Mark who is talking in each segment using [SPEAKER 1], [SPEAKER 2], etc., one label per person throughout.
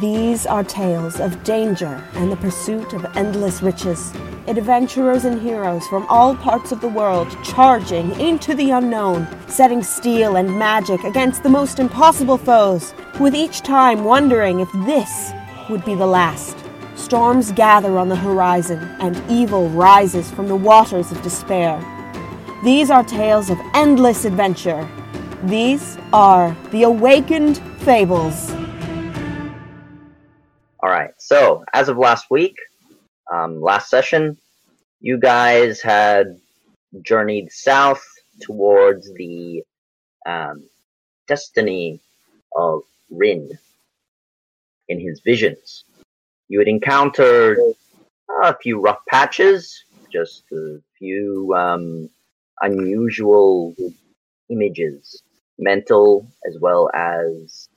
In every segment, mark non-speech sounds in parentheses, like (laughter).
[SPEAKER 1] These are tales of danger and the pursuit of endless riches. Adventurers and heroes from all parts of the world charging into the unknown, setting steel and magic against the most impossible foes, with each time wondering if this would be the last. Storms gather on the horizon, and evil rises from the waters of despair. These are tales of endless adventure. These are the Awakened Fables.
[SPEAKER 2] All right. So as of last week, um, last session, you guys had journeyed south towards the um, destiny of Rin in his visions. You had encountered a few rough patches, just a few um, unusual images, mental as well as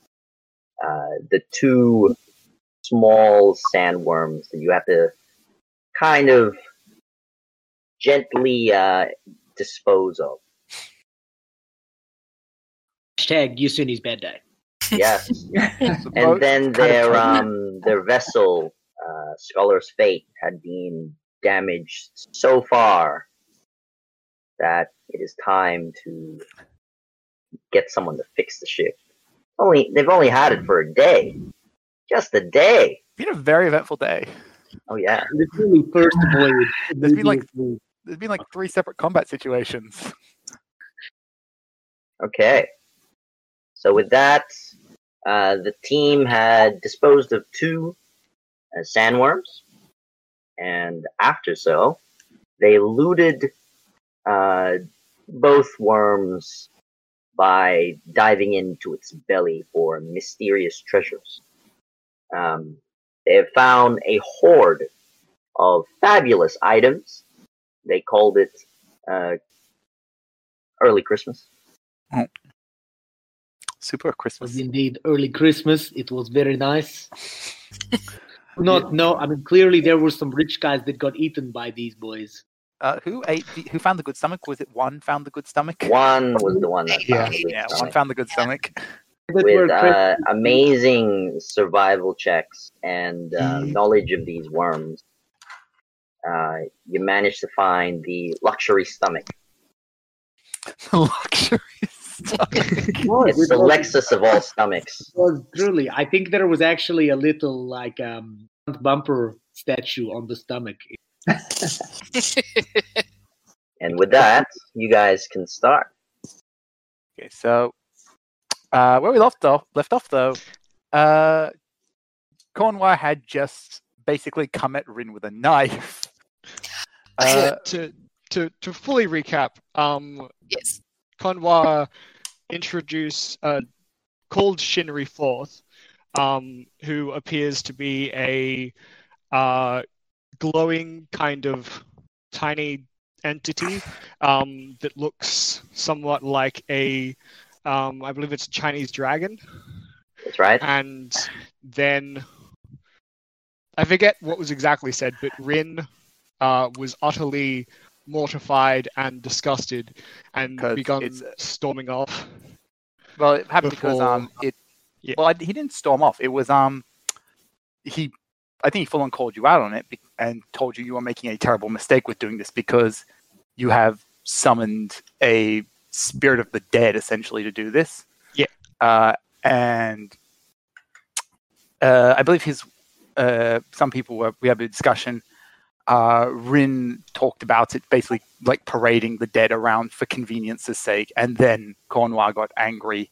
[SPEAKER 2] uh, the two small sandworms that you have to kind of gently uh, dispose of.
[SPEAKER 3] Hashtag Yusuni's bad day.
[SPEAKER 2] Yes, and
[SPEAKER 4] Suppose-
[SPEAKER 2] then
[SPEAKER 4] kind of
[SPEAKER 2] their
[SPEAKER 4] pregnant.
[SPEAKER 2] um their vessel, uh, Scholar's Fate, had been damaged so far that it is time to get someone to fix the ship. Only they've only had it for a day, just a day.
[SPEAKER 4] It's been a very eventful day.
[SPEAKER 2] Oh yeah.
[SPEAKER 3] This is the first
[SPEAKER 4] (laughs)
[SPEAKER 3] voyage.
[SPEAKER 4] There's been like there's been like three separate combat situations.
[SPEAKER 2] Okay. So with that, uh, the team had disposed of two uh, sandworms, and after so, they looted uh, both worms by diving into its belly for mysterious treasures. Um, they have found a hoard of fabulous items. They called it uh, early Christmas.
[SPEAKER 4] Super Christmas.
[SPEAKER 3] was indeed early Christmas. It was very
[SPEAKER 4] (laughs)
[SPEAKER 3] nice. Not no, I mean clearly there were some rich guys that got eaten by these boys.
[SPEAKER 4] Uh, who ate? The, who found the good stomach? Was it one found the good stomach?
[SPEAKER 2] One was the one that
[SPEAKER 4] Yeah,
[SPEAKER 2] found the
[SPEAKER 4] yeah, one
[SPEAKER 2] stomach
[SPEAKER 4] found the good stomach. (laughs)
[SPEAKER 3] That were
[SPEAKER 2] with
[SPEAKER 3] cra-
[SPEAKER 2] uh, amazing survival checks and uh,
[SPEAKER 4] Mm-hmm.
[SPEAKER 2] knowledge of these worms. Uh, you managed to find the luxury stomach.
[SPEAKER 4] Luxury stomach.
[SPEAKER 3] was,
[SPEAKER 2] It's the
[SPEAKER 3] it was-
[SPEAKER 2] Lexus of all stomachs.
[SPEAKER 3] was truly. I think there was actually a little like um front bumper statue on the stomach.
[SPEAKER 2] And with that, you guys can start.
[SPEAKER 4] Okay, so uh, where we left off, left off though, uh, Cornwire had just basically come at Rin with a knife. Uh,
[SPEAKER 5] to to to fully recap, um,
[SPEAKER 6] Yes.
[SPEAKER 5] Conwa introduce uh, called Shinri forth, um, who appears to be a uh, glowing kind of tiny entity um, that looks somewhat like a, um, I believe it's a Chinese dragon,
[SPEAKER 2] That's right.
[SPEAKER 4] Ah.
[SPEAKER 5] and then I forget what was exactly said, but Rin uh, was utterly mortified and disgusted and
[SPEAKER 4] 'Cause
[SPEAKER 5] begun
[SPEAKER 4] it's- uh,
[SPEAKER 5] storming off.
[SPEAKER 4] Well, it happened because
[SPEAKER 5] Before-
[SPEAKER 4] um it
[SPEAKER 5] Yeah.
[SPEAKER 4] well I, he didn't storm off. It was um he I think he full on called you out on it be- and told you you are making a terrible mistake with doing this because you have summoned a spirit of the dead essentially to do this.
[SPEAKER 5] Yeah.
[SPEAKER 4] Uh, and uh, I believe his uh, some people were we had a discussion. Uh, Rin talked about it basically like parading the dead around for convenience's sake, and then Cornwall got angry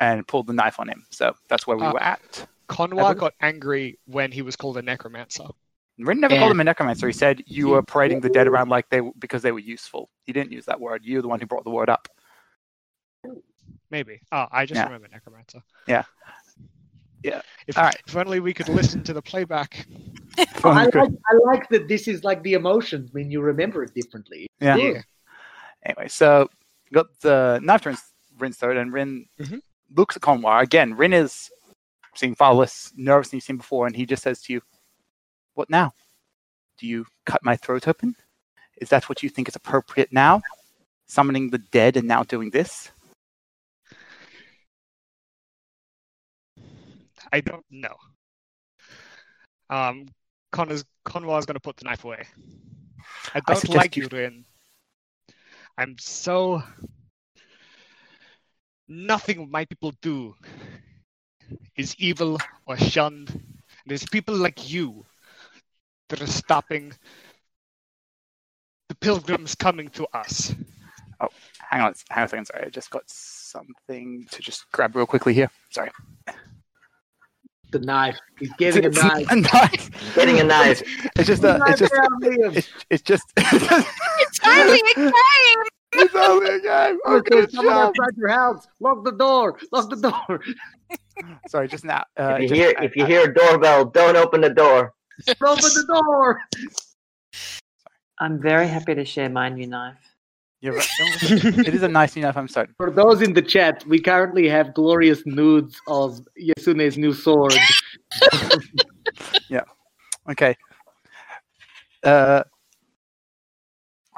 [SPEAKER 4] and pulled the knife on him. So that's where we
[SPEAKER 5] Ah.
[SPEAKER 4] were at.
[SPEAKER 5] Conwa
[SPEAKER 4] believe-
[SPEAKER 5] got angry when he was called a necromancer.
[SPEAKER 4] Rin never
[SPEAKER 3] Yeah.
[SPEAKER 4] called him a necromancer. He said you were parading the dead around like they because they were useful. He didn't use that word. You're the one who brought the word up.
[SPEAKER 5] Maybe. Ah, I just
[SPEAKER 4] Yeah.
[SPEAKER 5] remember necromancer.
[SPEAKER 4] Yeah. Yeah.
[SPEAKER 5] If,
[SPEAKER 4] All right.
[SPEAKER 5] if only we could listen to the playback.
[SPEAKER 4] Oh,
[SPEAKER 3] I like, I like that this is like the emotion when you remember it differently.
[SPEAKER 4] (laughs) Yeah.
[SPEAKER 5] Yeah.
[SPEAKER 4] Anyway, so got the knife to Rin's, Rin's throat, and Rin
[SPEAKER 5] Mhm.
[SPEAKER 4] looks at Conwar. Again, Rin is seeing far less nervous than you've seen before, and he just says to you, What now? Do you cut my throat open? Is that what you think is appropriate now? Summoning the dead and now doing this?
[SPEAKER 5] I don't know. Um, Connor's Conrad's going to put the knife away. I don't
[SPEAKER 4] suggest
[SPEAKER 5] like
[SPEAKER 4] you-
[SPEAKER 5] you, Rin. I'm so nothing my people do is evil or shunned. There's people like you that are stopping the pilgrims coming to us.
[SPEAKER 4] Hang on, hang on a second. Sorry, I just got something to just grab real quickly here. Sorry.
[SPEAKER 3] The knife. He's getting a
[SPEAKER 4] It's
[SPEAKER 3] knife.
[SPEAKER 4] (laughs) a knife.
[SPEAKER 2] Getting a
[SPEAKER 4] (laughs)
[SPEAKER 2] knife.
[SPEAKER 4] It's just a. It's just. It's, it's just. (laughs)
[SPEAKER 6] It's finally a game.
[SPEAKER 4] it's only a game. Oh,
[SPEAKER 3] Okay,
[SPEAKER 4] good
[SPEAKER 3] someone
[SPEAKER 4] job.
[SPEAKER 3] outside your house. Lock the door. Lock the door. (laughs)
[SPEAKER 4] Sorry, just now. Uh,
[SPEAKER 2] If you
[SPEAKER 4] just-
[SPEAKER 2] hear
[SPEAKER 4] I-
[SPEAKER 2] if you
[SPEAKER 4] I-
[SPEAKER 2] hear a doorbell, don't open the door.
[SPEAKER 3] Open the door.
[SPEAKER 7] I'm very happy to share my new knife.
[SPEAKER 2] (laughs)
[SPEAKER 4] you're right. it is a nice new knife. I'm certain.
[SPEAKER 3] For those in the chat, we currently have glorious nudes of Yasune's new sword.
[SPEAKER 4] Okay. Uh,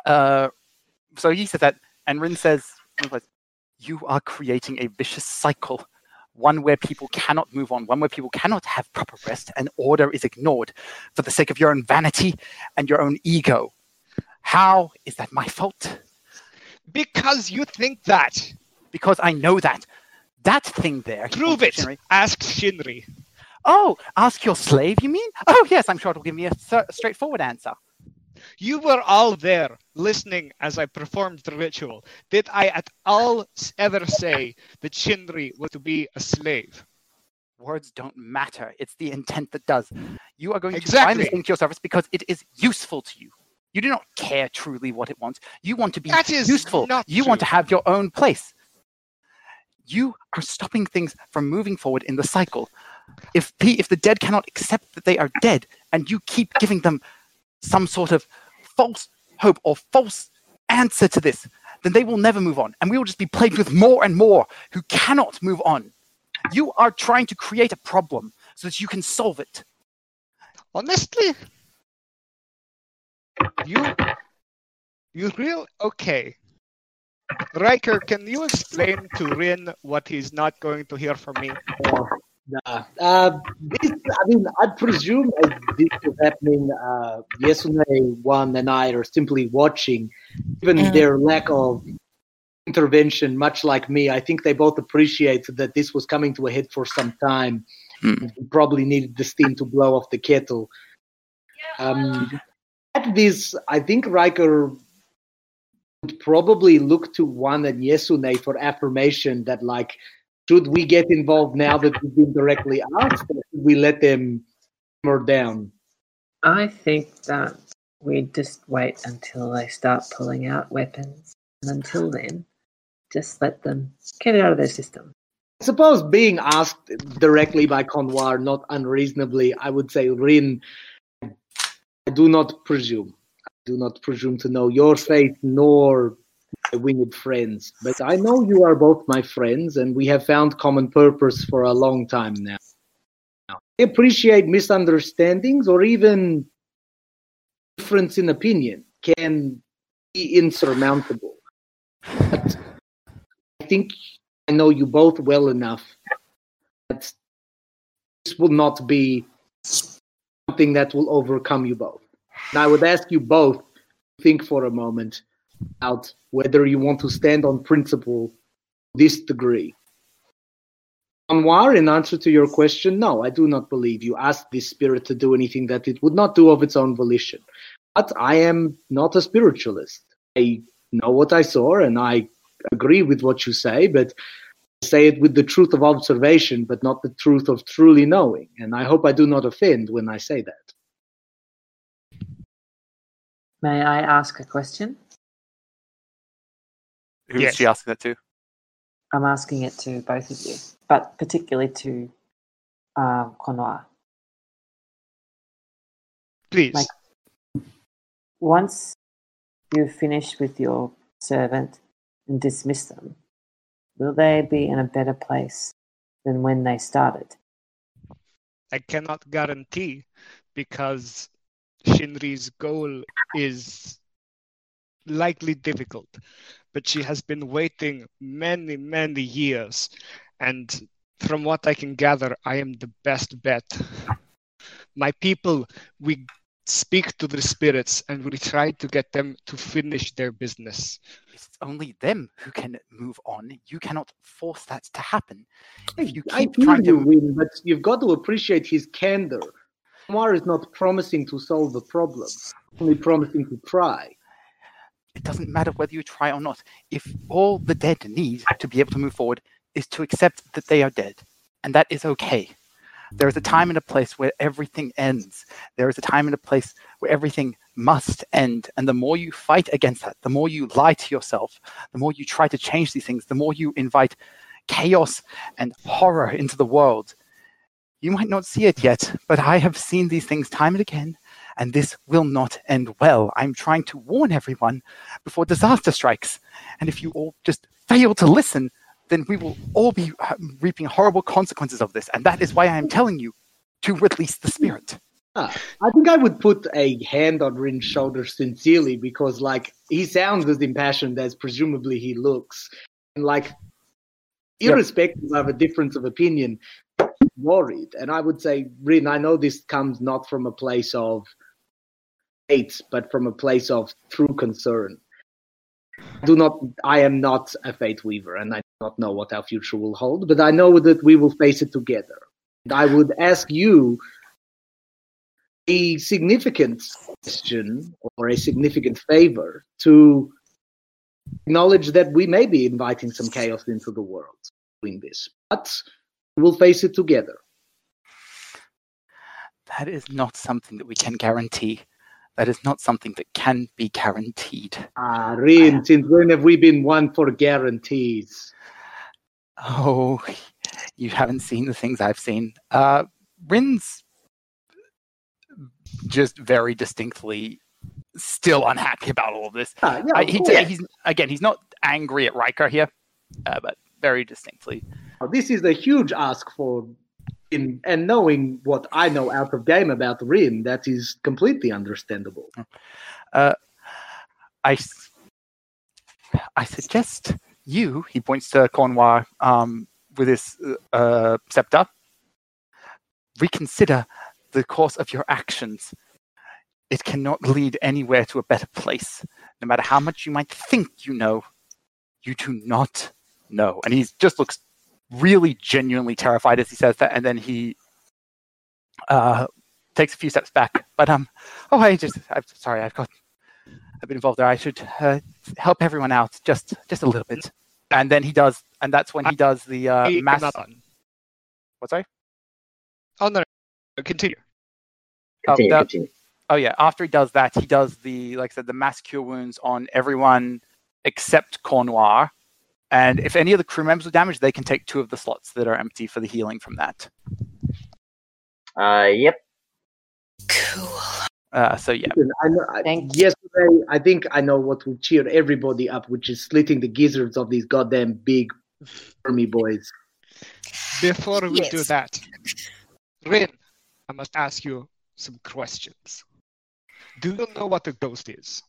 [SPEAKER 4] uh, so he says that, and Rin says, You are creating a vicious cycle, one where people cannot move on, one where people cannot have proper rest, and order is ignored for the sake of your own vanity and your own ego. How is that my fault?
[SPEAKER 5] Because you think that.
[SPEAKER 4] Because I know that. That thing there. he
[SPEAKER 5] Prove
[SPEAKER 4] points
[SPEAKER 5] it.
[SPEAKER 4] to Shinri.
[SPEAKER 5] Ask Shinri.
[SPEAKER 4] Oh, ask your slave, you mean? Oh, yes, I'm sure it'll give me a th- straightforward answer.
[SPEAKER 5] You were all there listening as I performed the ritual. Did I at all s- ever say that Shinri was to be a slave?
[SPEAKER 4] words don't matter. It's the intent that does. You are going to buy
[SPEAKER 5] Exactly.
[SPEAKER 4] this thing to your service because it is useful to you. You do not care truly what it wants. You want to be
[SPEAKER 5] That is
[SPEAKER 4] useful.
[SPEAKER 5] not
[SPEAKER 4] You want to
[SPEAKER 5] true.
[SPEAKER 4] have your own place. You are stopping things from moving forward in the cycle. If the, if the dead cannot accept that they are dead and you keep giving them some sort of false hope or false answer to this, then they will never move on. And we will just be plagued with more and more who cannot move on. You are trying to create a problem so that you can solve it.
[SPEAKER 5] Honestly, you you real okay. Riker, can you explain to Rin what he's not going to hear from me?
[SPEAKER 3] Oh, nah. Uh, this, I mean, I presume as this was happening, uh, Yasune, Juan, and I are simply watching. Given
[SPEAKER 6] Mm.
[SPEAKER 3] their lack of intervention, much like me, I think they both appreciate that this was coming to a head for some time.
[SPEAKER 4] Mm.
[SPEAKER 3] and We probably needed the steam to blow off the kettle. Um, at this, I think Riker would probably look to Juan and Yesune for affirmation that, like, should we get involved now that we've been directly asked, or should we let them simmer down?
[SPEAKER 7] I think that we just wait until they start pulling out weapons. And until then, just let them get it out of their system.
[SPEAKER 3] I suppose being asked directly by Conwar, not unreasonably, I would say, Rin, I do not presume. I do not presume to know your fate nor my winged friends. But I know you are both my friends, and we have found common purpose for a long time now. I appreciate misunderstandings or even difference in opinion can be insurmountable. But I think I know you both well enough that this will not be something that will overcome you both. And I would ask you both to think for a moment about whether you want to stand on principle to this degree. Anwar, in answer to your question, no, I do not believe you asked this spirit to do anything that it would not do of its own volition. But I am not a spiritualist. I know what I saw and I agree with what you say, but say it with the truth of observation, but not the truth of truly knowing. And I hope I do not offend when I say that.
[SPEAKER 7] May I ask a question?
[SPEAKER 4] Who's
[SPEAKER 5] Yes.
[SPEAKER 4] she asking that to?
[SPEAKER 7] I'm asking it to both of you, but particularly to um, Conwar.
[SPEAKER 5] Please.
[SPEAKER 7] Like- Once you've finished with your servant and dismiss them, will they be in a better place than when they started?
[SPEAKER 5] I cannot guarantee because Shinri's goal is likely difficult, but she has been waiting many, many years, and From what I can gather, I am the best bet. My people, we speak to the spirits and we try to get them to finish their business.
[SPEAKER 4] It's only them who can move on. You cannot force that to happen. If you
[SPEAKER 3] I
[SPEAKER 4] keep
[SPEAKER 3] feel
[SPEAKER 4] trying
[SPEAKER 3] you
[SPEAKER 4] to
[SPEAKER 3] win, but you've got to appreciate his candor. Noir is not promising to solve the problem, only promising to try.
[SPEAKER 4] it doesn't matter whether you try or not. If all the dead need to be able to move forward is to accept that they are dead, and that is okay. There is a time and a place where everything ends. There is a time and a place where everything must end. And the more you fight against that, the more you lie to yourself, the more you try to change these things, the more you invite chaos and horror into the world. You might not see it yet, but I have seen these things time and again, and this will not end well. I'm trying to warn everyone before disaster strikes. And if you all just fail to listen, then we will all be uh, reaping horrible consequences of this. And that is why I am telling you to release the spirit.
[SPEAKER 3] Ah, I think I would put a hand on Rin's shoulder sincerely because, like, he sounds as impassioned as presumably he looks. And, like, irrespective of a difference of opinion, worried. And I would say, Rin, I know this comes not from a place of hate, but from a place of true concern. Do not, I am not a fate weaver, and I do not know what our future will hold, but I know that we will face it together. And I would ask you a significant question or a significant favor to acknowledge that we may be inviting some chaos into the world doing this, but we'll face it together.
[SPEAKER 4] That is not something that we can guarantee. That is not something that can be guaranteed.
[SPEAKER 3] Ah, Rin, since when have we been one for guarantees?
[SPEAKER 4] Oh, you haven't seen the things I've seen. Uh, Rin's just very distinctly still unhappy about all of this.
[SPEAKER 3] Ah, yeah,
[SPEAKER 4] I,
[SPEAKER 3] of
[SPEAKER 4] he,
[SPEAKER 3] course.
[SPEAKER 4] he's again, he's not angry at Riker here, uh, but very distinctly.
[SPEAKER 3] This is a huge ask for Rin, and knowing what I know out of game about Rin, that is completely understandable.
[SPEAKER 4] I, s- I suggest you, he points to Cornwall um, with his uh, uh, scepter, reconsider the course of your actions. It cannot lead anywhere to a better place. No matter how much you might think you know, you do not know. And he just looks really genuinely terrified as he says that. And then he uh, takes a few steps back. But, um, oh, I just, I'm sorry, I've got I've been involved there. I should uh, help everyone out just just a little bit. And then he does, and that's when he does the uh,
[SPEAKER 5] Hey,
[SPEAKER 4] mass.
[SPEAKER 5] another one.
[SPEAKER 4] What's sorry?
[SPEAKER 5] Oh, no, no, continue.
[SPEAKER 4] Oh,
[SPEAKER 2] Continue,
[SPEAKER 4] that-
[SPEAKER 2] continue.
[SPEAKER 4] Oh yeah. After he does that, he does the like I said, the mass cure wounds on everyone except Cornoir. And if any of the crew members are damaged, they can take two of the slots that are empty for the healing from that.
[SPEAKER 2] Uh, yep.
[SPEAKER 6] Cool.
[SPEAKER 4] Uh, so yeah,
[SPEAKER 3] Listen, I know, I-
[SPEAKER 7] Thank you.
[SPEAKER 3] yesterday, I think I know what would cheer everybody up, which is slitting the gizzards of these goddamn big army boys.
[SPEAKER 5] Before we do
[SPEAKER 6] Yes.
[SPEAKER 5] that, Rin, I must ask you some questions. Do you know what a ghost is?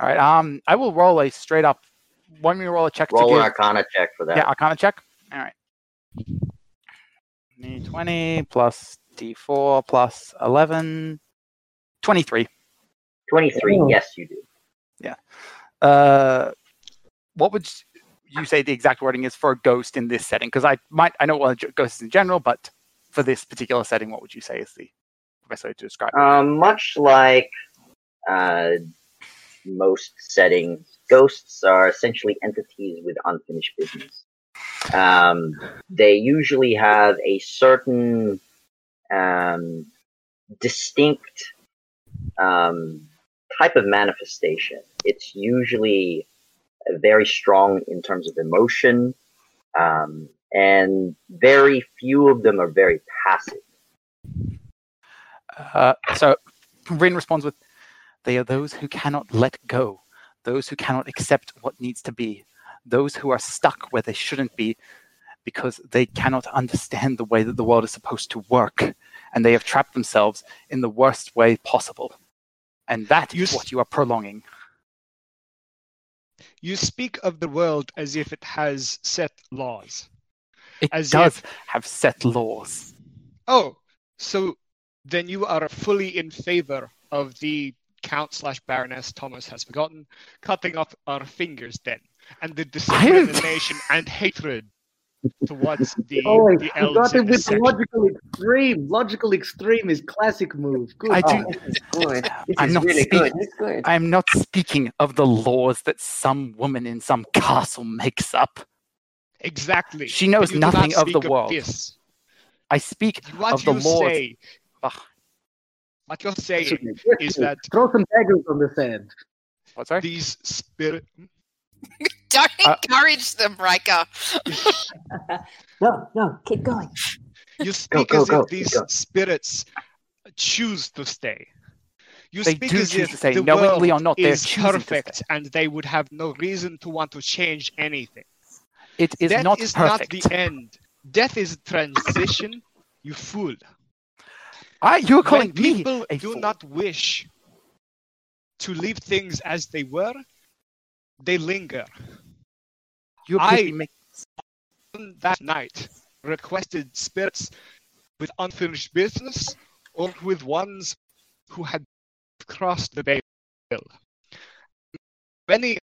[SPEAKER 4] all right. Um, I will roll a straight up. One me to roll a check to
[SPEAKER 2] Roll
[SPEAKER 4] give.
[SPEAKER 2] an Arcana check for that.
[SPEAKER 4] Yeah, Arcana check. All right. Need 20 plus D4 plus 11. 23.
[SPEAKER 2] 23,
[SPEAKER 7] Oh.
[SPEAKER 2] yes, you do.
[SPEAKER 4] Uh, what would you say the exact wording is for a ghost in this setting? Because I might, I know what a ge- ghost is in general, but for this particular setting, what would you say is the best way to describe it?
[SPEAKER 2] Um, much like uh, most settings, ghosts are essentially entities with unfinished business. Um, they usually have a certain um, distinct um, type of manifestation. It's usually very strong in terms of emotion, um, and very few of them are very passive.
[SPEAKER 4] Uh, so Rin responds with, "They are those who cannot let go, those who cannot accept what needs to be, those who are stuck where they shouldn't be, because they cannot understand the way that the world is supposed to work, and they have trapped themselves in the worst way possible." And that is
[SPEAKER 5] You s-
[SPEAKER 4] what you are prolonging.
[SPEAKER 5] You speak of the world as if it has set laws.
[SPEAKER 4] It
[SPEAKER 5] As
[SPEAKER 4] does have set laws.
[SPEAKER 5] Oh, so then you are fully in favor of the Count slash Baroness Thomas has forgotten, cutting off our fingers then, and
[SPEAKER 4] (laughs)
[SPEAKER 5] the discrimination and hatred towards the,
[SPEAKER 3] Oh,
[SPEAKER 5] the
[SPEAKER 3] you
[SPEAKER 5] elves
[SPEAKER 3] got
[SPEAKER 5] in
[SPEAKER 3] it with
[SPEAKER 5] this
[SPEAKER 3] the
[SPEAKER 5] section.
[SPEAKER 3] logical extreme. Logical extreme is classic move. Good.
[SPEAKER 4] I do.
[SPEAKER 7] Oh, this is good. This
[SPEAKER 4] I'm
[SPEAKER 7] is
[SPEAKER 4] not
[SPEAKER 7] really good.
[SPEAKER 4] speaking.
[SPEAKER 7] It's good.
[SPEAKER 4] I'm not speaking of the laws that some woman in some castle makes up.
[SPEAKER 5] Exactly.
[SPEAKER 4] She knows
[SPEAKER 5] You do not
[SPEAKER 4] nothing of the
[SPEAKER 5] speak
[SPEAKER 4] world.
[SPEAKER 5] This.
[SPEAKER 4] I speak
[SPEAKER 5] What
[SPEAKER 4] of the Ah.
[SPEAKER 5] you
[SPEAKER 4] laws.
[SPEAKER 5] say,
[SPEAKER 4] Ugh,
[SPEAKER 5] what you're saying,
[SPEAKER 3] Yes,
[SPEAKER 5] is
[SPEAKER 3] yes.
[SPEAKER 5] that-
[SPEAKER 3] throw some daggers on the sand?
[SPEAKER 4] what, oh, sorry?
[SPEAKER 5] these spirit,
[SPEAKER 6] Don't
[SPEAKER 4] Uh,
[SPEAKER 6] encourage them, Riker.
[SPEAKER 7] No, no, keep going.
[SPEAKER 5] You speak
[SPEAKER 2] go,
[SPEAKER 5] as
[SPEAKER 2] go,
[SPEAKER 5] if these
[SPEAKER 2] go.
[SPEAKER 5] spirits choose to stay. You
[SPEAKER 4] They
[SPEAKER 5] speak
[SPEAKER 4] do
[SPEAKER 5] as
[SPEAKER 4] choose
[SPEAKER 5] if
[SPEAKER 4] to stay,
[SPEAKER 5] the
[SPEAKER 4] knowingly or
[SPEAKER 5] world
[SPEAKER 4] not, they're
[SPEAKER 5] is
[SPEAKER 4] choosing to stay.
[SPEAKER 5] perfect, and they would have no reason to want to change anything.
[SPEAKER 4] It is
[SPEAKER 5] Death
[SPEAKER 4] not
[SPEAKER 5] is
[SPEAKER 4] perfect.
[SPEAKER 5] not the end. Death is transition. You fool.
[SPEAKER 4] I, you're Ah, calling
[SPEAKER 5] when people
[SPEAKER 4] me a
[SPEAKER 5] do
[SPEAKER 4] fool.
[SPEAKER 5] not wish to leave things as they were, they linger.
[SPEAKER 4] You
[SPEAKER 5] I-
[SPEAKER 4] appear to be making.
[SPEAKER 5] On that night, requested spirits with unfinished business or with ones who had crossed the veil. Many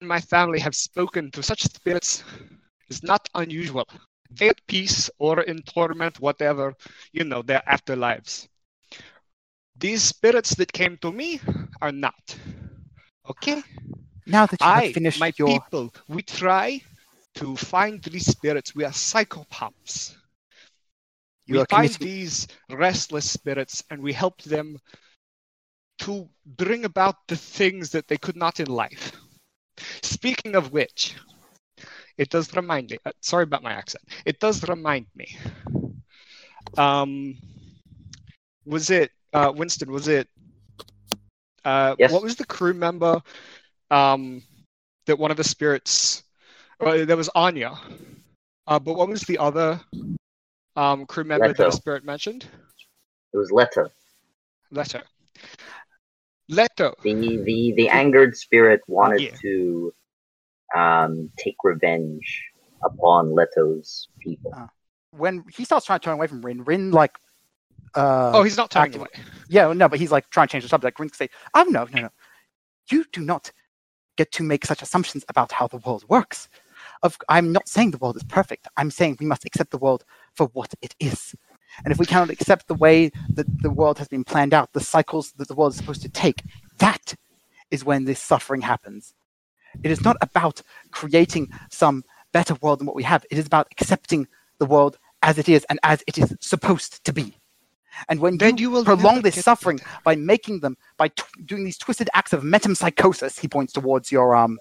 [SPEAKER 5] in my family have spoken to such spirits is not unusual. They at peace or in torment, whatever, you know, their afterlives. These spirits that came to me are not. Okay?
[SPEAKER 4] Now that you
[SPEAKER 5] I,
[SPEAKER 4] have finished
[SPEAKER 5] my
[SPEAKER 4] your.
[SPEAKER 5] people, we try to find these spirits. We are psychopaths.
[SPEAKER 4] You
[SPEAKER 5] we
[SPEAKER 4] are
[SPEAKER 5] find
[SPEAKER 4] committing-
[SPEAKER 5] these restless spirits and we help them to bring about the things that they could not in life. Speaking of which, it does remind me. uh, sorry about my accent. It does remind me. Um, was it uh, Winston? Was it uh,
[SPEAKER 2] Yes.
[SPEAKER 5] what was the crew member um, that one of the spirits? Well, there was Anya, uh, but what was the other um, crew member that
[SPEAKER 2] Leto.
[SPEAKER 5] the spirit mentioned?
[SPEAKER 2] It was Leto,
[SPEAKER 5] Leto. Leto.
[SPEAKER 2] the the the angered spirit wanted
[SPEAKER 5] Yeah.
[SPEAKER 2] to um, take revenge upon Leto's people.
[SPEAKER 4] When he starts trying to turn away from Rin, Rin, like. Uh,
[SPEAKER 5] oh, he's not turning
[SPEAKER 4] active-
[SPEAKER 5] away.
[SPEAKER 4] Yeah, well, no, but he's like trying to change the subject. Grin say, "Oh no, no, no! You do not get to make such assumptions about how the world works. Of, I'm not saying the world is perfect. I'm saying we must accept the world for what it is. And if we cannot accept the way that the world has been planned out, the cycles that the world is supposed to take, that is when this suffering happens. It is not about creating some better world than what we have. It is about accepting the world as it is and as it is supposed to be. And when
[SPEAKER 5] Then
[SPEAKER 4] you,
[SPEAKER 5] you will
[SPEAKER 4] prolong
[SPEAKER 5] never
[SPEAKER 4] this
[SPEAKER 5] get
[SPEAKER 4] suffering by making them by t- doing these twisted acts of metempsychosis, he points towards your um,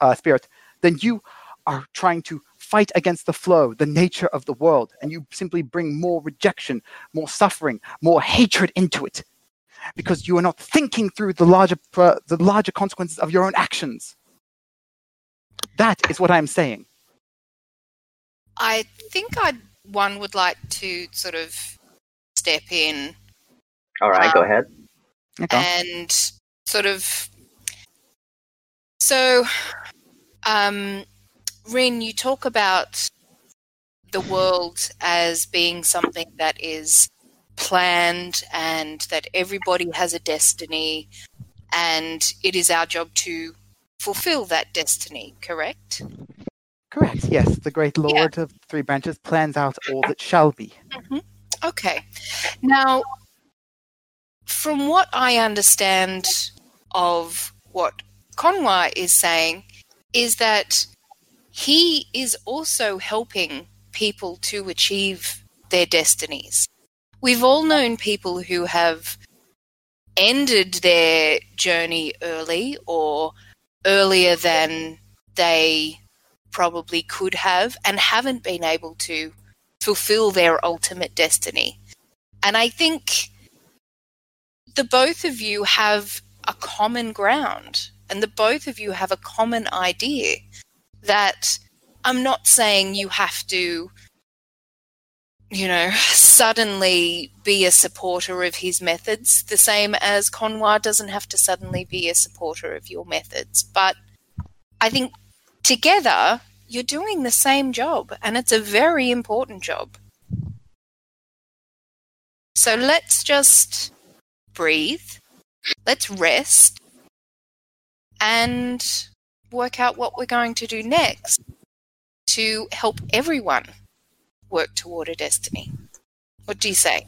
[SPEAKER 4] uh, spirit, then you are trying to fight against the flow, the nature of the world, and you simply bring more rejection, more suffering, more hatred into it, because you are not thinking through the larger uh, the larger consequences of your own actions. That is what I am saying.
[SPEAKER 6] I think I one would like to sort of step in
[SPEAKER 2] All right,
[SPEAKER 3] Uh,
[SPEAKER 2] go ahead.
[SPEAKER 4] Okay.
[SPEAKER 6] and sort of so um Rin, you talk about the world as being something that is planned and that everybody has a destiny and it is our job to fulfill that destiny, correct?
[SPEAKER 4] Correct. Yes, the great lord of three branches plans out all that shall be.
[SPEAKER 6] Okay. Now, from what I understand of what Conwar is saying, is that he is also helping people to achieve their destinies. We've all known people who have ended their journey early or earlier than they probably could have and haven't been able to fulfill their ultimate destiny. And I think the both of you have a common ground and the both of you have a common idea that I'm not saying you have to, you know, suddenly be a supporter of his methods, the same as Conwar doesn't have to suddenly be a supporter of your methods. But I think together you're doing the same job, and it's a very important job. So let's just breathe, let's rest, and work out what we're going to do next to help everyone work toward a destiny. What do you say?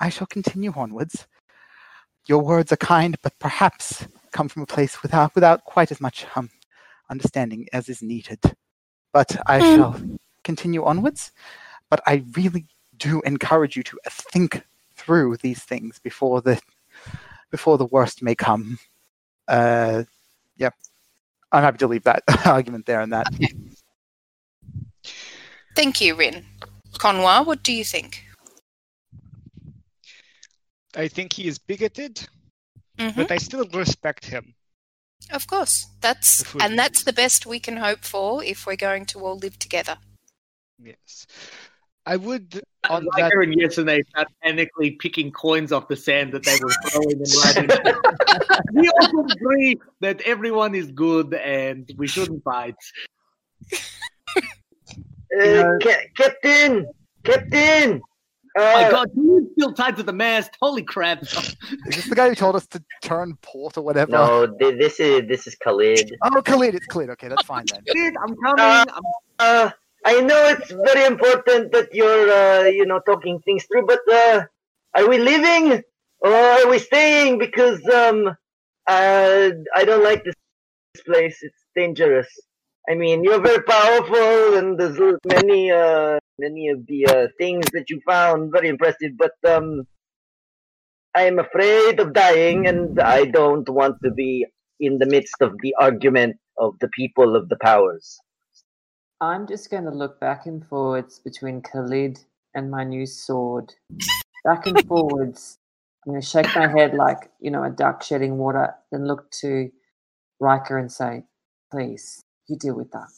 [SPEAKER 4] I shall continue onwards. Your words are kind, but perhaps come from a place without without quite as much um, understanding as is needed. But I
[SPEAKER 6] Mm.
[SPEAKER 4] shall continue onwards. But I really do encourage you to think through these things before the before the worst may come. Uh, yep. I'm happy to leave that (laughs) argument there and that.
[SPEAKER 6] Thank you, Rin. Conwa, what do you think?
[SPEAKER 5] I think he is bigoted,
[SPEAKER 6] hmm
[SPEAKER 5] but I still respect him.
[SPEAKER 6] Of course, that's
[SPEAKER 5] If we-
[SPEAKER 6] and that's the best we can hope for if we're going to all live together.
[SPEAKER 5] Yes. I would
[SPEAKER 3] I
[SPEAKER 5] on
[SPEAKER 3] like
[SPEAKER 5] that
[SPEAKER 3] her and yes, and they mechanically picking coins off the sand that they were throwing and
[SPEAKER 5] (laughs)
[SPEAKER 3] writing. we all agree that everyone is good and we shouldn't fight.
[SPEAKER 2] Uh, ca- Captain! Captain!
[SPEAKER 3] Oh my
[SPEAKER 2] Uh,
[SPEAKER 3] god, you're still tied to the mast.
[SPEAKER 2] (laughs)
[SPEAKER 3] Holy crap.
[SPEAKER 4] Is this the guy who told us to turn port or whatever?
[SPEAKER 2] no, thi- this is this is Khalid.
[SPEAKER 4] Oh, Khalid, it's Khalid. Okay, that's fine then.
[SPEAKER 3] Dude, I'm coming. I'm
[SPEAKER 2] Uh, I know it's very important that you're, uh, you know, talking things through, but uh, are we leaving or are we staying? Because um, uh, I don't like this place. It's dangerous. I mean, you're very powerful, and there's many, uh, many of the uh, things that you found very impressive. But um, I'm afraid of dying, and I don't want to be in the midst of the argument of the people of the powers.
[SPEAKER 7] I'm just going to look back and forwards between Khalid and my new sword. Back (laughs) and forwards. I'm going to shake my head like, you know, a duck shedding water, then look to Riker and say, please, you deal with that.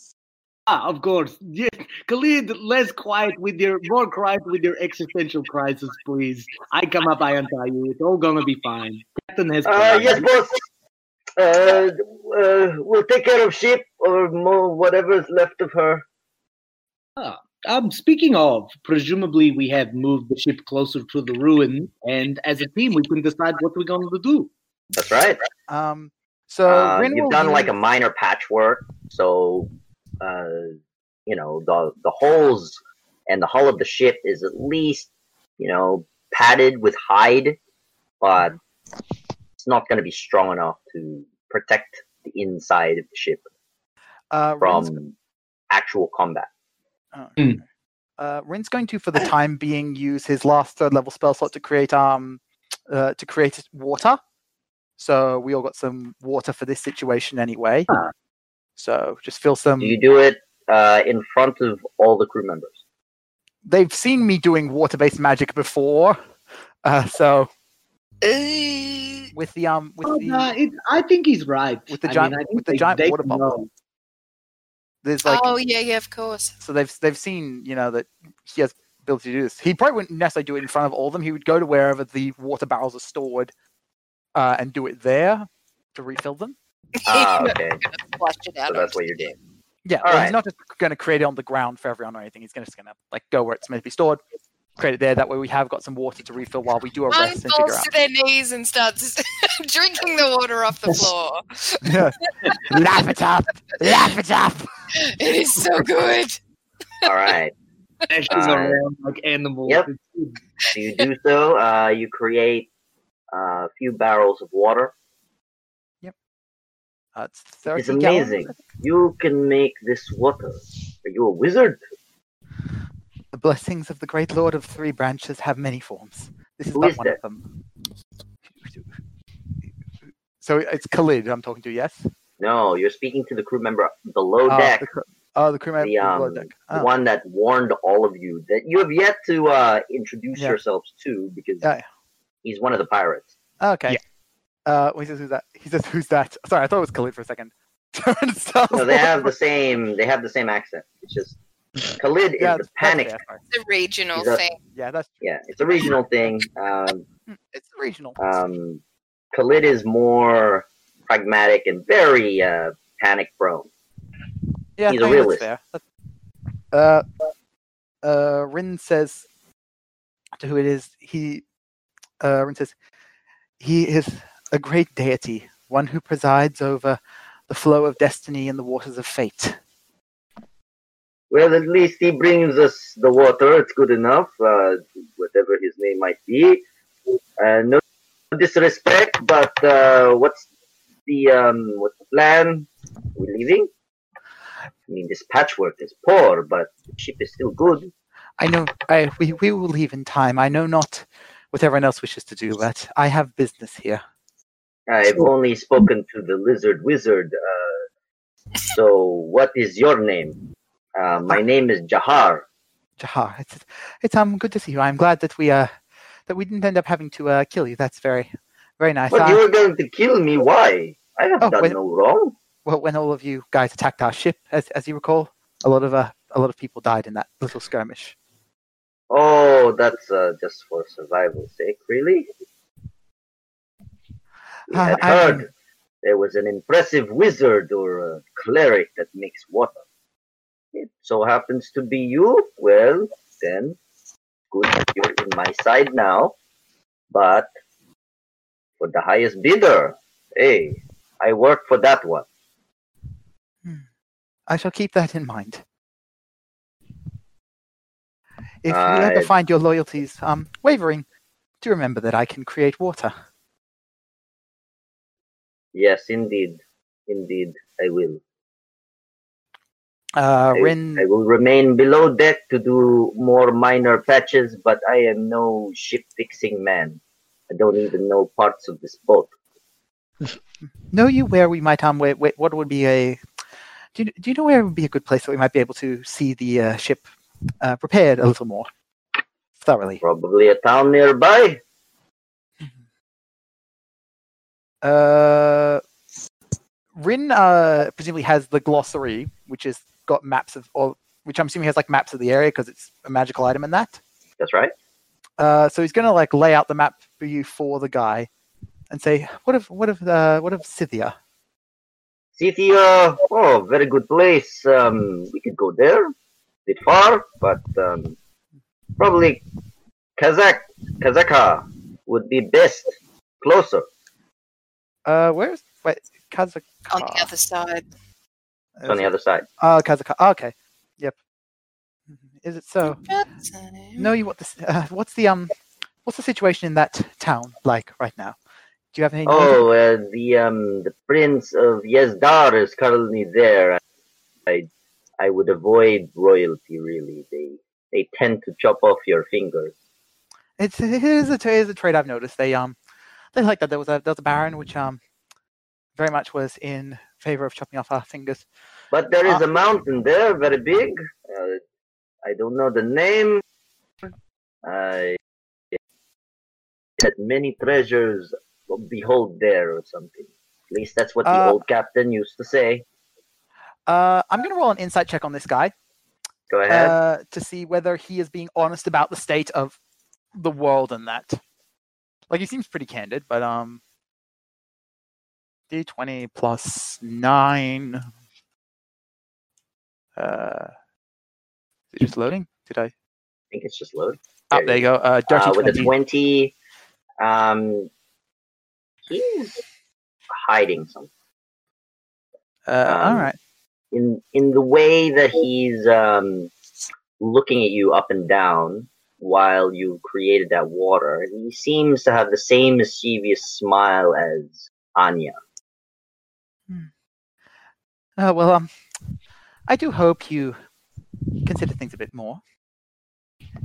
[SPEAKER 3] Ah, of course. Yes. Khalid, less quiet with your, more quiet with your existential crisis, please. I come up, I untie you. It's all gonna be fine. Captain has.
[SPEAKER 2] Uh,
[SPEAKER 3] plans.
[SPEAKER 2] yes, boss. Uh, uh, we'll take care of sheep or more whatever's left of her.
[SPEAKER 3] Um, speaking of, presumably we have moved the ship closer to the ruin, and as a team, we can decide what we're going to do.
[SPEAKER 2] That's right.
[SPEAKER 4] Um, so
[SPEAKER 2] Uh,
[SPEAKER 4] Rin will
[SPEAKER 2] you've done
[SPEAKER 4] use-
[SPEAKER 2] like a minor patchwork, so uh, you know the the holes and the hull of the ship is at least you know padded with hide, but it's not going to be strong enough to protect the inside of the ship
[SPEAKER 4] uh, Rin's
[SPEAKER 2] from actual combat.
[SPEAKER 4] Oh,
[SPEAKER 3] Hmm.
[SPEAKER 4] okay. Uh, Rin's going to, for the time being, use his last third level spell slot to create um uh, to create water. So we all got some water for this situation anyway.
[SPEAKER 3] Ah.
[SPEAKER 4] So just fill some.
[SPEAKER 2] Do you do it uh, in front of all the crew members?
[SPEAKER 4] They've seen me doing water-based magic before, uh, so
[SPEAKER 6] Ooh,
[SPEAKER 4] with the um with
[SPEAKER 3] Oh, no,
[SPEAKER 4] the
[SPEAKER 3] it, I think he's right.
[SPEAKER 4] with the
[SPEAKER 3] I
[SPEAKER 4] giant-
[SPEAKER 3] mean, I think
[SPEAKER 4] with the
[SPEAKER 3] they-
[SPEAKER 4] giant
[SPEAKER 3] they
[SPEAKER 4] water
[SPEAKER 3] know.
[SPEAKER 4] bubble. there's like
[SPEAKER 6] oh yeah, yeah, of course.
[SPEAKER 4] so they've they've seen you know that he has ability to do this. He probably wouldn't necessarily do it in front of all of them. He would go to wherever the water barrels are stored, uh, and do it there to refill them.
[SPEAKER 2] Ah, okay.
[SPEAKER 6] Flush it out.
[SPEAKER 2] So that's
[SPEAKER 6] onto
[SPEAKER 2] what you're
[SPEAKER 6] the
[SPEAKER 2] doing.
[SPEAKER 3] (laughs)
[SPEAKER 4] Yeah,
[SPEAKER 2] All
[SPEAKER 4] well,
[SPEAKER 2] right.
[SPEAKER 4] he's not just going to create it on the ground for everyone or anything. He's gonna- just going to like go where it's meant to be stored, create it there. That way, we have got some water to refill while we do a
[SPEAKER 6] One
[SPEAKER 4] rest and figure
[SPEAKER 6] falls
[SPEAKER 4] out.
[SPEAKER 6] to their knees and starts (laughs) drinking the water off the floor.
[SPEAKER 4] Yeah. (laughs) laugh it up, laugh it up.
[SPEAKER 6] It is so good.
[SPEAKER 2] All right.
[SPEAKER 3] Dashing
[SPEAKER 2] Uh,
[SPEAKER 3] around like animals.
[SPEAKER 2] yep.
[SPEAKER 3] It's-
[SPEAKER 2] So you do so. Uh, you create uh, a few barrels of water.
[SPEAKER 4] Uh, it's thirty.
[SPEAKER 2] It's amazing.
[SPEAKER 4] gallons.
[SPEAKER 2] You can make this water. Are you a wizard?
[SPEAKER 4] The blessings of the great lord of three branches have many forms. This is
[SPEAKER 2] Who
[SPEAKER 4] not
[SPEAKER 2] is
[SPEAKER 4] one of them. So it's Khalid I'm talking to. Yes.
[SPEAKER 2] No, you're speaking to the crew member below
[SPEAKER 4] Uh,
[SPEAKER 2] deck,
[SPEAKER 4] the, cr- oh, the crew member.
[SPEAKER 2] the, um,
[SPEAKER 4] below deck.
[SPEAKER 2] the
[SPEAKER 4] Oh.
[SPEAKER 2] one that warned all of you that you have yet to uh, introduce
[SPEAKER 4] Yeah.
[SPEAKER 2] yourselves to because
[SPEAKER 4] Yeah.
[SPEAKER 2] he's one of the pirates.
[SPEAKER 4] ah, Okay. Uh, well, he says who's that? He says who's that? Sorry, I thought it was Khalid for a second. (laughs)
[SPEAKER 2] No, they have the same. They have the same accent. It's just Khalid
[SPEAKER 4] yeah,
[SPEAKER 2] is
[SPEAKER 4] that's
[SPEAKER 2] the panic.
[SPEAKER 4] fair, sorry.
[SPEAKER 6] The regional
[SPEAKER 2] He's a-
[SPEAKER 6] thing.
[SPEAKER 4] Yeah, that's
[SPEAKER 2] Yeah, it's a regional thing. Um,
[SPEAKER 4] it's regional.
[SPEAKER 2] um, Khalid is more pragmatic and very uh, panic prone.
[SPEAKER 4] Yeah,
[SPEAKER 2] He's a
[SPEAKER 4] I think
[SPEAKER 2] realist.
[SPEAKER 4] That's fair. That's- Uh, uh, Rin says to who it is. He uh, Rin says he is a great deity, one who presides over the flow of destiny and the waters of fate.
[SPEAKER 2] Well, at least he brings us the water. It's good enough, uh, whatever his name might be. Uh, no disrespect, but uh, what's the um, what's the plan? We're leaving. I mean, this patchwork is poor, but the ship is still good.
[SPEAKER 4] I know. I we we will leave in time. I know not what everyone else wishes to do, but I have business here.
[SPEAKER 2] I've only spoken to the lizard wizard. Uh, so, what is your name? Uh, my name is Jahar.
[SPEAKER 4] Jahar, it's it's um good to see you. I'm glad that we uh that we didn't end up having to uh kill you. That's very very nice.
[SPEAKER 2] But
[SPEAKER 4] Uh,
[SPEAKER 2] you were going to kill me. Why? I have
[SPEAKER 4] Oh,
[SPEAKER 2] done
[SPEAKER 4] wait.
[SPEAKER 2] no wrong.
[SPEAKER 4] well, when all of you guys attacked our ship, as as you recall, a lot of uh, a lot of people died in that little skirmish.
[SPEAKER 2] Oh, that's uh, just for survival's sake, really? We
[SPEAKER 4] Uh,
[SPEAKER 2] had
[SPEAKER 4] I
[SPEAKER 2] heard
[SPEAKER 4] mean-
[SPEAKER 2] there was an impressive wizard or a cleric that makes water. It so happens to be you. Well, then, good that you're in my side now. But for the highest bidder, hey, I work for that one.
[SPEAKER 4] I shall keep that in mind. If you
[SPEAKER 2] Uh,
[SPEAKER 4] ever find your loyalties um wavering, do remember that I can create water.
[SPEAKER 2] Yes, indeed. Indeed, I will.
[SPEAKER 4] Uh,
[SPEAKER 2] I-
[SPEAKER 4] Rin,
[SPEAKER 2] I will remain below deck to do more minor patches, but I am no ship fixing man. I don't even know parts of this boat.
[SPEAKER 4] know you where we might um where, where, what would be a do you, do you know where would be a good place that we might be able to see the uh, ship uh, prepared a little more thoroughly
[SPEAKER 2] Probably a town nearby.
[SPEAKER 4] uh rin uh presumably has the glossary which has got maps of all which i'm assuming has like maps of the area because it's a magical item and that
[SPEAKER 2] That's right.
[SPEAKER 4] uh so he's gonna like lay out the map for you for the guy and say what if what if uh what if scythia
[SPEAKER 2] Scythia. Oh, very good place. Um, we could go there. Bit far, but um, probably Kazakh, Kazakha would be best. Closer.
[SPEAKER 4] uh where's wait Kazakh
[SPEAKER 6] on
[SPEAKER 4] Ah.
[SPEAKER 6] the other side.
[SPEAKER 2] It's on the other side.
[SPEAKER 4] Oh, Kazakh. Oh, okay. Yep. Is it so?
[SPEAKER 6] No.
[SPEAKER 4] Know you what the (laughs) uh, what's the um what's the situation in that town like right now? Do you have any? knowledge of
[SPEAKER 2] Oh, uh, the um, the prince of Yezdar is currently there. I, I would avoid royalty. Really, they they tend to chop off your fingers.
[SPEAKER 4] it? It's it is a it is a trait I've noticed. They um they like that. There was a there was a baron which um very much was in favor of chopping off our fingers.
[SPEAKER 2] But there is a
[SPEAKER 4] Ah.
[SPEAKER 2] mountain there, very big. Uh, I don't know the name. I had many treasures. Behold there, or something. At least that's what the
[SPEAKER 4] Uh,
[SPEAKER 2] old captain used to say.
[SPEAKER 4] Uh, I'm gonna roll an insight check on this guy
[SPEAKER 2] Go ahead.
[SPEAKER 4] uh, to see whether he is being honest about the state of the world and that. Like he seems pretty candid, but um, d20 plus nine. Uh, is it just loading? Did I?
[SPEAKER 2] I think it's just load.
[SPEAKER 4] Oh, there you go. Uh, dirty
[SPEAKER 2] uh, with
[SPEAKER 4] 20.
[SPEAKER 2] a 20 um he's hiding something
[SPEAKER 4] Uh, all
[SPEAKER 2] um,
[SPEAKER 4] right.
[SPEAKER 2] in in the way that he's um looking at you up and down while you created that water he seems to have the same mischievous smile as anya
[SPEAKER 4] Uh, well, um, I do hope you consider things a bit more.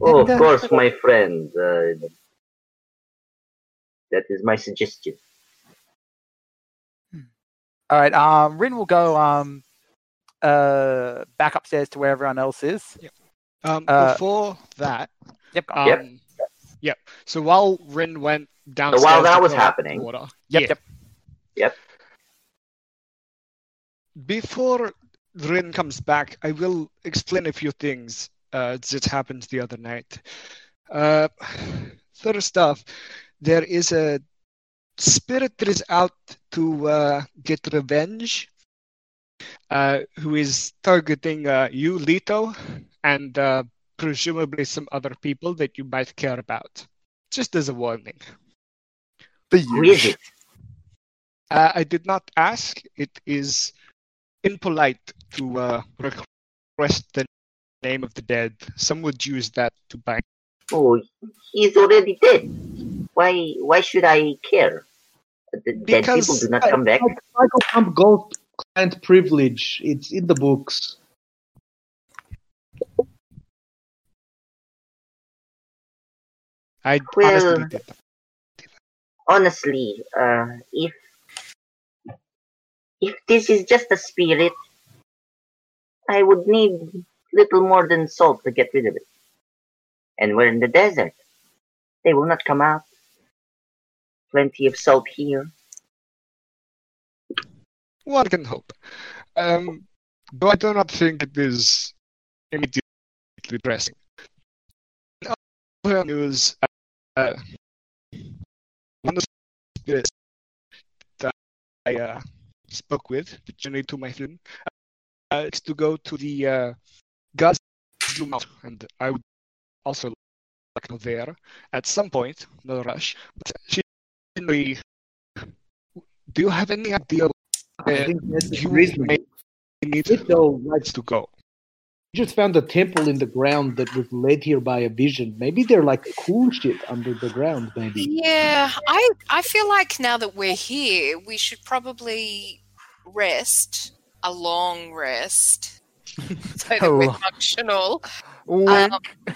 [SPEAKER 2] oh
[SPEAKER 4] And, uh,
[SPEAKER 2] of course my friend uh, that is my suggestion
[SPEAKER 4] All right. Um, Rin will go um, uh, back upstairs to where everyone else is.
[SPEAKER 5] Um,
[SPEAKER 4] Uh,
[SPEAKER 5] before that,
[SPEAKER 4] Yep.
[SPEAKER 5] um,
[SPEAKER 2] Yep.
[SPEAKER 5] yep. So while Rin went downstairs,
[SPEAKER 2] while that
[SPEAKER 5] to
[SPEAKER 2] was
[SPEAKER 5] fill up
[SPEAKER 2] happening-
[SPEAKER 5] water,
[SPEAKER 4] Yep.
[SPEAKER 5] yeah,
[SPEAKER 4] Yep.
[SPEAKER 5] before Rin comes back, I will explain a few things uh, that happened the other night. Uh, first off, there is a spirit that is out to uh, get revenge uh, who is targeting uh, you, Lito, and uh, presumably some other people that you might care about. Just as a warning.
[SPEAKER 4] The
[SPEAKER 2] Who is
[SPEAKER 4] huge.
[SPEAKER 2] it?
[SPEAKER 5] Uh, I did not ask. It is impolite to uh, request the name of the dead. Some would use that to buy.
[SPEAKER 2] Oh, he's already dead. Why? Why should I care? The dead people
[SPEAKER 5] Because
[SPEAKER 2] do not
[SPEAKER 5] I-
[SPEAKER 2] come back.
[SPEAKER 3] Michael Camp Gold client privilege. It's in the books.
[SPEAKER 5] I
[SPEAKER 2] Well-
[SPEAKER 5] honestly did not.
[SPEAKER 2] honestly, uh, if if this is just a spirit, I would need little more than salt to get rid of it. And we're in the desert; they will not come out. Plenty of salt here.
[SPEAKER 5] One can hope. Um, though I do not think it is immediately pressing. In other news, uh, one of the spirits that I uh, spoke with, the journey to my film, uh, is to go to the uh, God's Due Mountain, and I would also like to go there at some point, no rush. But she, do you have any idea
[SPEAKER 3] I
[SPEAKER 5] where
[SPEAKER 3] think that's
[SPEAKER 5] you
[SPEAKER 3] reasonable.
[SPEAKER 5] may need
[SPEAKER 3] It though, like,
[SPEAKER 5] to go.
[SPEAKER 3] we just found a temple in the ground that was led here by a vision. Maybe they're like cool shit under the ground. Maybe
[SPEAKER 6] Yeah, I I feel like now that we're here, we should probably rest a
[SPEAKER 4] (laughs)
[SPEAKER 6] long rest so that we're
[SPEAKER 4] Oh.
[SPEAKER 6] functional. Um,
[SPEAKER 4] Wink.
[SPEAKER 3] get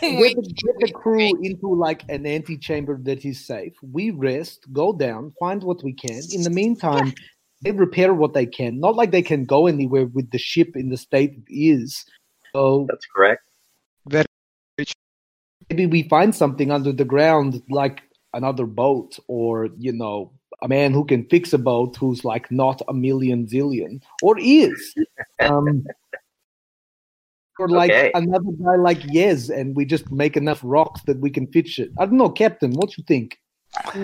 [SPEAKER 3] the,
[SPEAKER 6] (laughs) We-
[SPEAKER 3] get the crew into like an antechamber that is safe. We rest, go down, find what we can. In the meantime, they repair what they can. Not like they can go anywhere with the ship in the state it is. So
[SPEAKER 2] That's correct.
[SPEAKER 3] maybe we find something under the ground like another boat or you know a man who can fix a boat who's like not a million zillion or is um or like
[SPEAKER 2] Okay.
[SPEAKER 3] another guy like yes and we just make enough rocks that we can fix it i don't know captain what you think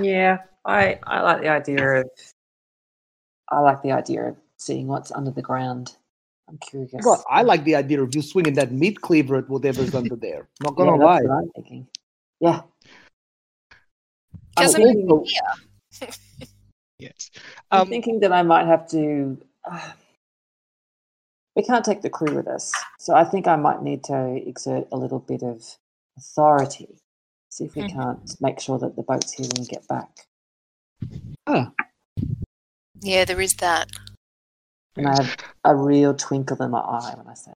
[SPEAKER 7] Yeah, I, I like the idea of I like the idea of seeing what's under the ground. I'm curious.
[SPEAKER 3] God, i like the idea of you swinging that meat cleaver at whatever's under there not
[SPEAKER 7] Yeah,
[SPEAKER 3] gonna
[SPEAKER 7] that's
[SPEAKER 3] lie
[SPEAKER 7] what I'm thinking. Yeah,
[SPEAKER 3] I'm
[SPEAKER 6] Doesn't
[SPEAKER 3] thinking-
[SPEAKER 5] Yes.
[SPEAKER 7] I'm
[SPEAKER 5] Um,
[SPEAKER 7] thinking that I might have to. Uh, we can't take the crew with us, so I think I might need to exert a little bit of authority. See if we
[SPEAKER 6] Mhm.
[SPEAKER 7] can't make sure that the boat's here when we get back.
[SPEAKER 6] yeah, there is that.
[SPEAKER 7] And I have a real twinkle in my eye when I say,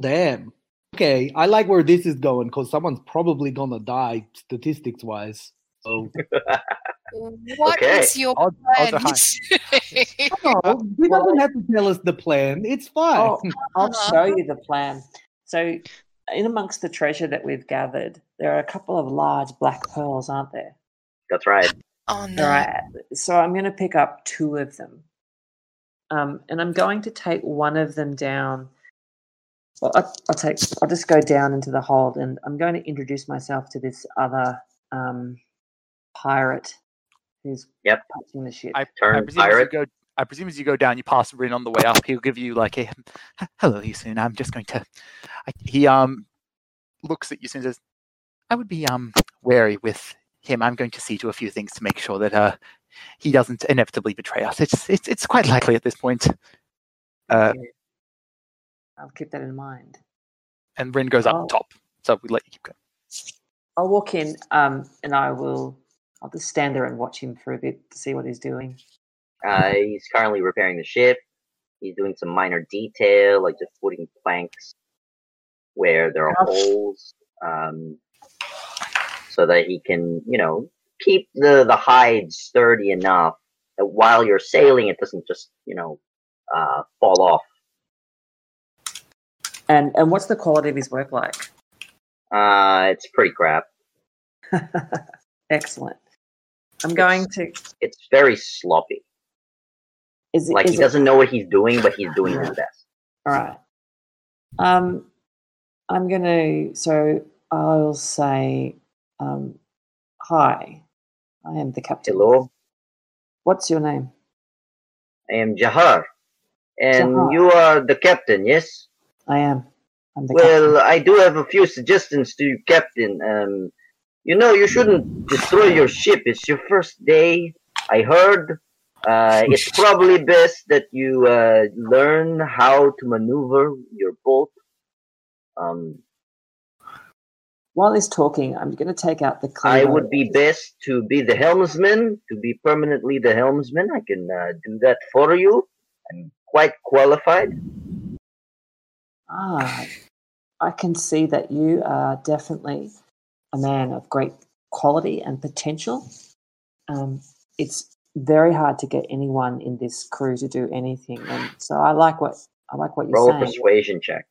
[SPEAKER 3] damn okay i like where this is going because someone's probably gonna die statistics wise so
[SPEAKER 6] What is
[SPEAKER 2] Okay.
[SPEAKER 6] your
[SPEAKER 4] I'll- I'll
[SPEAKER 6] plan?
[SPEAKER 3] No, he doesn't have to tell us the plan. It's fine.
[SPEAKER 7] "Oh, I'll
[SPEAKER 6] Uh-huh.
[SPEAKER 7] show you the plan." So, in amongst the treasure that we've gathered, there are a couple of large black pearls, aren't there?
[SPEAKER 2] That's right.
[SPEAKER 6] (laughs) oh
[SPEAKER 7] All
[SPEAKER 6] no!
[SPEAKER 7] right. So I'm going to pick up two of them. Um, and I'm going to take one of them down. Well, I, I'll take. I'll just go down into the hold, and I'm going to introduce myself to this other um, pirate who's
[SPEAKER 2] Yep.
[SPEAKER 7] punching the ship.
[SPEAKER 4] I- I
[SPEAKER 2] Turn
[SPEAKER 4] presume as you
[SPEAKER 2] pirate.
[SPEAKER 4] go. I presume as you go down, you pass Rin on the way up. He'll give you like a hello, you soon. I'm just going to. I, he um looks at you soon and says, "I would be um wary with him. I'm going to see to a few things to make sure that uh he doesn't inevitably betray us. It's it's it's quite likely at this point." Uh,
[SPEAKER 7] Thank you. I'll keep that in mind.
[SPEAKER 4] and Rin goes up
[SPEAKER 7] Oh.
[SPEAKER 4] top, so we let you keep going.
[SPEAKER 7] I'll walk in, um, and I will. I'll just stand there and watch him for a bit to see what he's doing.
[SPEAKER 2] Uh, he's currently repairing the ship. He's doing some minor detail, like just putting planks where there are
[SPEAKER 7] Ouch.
[SPEAKER 2] holes, um, so that he can, you know, keep the the hide sturdy enough that while you're sailing, it doesn't just, you know, uh, fall off.
[SPEAKER 7] And and what's the quality of his work like? (laughs)
[SPEAKER 2] Uh, it's pretty crap.
[SPEAKER 7] Excellent. I'm going to.
[SPEAKER 2] It's very sloppy.
[SPEAKER 7] Is, it-
[SPEAKER 2] Like
[SPEAKER 7] is
[SPEAKER 2] he
[SPEAKER 7] it,
[SPEAKER 2] doesn't know what he's doing, but he's doing his best.
[SPEAKER 7] All right. Um, I'm gonna. So I'll say, um, hi. I am the captain.
[SPEAKER 2] Hello,
[SPEAKER 7] What's your name?
[SPEAKER 2] I am Jahar. And
[SPEAKER 7] Jaha.
[SPEAKER 2] you are the captain, yes?
[SPEAKER 7] I am. I'm the
[SPEAKER 2] well,
[SPEAKER 7] captain.
[SPEAKER 2] I do have a few suggestions to you, captain. Um, you know, you shouldn't destroy your ship. It's your first day. I heard.
[SPEAKER 7] (laughs)
[SPEAKER 2] Uh, it's probably best that you uh, learn how to maneuver your boat. Um,
[SPEAKER 7] While he's talking, I'm going to take out the cleaner.
[SPEAKER 2] I would be best to be the helmsman, to be permanently the helmsman. I can uh, do that for you. I'm quite qualified.
[SPEAKER 7] Ah, I can see that you are definitely a man of great quality and potential. Um, it's very hard to get anyone in this crew to do anything, and so I like what I like what you're
[SPEAKER 2] Roll a
[SPEAKER 7] saying.
[SPEAKER 2] persuasion check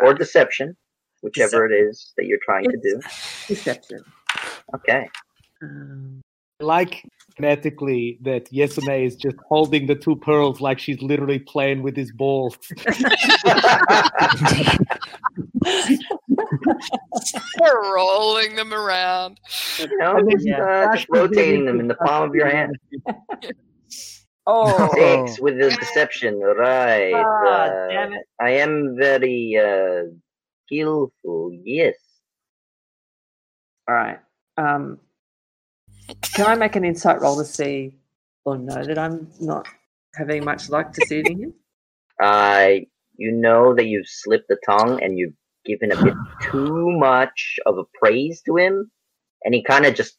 [SPEAKER 2] or deception, whichever it is that you're trying to do.
[SPEAKER 7] Deception.
[SPEAKER 2] Okay.
[SPEAKER 7] Um,
[SPEAKER 3] I like kinetically that Yesune is just holding the two pearls like she's literally playing with his balls.
[SPEAKER 6] We're rolling them around.
[SPEAKER 7] (laughs)
[SPEAKER 2] you know,
[SPEAKER 3] And then
[SPEAKER 2] just,
[SPEAKER 3] he
[SPEAKER 2] uh,
[SPEAKER 3] flashes
[SPEAKER 2] just rotating
[SPEAKER 3] it
[SPEAKER 2] them in the palm of your hand.
[SPEAKER 7] (laughs) oh,
[SPEAKER 4] Oh.
[SPEAKER 2] Six with the deception, right?
[SPEAKER 7] ah,
[SPEAKER 2] uh,
[SPEAKER 7] damn it!
[SPEAKER 2] I am very uh, skillful. Yes.
[SPEAKER 7] All right. Um, can I make an insight roll to see or know that I'm not having much luck deceiving him?
[SPEAKER 2] I, you know that you've slipped the tongue and you've given
[SPEAKER 7] (sighs)
[SPEAKER 2] a bit too much of a praise to him, and he kind of just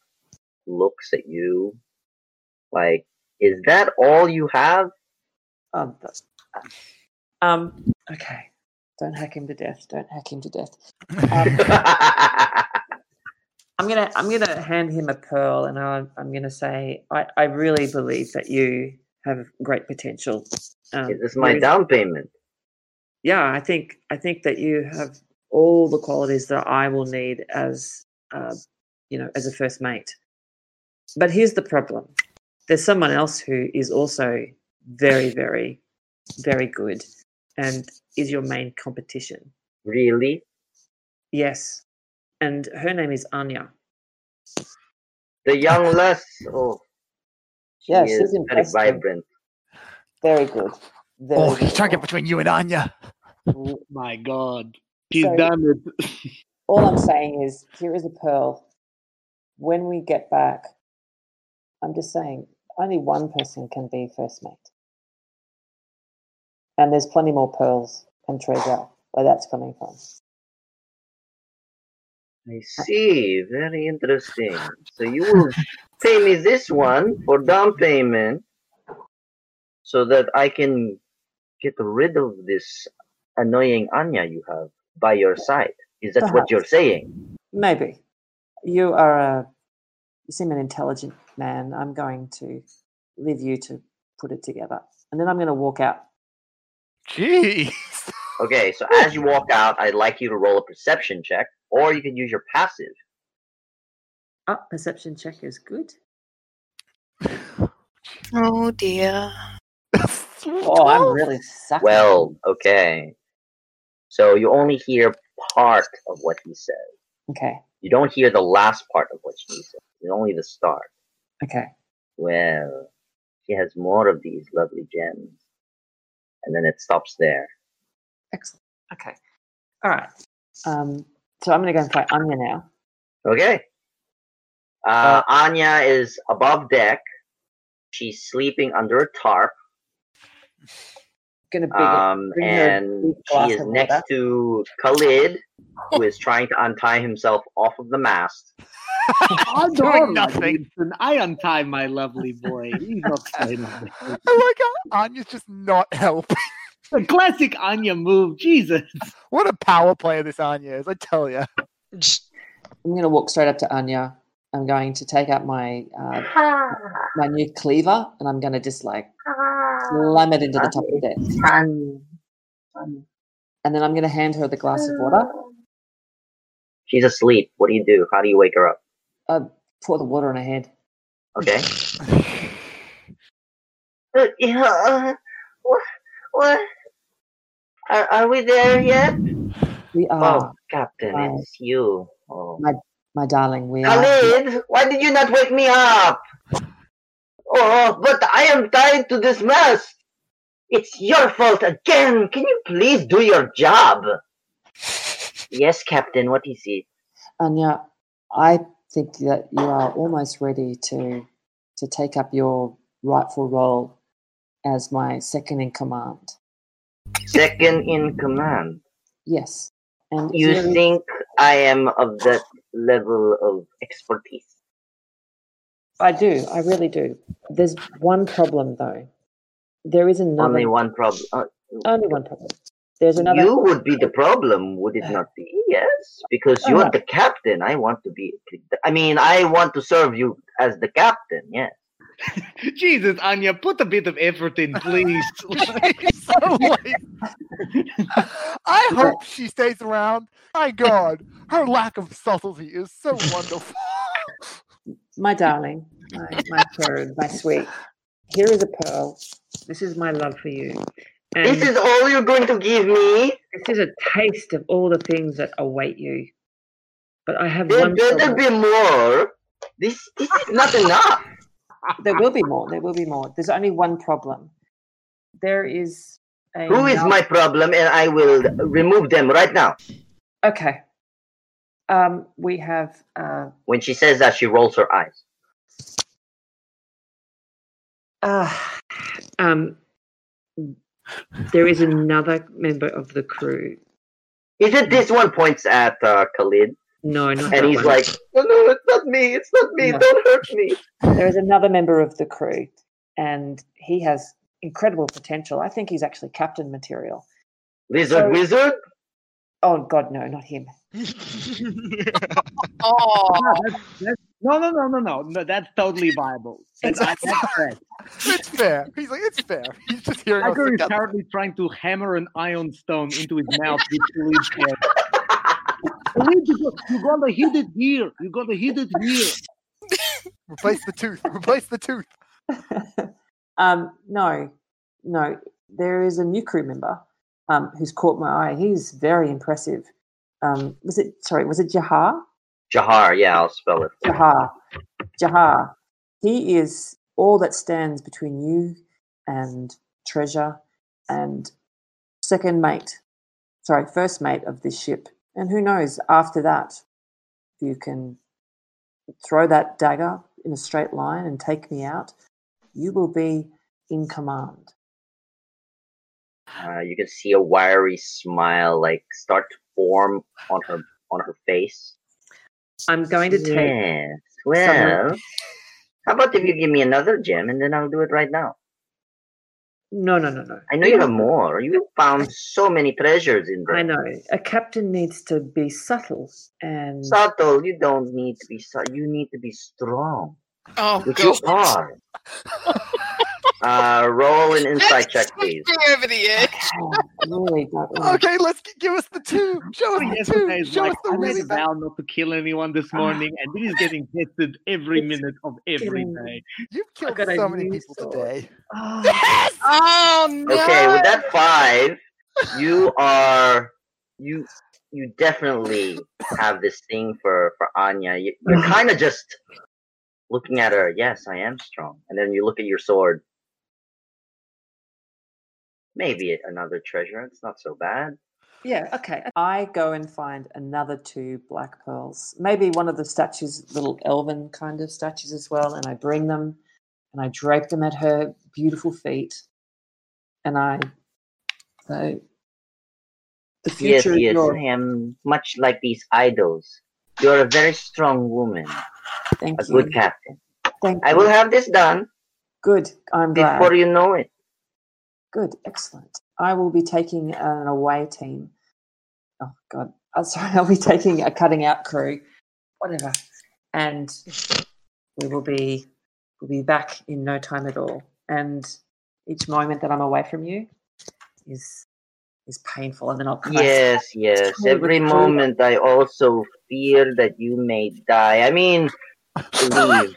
[SPEAKER 2] looks at you, like, "Is that all you
[SPEAKER 7] (laughs)
[SPEAKER 2] have?" (laughs)
[SPEAKER 7] Oh, that's, um, okay. Don't hack him to death. Don't hack him to death. Um, I'm gonna I'm gonna hand him a pearl, and I'm I'm gonna say I I really believe that you have great potential. Um,
[SPEAKER 2] Is this my
[SPEAKER 7] you-
[SPEAKER 2] down payment?
[SPEAKER 7] Yeah, I think I think that you have all the qualities that I will need as uh, you know as a first mate. But here's the problem: there's someone else who is also very very very good, and is your main competition.
[SPEAKER 2] Really?
[SPEAKER 7] Yes. And her name is Anya.
[SPEAKER 2] The young lass. Oh, she
[SPEAKER 7] Yeah, she's
[SPEAKER 2] is very
[SPEAKER 7] impressive.
[SPEAKER 2] vibrant.
[SPEAKER 7] Very good. Very
[SPEAKER 4] (laughs) Oh, he's trying to get between you and Anya.
[SPEAKER 3] Oh my god. She's
[SPEAKER 7] So-
[SPEAKER 3] done it.
[SPEAKER 7] All I'm saying is, here is a pearl. When we get back, I'm just saying, only one person can be first mate. And there's plenty more pearls and treasure where that's coming from.
[SPEAKER 2] I
[SPEAKER 7] Uh,
[SPEAKER 2] see. Very interesting. So you will pay me this one for down payment so that I can get rid of this annoying Anya you have by your side. Is that what you're saying?
[SPEAKER 7] Maybe. You are a, you seem an intelligent man. I'm going to leave you to put it together. And then I'm going to walk out.
[SPEAKER 4] Jeez. (laughs)
[SPEAKER 2] Okay, so as you walk out, I'd like you to roll a perception check, or you can use your passive.
[SPEAKER 7] Up Oh, perception check is good.
[SPEAKER 6] Oh dear.
[SPEAKER 7] Oh, I'm really sucking.
[SPEAKER 2] Well, okay. So you only hear part of what he said.
[SPEAKER 7] Okay.
[SPEAKER 2] You don't hear the last part of what she said. It's only the start.
[SPEAKER 7] Okay.
[SPEAKER 2] Well, she has more of these lovely gems. And then it stops there.
[SPEAKER 7] Excellent. Okay. All right. Um, so I'm going to go and play Anya now.
[SPEAKER 2] Okay. Uh, Anya is above deck. She's sleeping under a tarp.
[SPEAKER 7] Going to big
[SPEAKER 2] Um,
[SPEAKER 7] bring her a
[SPEAKER 2] and
[SPEAKER 7] big glass
[SPEAKER 2] she is
[SPEAKER 7] of
[SPEAKER 2] next
[SPEAKER 7] water.
[SPEAKER 2] to Khalid, who is trying to untie himself off of the mast.
[SPEAKER 3] (laughs) I'm
[SPEAKER 4] Doing nothing.
[SPEAKER 3] I untie my lovely boy. He's not saying
[SPEAKER 4] I
[SPEAKER 3] anything.
[SPEAKER 4] like how Oh Anya's just not helping.
[SPEAKER 3] The classic Anya move. Jesus.
[SPEAKER 4] (laughs) What a power player this Anya is, I tell you.
[SPEAKER 5] Just-
[SPEAKER 7] I'm going to walk straight up to Anya. I'm going to take out my uh, my new cleaver and I'm going to just like slam it into the top of the deck. And then I'm going to hand her the glass of water,
[SPEAKER 2] She's asleep. What do you do? How do you wake her up?
[SPEAKER 7] pour the water on her head.
[SPEAKER 2] Okay. (sighs) Uh, yeah, uh, what? What? Are, are we there yet?
[SPEAKER 7] We
[SPEAKER 2] Oh,
[SPEAKER 7] are,
[SPEAKER 2] Captain,
[SPEAKER 7] Bye.
[SPEAKER 2] it's you. Oh.
[SPEAKER 7] my darling, we are.
[SPEAKER 2] Khalid, why did you not wake me up? Oh, but I am tied to this mast. It's your fault again. Can you please do your job? Yes, Captain. What is it?
[SPEAKER 7] Anya, I think that you are almost ready to to take up your rightful role as my second in command.
[SPEAKER 2] Second in command.
[SPEAKER 7] Yes. And
[SPEAKER 2] You
[SPEAKER 7] here is-
[SPEAKER 2] think I am of that level of expertise?
[SPEAKER 7] I do. I really do. There's one problem though. There is another
[SPEAKER 2] Only one problem. Uh,
[SPEAKER 7] only one problem. There's another
[SPEAKER 2] You would be the problem, would it not be? Yes, because
[SPEAKER 7] Oh,
[SPEAKER 2] you're
[SPEAKER 7] no.
[SPEAKER 2] the captain. I want to be. I mean, I want to serve you as the captain. Yes.
[SPEAKER 3] Jesus, Anya, put a bit of effort in, please.
[SPEAKER 4] so (laughs) like, I hope she stays around. My God, her lack of subtlety is so wonderful. (laughs)
[SPEAKER 7] my darling, my, my pearl, my sweet. Here is a pearl. This is my love for you. And
[SPEAKER 2] This is all you're going to give me.
[SPEAKER 7] this is a taste of all the things that await you. But I have
[SPEAKER 2] There
[SPEAKER 7] one
[SPEAKER 2] better
[SPEAKER 7] problem.
[SPEAKER 2] be more. This this is not
[SPEAKER 7] (laughs)
[SPEAKER 2] enough.
[SPEAKER 7] Ah, There will be more. There will be more. There's only one problem. There is a
[SPEAKER 2] Who is my problem, and I will remove them right now.
[SPEAKER 7] Okay. Um, we have uh,
[SPEAKER 2] When she says that, she rolls her eyes.
[SPEAKER 7] uh um there is another member of the crew.
[SPEAKER 2] Is it this one points at uh, Khalid,
[SPEAKER 7] No, not that
[SPEAKER 2] and he's
[SPEAKER 7] one.
[SPEAKER 2] like, "No, no, it's not me. It's not me.
[SPEAKER 7] No.
[SPEAKER 2] Don't hurt me."
[SPEAKER 7] there is another member of the crew, and he has incredible potential. I think he's actually captain material.
[SPEAKER 2] Lizard,
[SPEAKER 7] So-
[SPEAKER 2] wizard.
[SPEAKER 7] Oh God, no, not him. (laughs)
[SPEAKER 6] Oh,
[SPEAKER 3] no, no, no, no, no, no. That's totally
[SPEAKER 4] (laughs)
[SPEAKER 3] viable. That's,
[SPEAKER 4] That's-
[SPEAKER 3] that's correct.
[SPEAKER 4] It's fair. He's like, it's fair. He's just hearing us
[SPEAKER 3] Tiger
[SPEAKER 4] think
[SPEAKER 3] is
[SPEAKER 4] out.
[SPEAKER 3] currently trying to hammer an iron stone into his mouth, which leads there.
[SPEAKER 4] (laughs)
[SPEAKER 3] You're gonna hit it here. You're gonna hit it here.
[SPEAKER 4] Replace the tooth. Replace the
[SPEAKER 7] (laughs)
[SPEAKER 4] tooth.
[SPEAKER 7] um, no, no. There is a new crew member um, who's caught my eye. He's very impressive. Um, was it? Sorry, was it Jahar?
[SPEAKER 2] Jahar. Yeah, I'll spell it.
[SPEAKER 7] Jahar. Jahar. He is all that stands between you and treasure and second mate. Sorry, first mate of this ship. And who knows, after that, you can throw that dagger in a straight line and take me out. You will be in command.
[SPEAKER 2] Uh, you can see a wiry smile like start to form on her on her face.
[SPEAKER 7] I'm going to take.
[SPEAKER 2] Yes. Well, how about if you give me another gem and then I'll do it right now?
[SPEAKER 7] No, no, no, no.
[SPEAKER 2] I know you have more. You found so many treasures in
[SPEAKER 7] I
[SPEAKER 2] there.
[SPEAKER 7] know. A captain needs to be subtle and.
[SPEAKER 2] Subtle, you don't need to be subtle. You need to be strong,
[SPEAKER 6] oh
[SPEAKER 2] which you
[SPEAKER 6] God.
[SPEAKER 2] are. uh, roll an insight
[SPEAKER 6] (laughs)
[SPEAKER 2] check, please.
[SPEAKER 6] Go over the edge.
[SPEAKER 7] Oh, really
[SPEAKER 2] (laughs)
[SPEAKER 7] don't wanna-
[SPEAKER 4] Okay, let's g- give us the two.
[SPEAKER 7] Oh,
[SPEAKER 4] Show us the
[SPEAKER 3] Yesterday
[SPEAKER 4] two.
[SPEAKER 3] is
[SPEAKER 4] Show
[SPEAKER 3] like,
[SPEAKER 4] us the
[SPEAKER 3] I made
[SPEAKER 4] really
[SPEAKER 3] a
[SPEAKER 4] bad.
[SPEAKER 3] vow not to kill anyone this
[SPEAKER 4] Ah.
[SPEAKER 3] morning, and this is getting tested every
[SPEAKER 7] It's
[SPEAKER 3] minute of every
[SPEAKER 7] killing
[SPEAKER 3] day.
[SPEAKER 4] You've killed
[SPEAKER 7] got a
[SPEAKER 4] so many
[SPEAKER 7] new
[SPEAKER 4] people
[SPEAKER 7] sword.
[SPEAKER 4] today.
[SPEAKER 7] Oh,
[SPEAKER 4] Yes!
[SPEAKER 6] Oh no.
[SPEAKER 2] Okay, with that five, you are you you definitely have this thing for for Anya. You,
[SPEAKER 7] (sighs)
[SPEAKER 2] you're kind of just looking at her. Yes, I am strong. And then you look at your sword. Maybe another treasure. It's not so bad.
[SPEAKER 7] Yeah, okay. I go and find another two black pearls, maybe one of the statues, little elven kind of statues as well, and I bring them and I drape them at her beautiful feet. And I, so the
[SPEAKER 2] Yes,
[SPEAKER 7] future is
[SPEAKER 2] yes.
[SPEAKER 7] yours.
[SPEAKER 2] I am much like these idols. You're a very strong woman,
[SPEAKER 7] Thank
[SPEAKER 2] a
[SPEAKER 7] you.
[SPEAKER 2] good captain.
[SPEAKER 7] Thank
[SPEAKER 2] I
[SPEAKER 7] you.
[SPEAKER 2] will have this done
[SPEAKER 7] good. I'm glad.
[SPEAKER 2] before you know it.
[SPEAKER 7] Good. Excellent. I will be taking an away team. Oh, God. I'm sorry. (laughs) I'll be taking a cutting out crew, whatever. And we will be we'll be back in no time at all. And each moment that I'm away from you is is painful. And then I'll collapse.
[SPEAKER 4] (laughs)
[SPEAKER 2] Yes, yes.
[SPEAKER 7] Totally
[SPEAKER 2] Every
[SPEAKER 7] withdraw.
[SPEAKER 2] moment I also fear that you may die. I mean,
[SPEAKER 4] (laughs)
[SPEAKER 2] leave.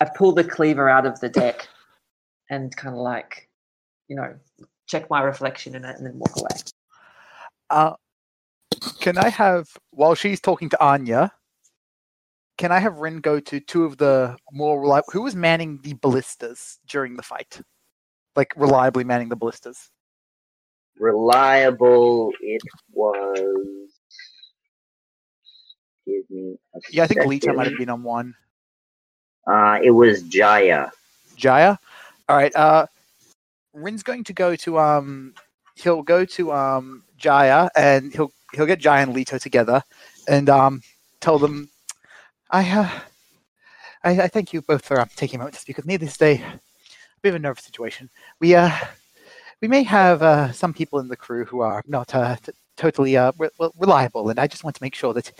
[SPEAKER 7] I pull the cleaver out of the deck and kind of like, you know, check my reflection in it and then walk away.
[SPEAKER 4] Uh, can I have, while she's talking to Anya, can I have Ren go to two of the more like, who was manning the ballistas during the fight? like reliably manning the blisters?
[SPEAKER 2] Reliable, it was. Give me a
[SPEAKER 4] Yeah, I think Lita
[SPEAKER 2] second.
[SPEAKER 4] might have been on one.
[SPEAKER 2] Uh, it was Jaya.
[SPEAKER 4] Jaya. All right. Uh, Rin's going to go to um, he'll go to um Jaya and he'll he'll get Jaya and Leto together and um tell them, I uh, I, I thank you both for um, taking a moment to speak with me this day. A bit of a nervous situation. We uh we may have uh, some people in the crew who are not uh, t- totally uh, re- well, reliable, and I just want to make sure that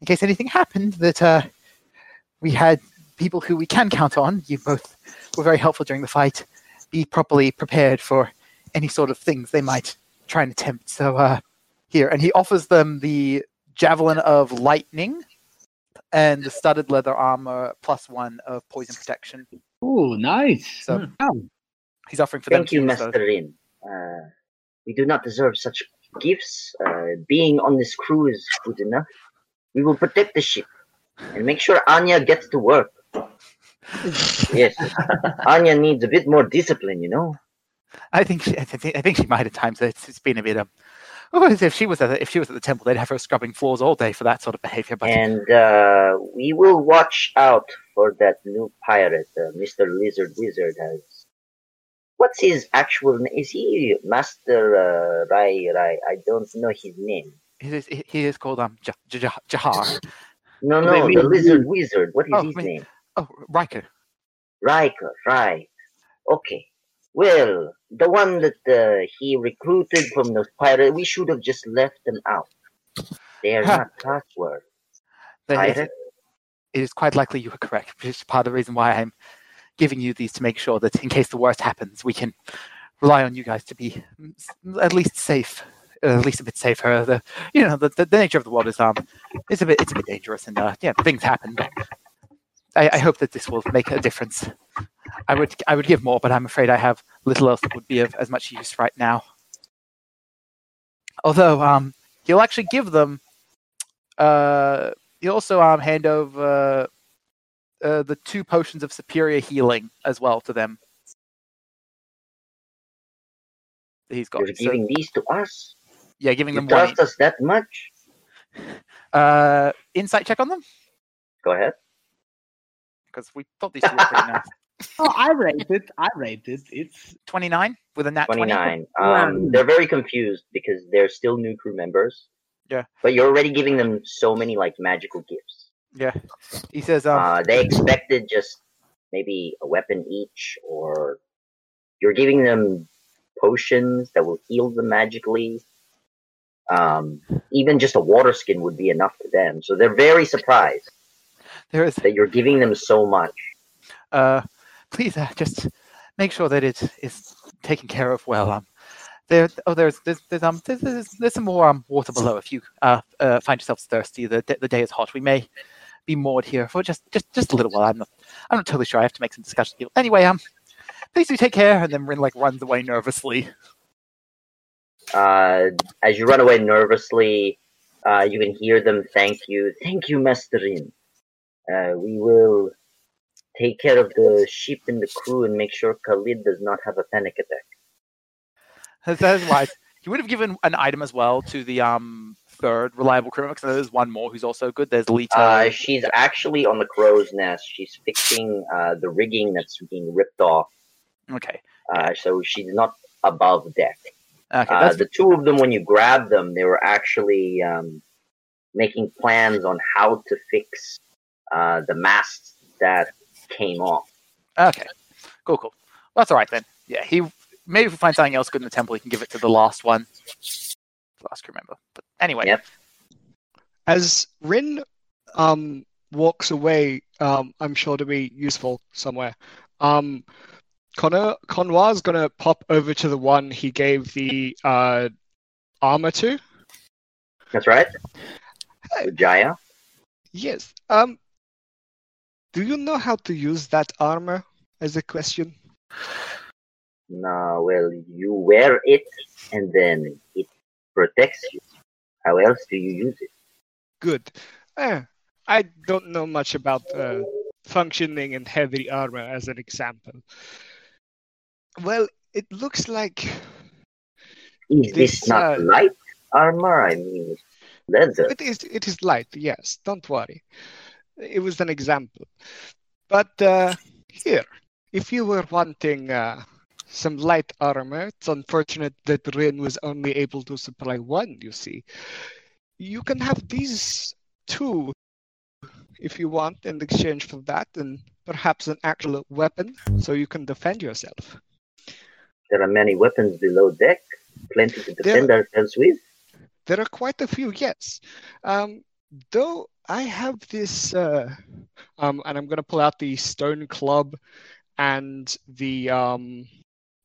[SPEAKER 4] in case anything happened, that uh, we had people who we can count on. You both were very helpful during the fight. Be properly prepared for any sort of things they might try and attempt. So uh, here, and he offers them the javelin of lightning and the studded leather armor plus one of poison protection.
[SPEAKER 3] Oh, nice. Oh,
[SPEAKER 4] So he's offering for
[SPEAKER 2] Thank
[SPEAKER 4] them.
[SPEAKER 2] you,
[SPEAKER 4] too, so-
[SPEAKER 2] Master Rin. Uh, we do not deserve such gifts. Uh, being on this crew is good enough. We will protect the ship and make sure Anya gets to work. yes, Anya needs a bit more discipline, you know.
[SPEAKER 4] I think she, I think I think she might at times. It's, it's been a bit um. oh, if she was at the, if she was at the temple, they'd have her scrubbing floors all day for that sort of behavior. But
[SPEAKER 2] And uh, we will watch out for that new pirate, uh, Mr. Lizard Wizard has. What's his actual name? Is he Master uh, Rai Rai? I don't know his name.
[SPEAKER 4] he is he is called um Jah- Jah- Jahar.
[SPEAKER 2] No,
[SPEAKER 3] They
[SPEAKER 2] no,
[SPEAKER 3] mean
[SPEAKER 2] the Lizard
[SPEAKER 3] you.
[SPEAKER 2] Wizard. What is
[SPEAKER 4] Oh,
[SPEAKER 2] his
[SPEAKER 4] me.
[SPEAKER 2] name?
[SPEAKER 4] Oh, Riker.
[SPEAKER 2] Riker, right. Okay. Well, the one that uh, he recruited from those pirates, we should have just left them out. They are
[SPEAKER 4] Huh.
[SPEAKER 2] not password.
[SPEAKER 4] There is-
[SPEAKER 2] Pirate?
[SPEAKER 4] it is quite likely you were correct, which is part of the reason why I'm giving you these to make sure that in case the worst happens, we can rely on you guys to be mm, s- at least safe, uh, at least a bit safer. The, you know, the, the, the nature of the world is um, it's a bit it's a bit dangerous, and uh, yeah, things happen. But I, I hope that this will make a difference. I would I would give more, but I'm afraid I have little else that would be of as much use right now. Although um, he'll actually give them. Uh, he'll also um hand over uh, the two potions of superior healing as well to them. that He's got
[SPEAKER 2] You're
[SPEAKER 4] so-
[SPEAKER 2] giving these to us?
[SPEAKER 4] yeah, giving
[SPEAKER 2] You
[SPEAKER 4] them one.
[SPEAKER 2] trust us that much?
[SPEAKER 4] each. Uh, insight check on them
[SPEAKER 2] Go ahead.
[SPEAKER 4] because we thought these two were
[SPEAKER 2] (laughs)
[SPEAKER 4] pretty nice.
[SPEAKER 3] Oh, I rate it. I rate it. It's
[SPEAKER 4] Twenty nine with a nat twenty.
[SPEAKER 2] 29.
[SPEAKER 3] Wow.
[SPEAKER 2] Um, they're very confused because they're still new crew members.
[SPEAKER 4] Yeah.
[SPEAKER 2] But you're already giving them so many, like, magical gifts.
[SPEAKER 4] Yeah, he says. Um,
[SPEAKER 2] Uh, they expected just maybe a weapon each, or you're giving them potions that will heal them magically. Um, even just a water skin would be enough to them. So they're very surprised
[SPEAKER 4] there is.
[SPEAKER 2] that you're giving them so much.
[SPEAKER 4] Uh, please uh, just make sure that it is taken care of well. Um, there. Oh, there's there's there's um there's, there's, there's some more um water below. If you uh, uh find yourselves thirsty, the the day is hot. We may be moored here for just just just a little while. I'm not I'm not totally sure. I have to make some discussions. with people. Anyway, um, please do take care. And then Rin like runs away nervously. (laughs)
[SPEAKER 2] Uh, as you run away nervously, uh, you can hear them thank you. Thank you, Masterin. Uh, we will take care of the ship and the crew and make sure Khalid does not have a panic attack.
[SPEAKER 4] That's, that's wise. He would have given an item as well to the um third reliable criminal because there's one more who's also good. There's Lita.
[SPEAKER 2] Uh, she's actually on the crow's nest. She's fixing uh, the rigging that's being ripped off.
[SPEAKER 4] okay.
[SPEAKER 2] Uh, so she's not above deck.
[SPEAKER 4] Okay.
[SPEAKER 2] Uh,
[SPEAKER 4] that's
[SPEAKER 2] the two of them, when you grab them, they were actually um, making plans on how to fix uh, the mast that came off.
[SPEAKER 4] Okay. Cool, cool. Well, that's all right then. Yeah, he maybe if we find something else good in the temple, he can give it to the last one. The last crew member. But anyway,
[SPEAKER 2] Yep.
[SPEAKER 5] (laughs) As Rin um, walks away, um, I'm sure to be useful somewhere. Um, Connor Conwar's gonna pop over to the one he gave the uh, armor to.
[SPEAKER 2] That's right. Jaya.
[SPEAKER 5] Yes. Um, do you know how to use that armor? As a question.
[SPEAKER 2] No, well, you wear it and then it protects you. How else do you use it?
[SPEAKER 5] Good. Eh, I don't know much about uh, functioning in heavy armor as an example. Well, It looks like
[SPEAKER 2] Is this,
[SPEAKER 5] This,
[SPEAKER 2] not
[SPEAKER 5] uh,
[SPEAKER 2] light armor? I mean, leather.
[SPEAKER 5] It is it is light, yes, don't worry. It was an example. But uh, here, if you were wanting uh, some light armor, it's unfortunate that Rin was only able to supply one, you see. You can have these two if you want in exchange for that and perhaps an actual weapon so you can defend yourself.
[SPEAKER 2] There are many weapons below deck. Plenty to defend ourselves with.
[SPEAKER 5] There are quite a few, yes. Um, though I have this, uh, um, and I'm going to pull out the stone club and the um,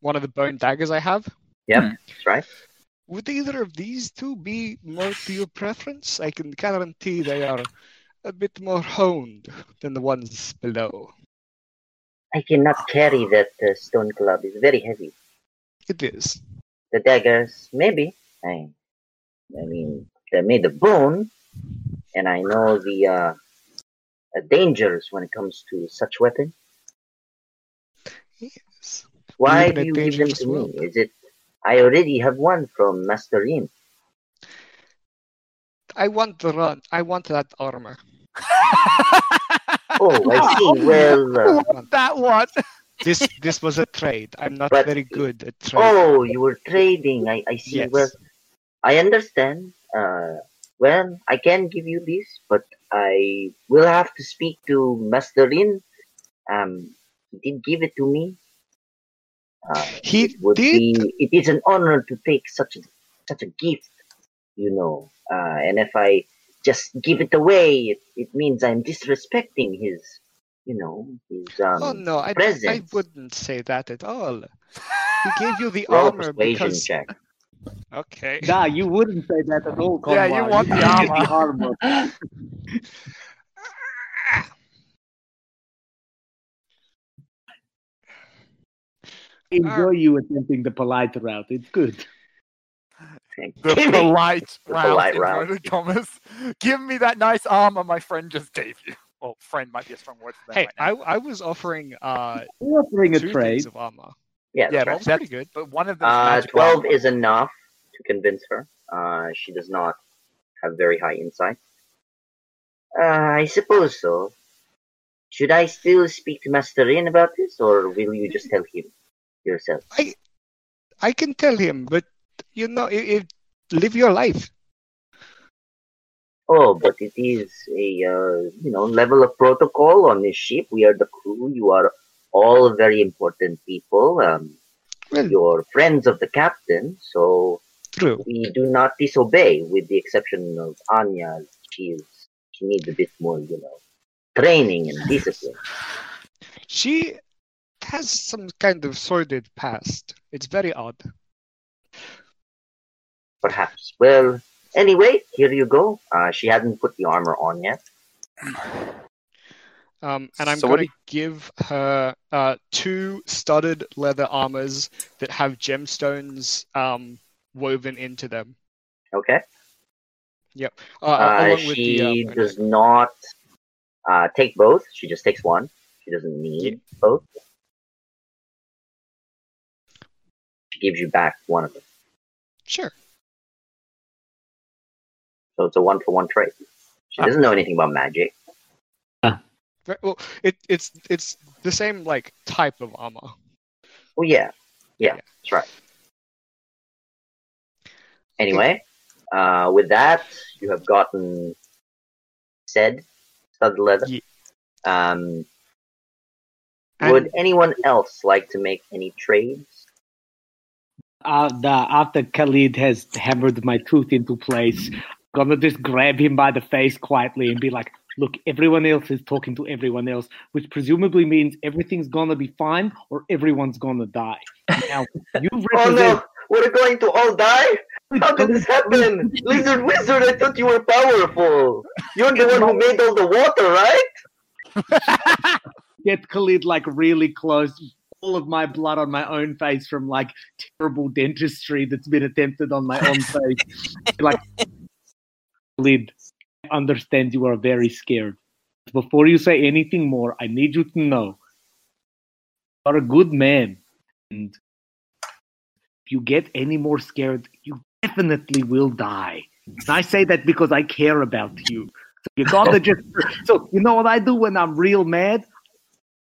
[SPEAKER 5] one of the bone daggers I have.
[SPEAKER 2] Yep, that's right.
[SPEAKER 5] Would either of these two be more to your preference? I can guarantee they are a bit more honed than the ones below.
[SPEAKER 2] I cannot carry that uh, stone club. It's very heavy.
[SPEAKER 5] It is.
[SPEAKER 2] The daggers, maybe. I, I mean, they're made of bone, and I know the uh, uh, dangers when it comes to such weapons.
[SPEAKER 5] Yes.
[SPEAKER 2] Why
[SPEAKER 5] live
[SPEAKER 2] do
[SPEAKER 5] in a
[SPEAKER 2] you give them
[SPEAKER 5] dangerous
[SPEAKER 2] to
[SPEAKER 5] world.
[SPEAKER 2] me? Is it? I already have one from Master
[SPEAKER 5] (laughs)
[SPEAKER 2] Yin.
[SPEAKER 5] I want the run. I want that armor.
[SPEAKER 2] Oh, I see.
[SPEAKER 5] (laughs)
[SPEAKER 2] Well, uh,
[SPEAKER 5] Want
[SPEAKER 4] that one.
[SPEAKER 5] This this was a trade. I'm not
[SPEAKER 2] But-
[SPEAKER 5] very good at trade.
[SPEAKER 2] oh, you were trading. I, I see.
[SPEAKER 5] Yes.
[SPEAKER 2] Well, I understand. Uh, well, I can give you this, but I will have to speak to Master Lin. Um, he did give it to me. Uh,
[SPEAKER 5] He
[SPEAKER 2] it would
[SPEAKER 5] did?
[SPEAKER 2] be. It is an honor to take such a such a gift, you know. Uh, and if I just give it away, it, it means I'm disrespecting his, you know, his um.
[SPEAKER 5] oh no, I, I
[SPEAKER 2] presence.
[SPEAKER 5] wouldn't say that at all. He
[SPEAKER 2] (laughs)
[SPEAKER 5] gave you the
[SPEAKER 2] roll a
[SPEAKER 5] armor
[SPEAKER 2] persuasion
[SPEAKER 5] because
[SPEAKER 2] check.
[SPEAKER 5] okay.
[SPEAKER 3] Nah, you wouldn't say that at all, Conwar.
[SPEAKER 4] Yeah, you want the
[SPEAKER 3] wouldn't get the armor. Enjoy you attempting the polite route. It's good.
[SPEAKER 4] (laughs) (laughs) The
[SPEAKER 2] Give me-
[SPEAKER 4] polite
[SPEAKER 2] The
[SPEAKER 4] round,
[SPEAKER 2] polite
[SPEAKER 4] in
[SPEAKER 2] round.
[SPEAKER 4] inverted commas. Give me that nice armor my friend just gave you. Well, friend might be a strong word for that.
[SPEAKER 5] (laughs) Hey, I
[SPEAKER 4] right now.
[SPEAKER 5] I was offering uh
[SPEAKER 3] We're offering a
[SPEAKER 5] two
[SPEAKER 3] trade.
[SPEAKER 5] things of armor.
[SPEAKER 2] (laughs) Yeah, that's
[SPEAKER 4] yeah, but
[SPEAKER 2] right.
[SPEAKER 5] Twelve's pretty good.
[SPEAKER 4] But one of them is
[SPEAKER 2] Uh,
[SPEAKER 4] magical
[SPEAKER 2] 12
[SPEAKER 4] armor.
[SPEAKER 2] is enough to convince her. Uh, she does not have very high insight. Uh, I suppose so. Should I still speak to Master Rin about this, or will you just tell him yourself?
[SPEAKER 5] I can tell him, but you know, if, live your life.
[SPEAKER 2] Oh, but it is a uh, you know level of protocol on this ship. We are the crew. You are all very important people. Um,
[SPEAKER 5] Well,
[SPEAKER 2] you're friends of the captain, so
[SPEAKER 5] true.
[SPEAKER 2] we do not disobey, with the exception of Anya. She is she needs a bit more, you know, training and discipline.
[SPEAKER 5] She has some kind of sordid past. It's very odd.
[SPEAKER 2] perhaps. Well, anyway, here you go. Uh, she hasn't put the armor on yet.
[SPEAKER 5] Um, and I'm
[SPEAKER 4] So what
[SPEAKER 5] going to give her uh, two studded leather armors that have gemstones um, woven into them,
[SPEAKER 2] Okay.
[SPEAKER 5] uh,
[SPEAKER 2] Uh,
[SPEAKER 5] along with the.
[SPEAKER 2] she
[SPEAKER 5] um,
[SPEAKER 2] does not uh, take both. She just takes one. She doesn't need both. She gives you back one of them.
[SPEAKER 5] Sure.
[SPEAKER 2] So it's a one for one trade. She
[SPEAKER 4] Ah.
[SPEAKER 2] doesn't know anything about magic.
[SPEAKER 5] Ve- Well, it, it's it's the same like type of armor.
[SPEAKER 2] Oh, yeah. Yeah,
[SPEAKER 5] Yeah.
[SPEAKER 2] that's right. Anyway, uh, with that, you have gotten said stud leather.
[SPEAKER 5] Ye-
[SPEAKER 2] Um,
[SPEAKER 5] And
[SPEAKER 2] Would anyone else like to make any trades?
[SPEAKER 3] Uh, the, after Khalid has hammered my tooth into place, I'm gonna just grab him by the face quietly and be like, "Look, everyone else is talking to everyone else, which presumably means everything's gonna be fine or everyone's gonna die." Now (laughs) you
[SPEAKER 2] Oh
[SPEAKER 3] represent.
[SPEAKER 2] no, we're going to all die? How did this (laughs) happen? Lizard Wizard, I thought you were powerful. You're the one who made all the water, right?
[SPEAKER 3] get Khalid like really close, all of my blood on my own face from like terrible dentistry that's been attempted on my own face. like, Khalid, I understand you are very scared. Before you say anything more, I need you to know you're a good man and you get any more scared, you definitely will die. And I say that because I care about you. So you gotta just. So you know what I do when I'm real mad?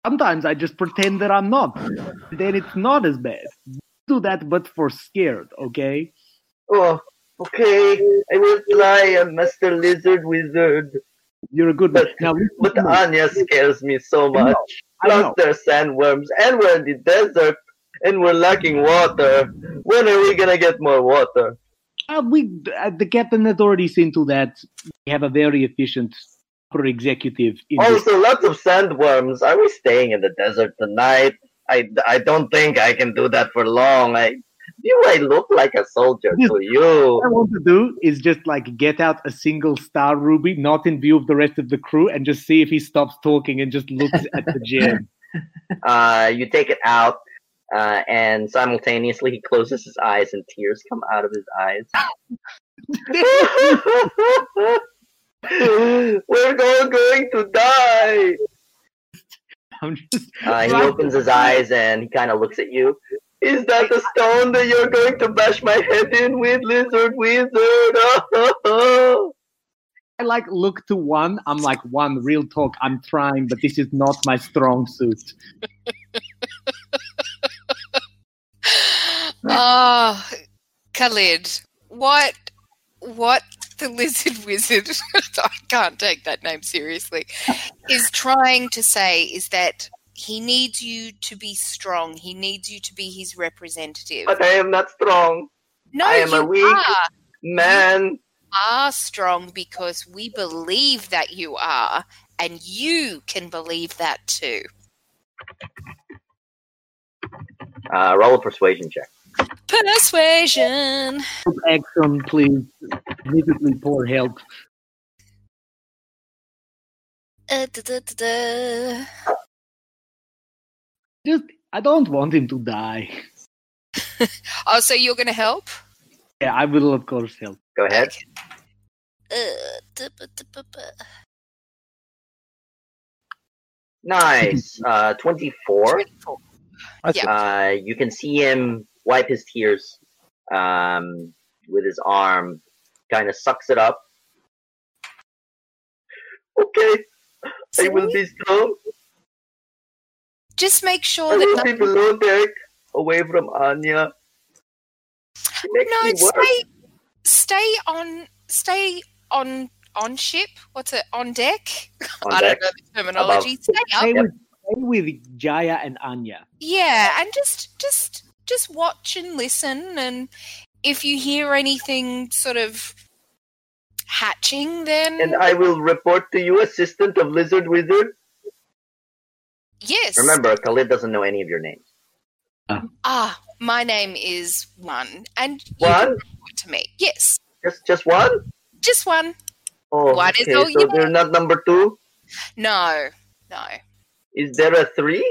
[SPEAKER 3] Sometimes I just pretend that I'm not. Then it's not as bad. Do that, but for scared, okay?
[SPEAKER 2] Oh, okay. I will try, uh, Master Lizard Wizard.
[SPEAKER 3] You're a good man.
[SPEAKER 2] But-
[SPEAKER 3] Now, listen
[SPEAKER 2] But
[SPEAKER 3] to me.
[SPEAKER 2] Anya scares me so
[SPEAKER 3] I
[SPEAKER 2] much.
[SPEAKER 3] know, I
[SPEAKER 2] Plus,
[SPEAKER 3] know.
[SPEAKER 2] there's sandworms, and we're in the desert, and we're lacking water. When are we gonna get more water?
[SPEAKER 3] Uh, we, uh, the captain has already seen to that. We have a very efficient upper executive. In this.
[SPEAKER 2] Also, lots of sandworms. Are we staying in the desert tonight? I, I don't think I can do that for long. I do I look like a soldier
[SPEAKER 3] Yes.
[SPEAKER 2] to you?
[SPEAKER 3] What I want to do is just like get out a single star ruby, not in view of the rest of the crew, and just see if he stops talking and just looks at the
[SPEAKER 2] (laughs)
[SPEAKER 3] gem.
[SPEAKER 2] Uh, you take it out, uh, and simultaneously he closes his eyes, and tears come out of his eyes. (laughs) We're all going to die.
[SPEAKER 3] I'm just
[SPEAKER 2] Uh, he
[SPEAKER 3] Right.
[SPEAKER 2] opens his eyes and he kind of looks at you. Is that the stone that you're going to bash my head in with, lizard wizard? (laughs)
[SPEAKER 3] I like look to one. I'm like one real talk. I'm trying, but this is not my strong suit.
[SPEAKER 6] Ah, Khalid, what, what the lizard (laughs) wizard? I can't take that name seriously. Is trying to say is that he needs you to be strong. He needs you to be his representative.
[SPEAKER 2] but I am not strong
[SPEAKER 6] no,
[SPEAKER 2] I am a
[SPEAKER 6] you
[SPEAKER 2] weak-
[SPEAKER 6] are.
[SPEAKER 2] man.
[SPEAKER 6] are strong because we believe that you are, and you can believe that too.
[SPEAKER 2] Uh, roll a persuasion check.
[SPEAKER 6] Persuasion.
[SPEAKER 3] Help Action, please. Vividly poor help.
[SPEAKER 6] Uh, da, da, da, da.
[SPEAKER 3] Just I don't want him to die.
[SPEAKER 6] Oh, so you're going to help?
[SPEAKER 3] Yeah, I will of course help.
[SPEAKER 2] Go ahead.
[SPEAKER 6] Uh, da, ba, da, ba, ba. (laughs)
[SPEAKER 2] Nice. Uh, 24.
[SPEAKER 6] Twenty-four.
[SPEAKER 4] That's
[SPEAKER 6] Yeah.
[SPEAKER 4] good.
[SPEAKER 2] Uh, you can see him wipe his tears um, with his arm, kind of sucks it up. Okay, I
[SPEAKER 6] So
[SPEAKER 2] will be strong.
[SPEAKER 6] just make
[SPEAKER 2] I
[SPEAKER 6] sure that
[SPEAKER 2] will be
[SPEAKER 6] nothing.
[SPEAKER 2] below deck, away from Anya. She makes
[SPEAKER 6] No,
[SPEAKER 2] me work.
[SPEAKER 6] stay, stay on, stay on, on ship. What's it? On deck?
[SPEAKER 2] On
[SPEAKER 6] I
[SPEAKER 2] deck.
[SPEAKER 6] don't know the terminology. Stay up.
[SPEAKER 3] Stay
[SPEAKER 2] Yep.
[SPEAKER 3] with stay with Jaya and Anya.
[SPEAKER 6] yeah and just just just watch and listen and if you hear anything sort of hatching then
[SPEAKER 2] And uh, I will report to you, assistant of Lizard Wizard.
[SPEAKER 6] yes
[SPEAKER 2] Remember, Khalid doesn't know any of your
[SPEAKER 6] (laughs)
[SPEAKER 2] names.
[SPEAKER 6] ah my name is one and you can
[SPEAKER 2] One?
[SPEAKER 6] report to me yes
[SPEAKER 2] Just just one?
[SPEAKER 6] just one
[SPEAKER 2] Oh,
[SPEAKER 6] One is
[SPEAKER 2] okay.
[SPEAKER 6] all
[SPEAKER 2] so
[SPEAKER 6] you
[SPEAKER 2] they're not number two?
[SPEAKER 6] no no
[SPEAKER 2] Is there a three?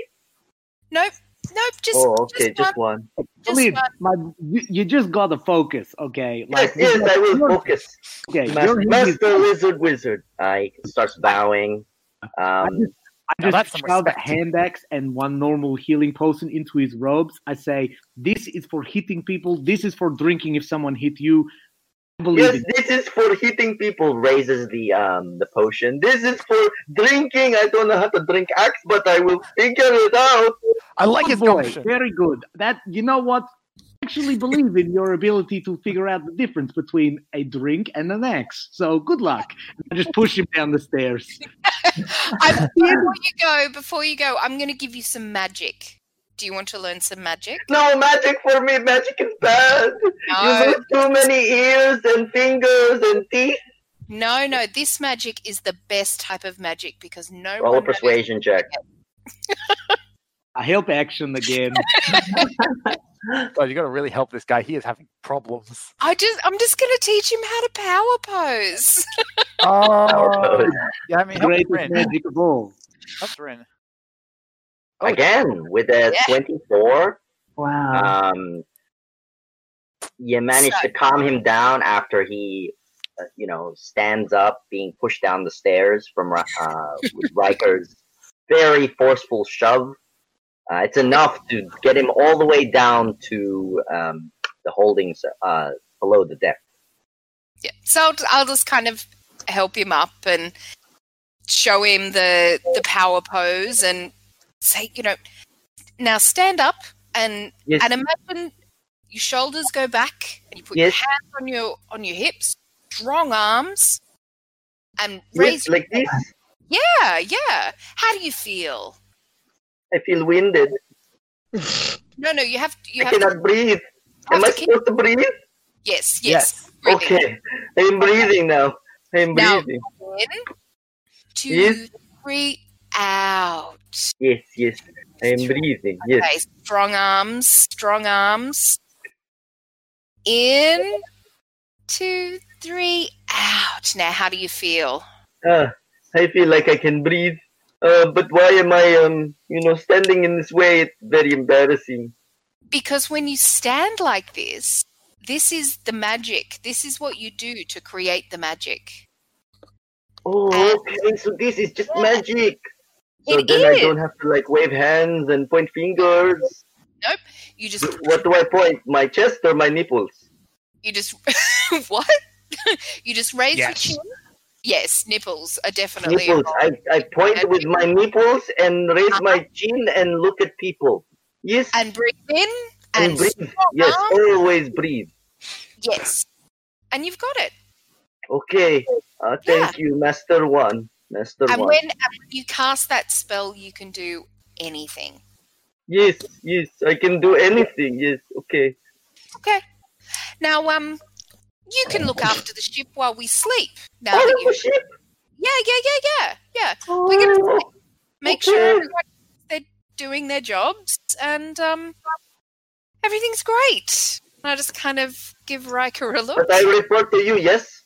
[SPEAKER 6] nope nope just
[SPEAKER 2] oh, okay,
[SPEAKER 6] just
[SPEAKER 2] just one.
[SPEAKER 6] Just
[SPEAKER 3] Khalid,
[SPEAKER 6] one.
[SPEAKER 3] my, you, you just gotta focus, okay?
[SPEAKER 2] Yes, yes, I will focus.
[SPEAKER 3] Okay,
[SPEAKER 2] Mas-
[SPEAKER 3] your head is-
[SPEAKER 2] Master Lizard Wizard. I starts bowing. Um,
[SPEAKER 4] Now
[SPEAKER 3] I
[SPEAKER 4] that's
[SPEAKER 3] just
[SPEAKER 4] some
[SPEAKER 3] shove
[SPEAKER 4] respect.
[SPEAKER 3] hand axe and one normal healing potion into his robes. I say, this is for hitting people. This is for drinking if someone hit you. I believe
[SPEAKER 2] yes,
[SPEAKER 3] it.
[SPEAKER 2] this is for hitting people. Raises the um the potion. This is for drinking. I don't know how to drink axe, but I will figure it out.
[SPEAKER 4] I like
[SPEAKER 3] Good
[SPEAKER 4] his
[SPEAKER 3] boy.
[SPEAKER 4] gumption.
[SPEAKER 3] Very good. That You know what? I actually
[SPEAKER 4] (laughs)
[SPEAKER 3] believe in your ability to figure out the difference between a drink and an axe. So good luck. I just push him down the stairs.
[SPEAKER 6] I, before you go before you go i'm going to give you some magic do you want to learn some magic
[SPEAKER 2] No magic for me. Magic is bad. You
[SPEAKER 6] no
[SPEAKER 2] lose too many ears and fingers and teeth.
[SPEAKER 6] no no this magic is the best type of magic because no
[SPEAKER 2] Roll a
[SPEAKER 6] one knows-
[SPEAKER 2] persuasion check.
[SPEAKER 3] I help action again.
[SPEAKER 4] God, you got to really help this guy. He is having
[SPEAKER 2] (laughs)
[SPEAKER 4] problems.
[SPEAKER 6] I just I'm just gonna teach him how to power pose. (laughs)
[SPEAKER 4] Oh,
[SPEAKER 2] pose.
[SPEAKER 4] yeah, I mean, (laughs) help
[SPEAKER 3] Greatest
[SPEAKER 4] Rin.
[SPEAKER 3] magic of
[SPEAKER 4] (laughs)
[SPEAKER 3] all.
[SPEAKER 4] Help Rin. Oh,
[SPEAKER 2] Again, with a
[SPEAKER 6] Yeah.
[SPEAKER 2] 24,
[SPEAKER 7] Wow.
[SPEAKER 6] Uh-huh.
[SPEAKER 2] um, you manage
[SPEAKER 6] So-
[SPEAKER 2] to calm him down after he, uh, you know, stands up, being pushed down the stairs from Ri- uh, with Riker's very forceful shove. Uh, it's enough to get him all the way down to um, the holdings uh, below the deck.
[SPEAKER 6] Yeah. So I'll, I'll just kind of help him up and show him the the power pose and say, you know, now stand up and
[SPEAKER 2] Yes.
[SPEAKER 6] and imagine your shoulders go back and you put your
[SPEAKER 2] Yes.
[SPEAKER 6] hands on your on your hips, strong arms, and raise.
[SPEAKER 2] Yes, like this.
[SPEAKER 6] yeah, yeah. How do you feel?
[SPEAKER 2] I feel winded.
[SPEAKER 6] No, no. You have you
[SPEAKER 2] I
[SPEAKER 6] have to,
[SPEAKER 2] cannot breathe.
[SPEAKER 6] have
[SPEAKER 2] Am I
[SPEAKER 6] to keep.
[SPEAKER 2] supposed to breathe?
[SPEAKER 6] Yes, yes.
[SPEAKER 4] Yes.
[SPEAKER 6] breathing.
[SPEAKER 2] Okay. I am breathing now. I am
[SPEAKER 6] Now-
[SPEAKER 2] breathing.
[SPEAKER 6] In, two,
[SPEAKER 2] Yes.
[SPEAKER 6] three, out.
[SPEAKER 2] Yes, yes. I am breathing. Yes.
[SPEAKER 6] Okay, strong arms, strong arms. In, two, three, out. Now, how do you feel?
[SPEAKER 2] Ah, I feel like I can breathe. Uh, but why am I, um, you know, standing in this way? It's very embarrassing.
[SPEAKER 6] Because when you stand like this, this is the magic. This is what you do to create the magic.
[SPEAKER 2] Oh, okay. So this is just magic. So
[SPEAKER 6] Ah. It
[SPEAKER 2] then I
[SPEAKER 6] is.
[SPEAKER 2] don't have to like wave hands and point fingers.
[SPEAKER 6] You just,
[SPEAKER 2] What do I point? My chest or my nipples?
[SPEAKER 6] you just, (laughs) what? you just raise
[SPEAKER 4] Yes.
[SPEAKER 6] your chin. Yes, nipples are definitely.
[SPEAKER 2] Nipples. I, I point with my nipples and raise my chin and look at people. Yes.
[SPEAKER 6] Uh-huh. and breathe in
[SPEAKER 2] And
[SPEAKER 6] and
[SPEAKER 2] breathe. Yes. Always breathe.
[SPEAKER 6] Um, yes, and you've got it.
[SPEAKER 2] Okay. Uh, thank you, Master One. Master
[SPEAKER 6] And
[SPEAKER 2] One.
[SPEAKER 6] when, and when you cast that spell, you can do anything.
[SPEAKER 2] Yes, yes, I can do anything. Yes, okay.
[SPEAKER 6] Okay. Now, um, you can
[SPEAKER 2] Oh.
[SPEAKER 6] look after the ship while we sleep. Now
[SPEAKER 2] I
[SPEAKER 6] that
[SPEAKER 2] have
[SPEAKER 6] you,
[SPEAKER 2] a ship.
[SPEAKER 6] yeah, yeah, yeah, yeah, yeah. We're gonna
[SPEAKER 2] Oh,
[SPEAKER 6] make
[SPEAKER 2] okay.
[SPEAKER 6] sure everyone, they're doing their jobs and um, everything's great. And I just kind of give Riker a look.
[SPEAKER 2] But I report to you, yes?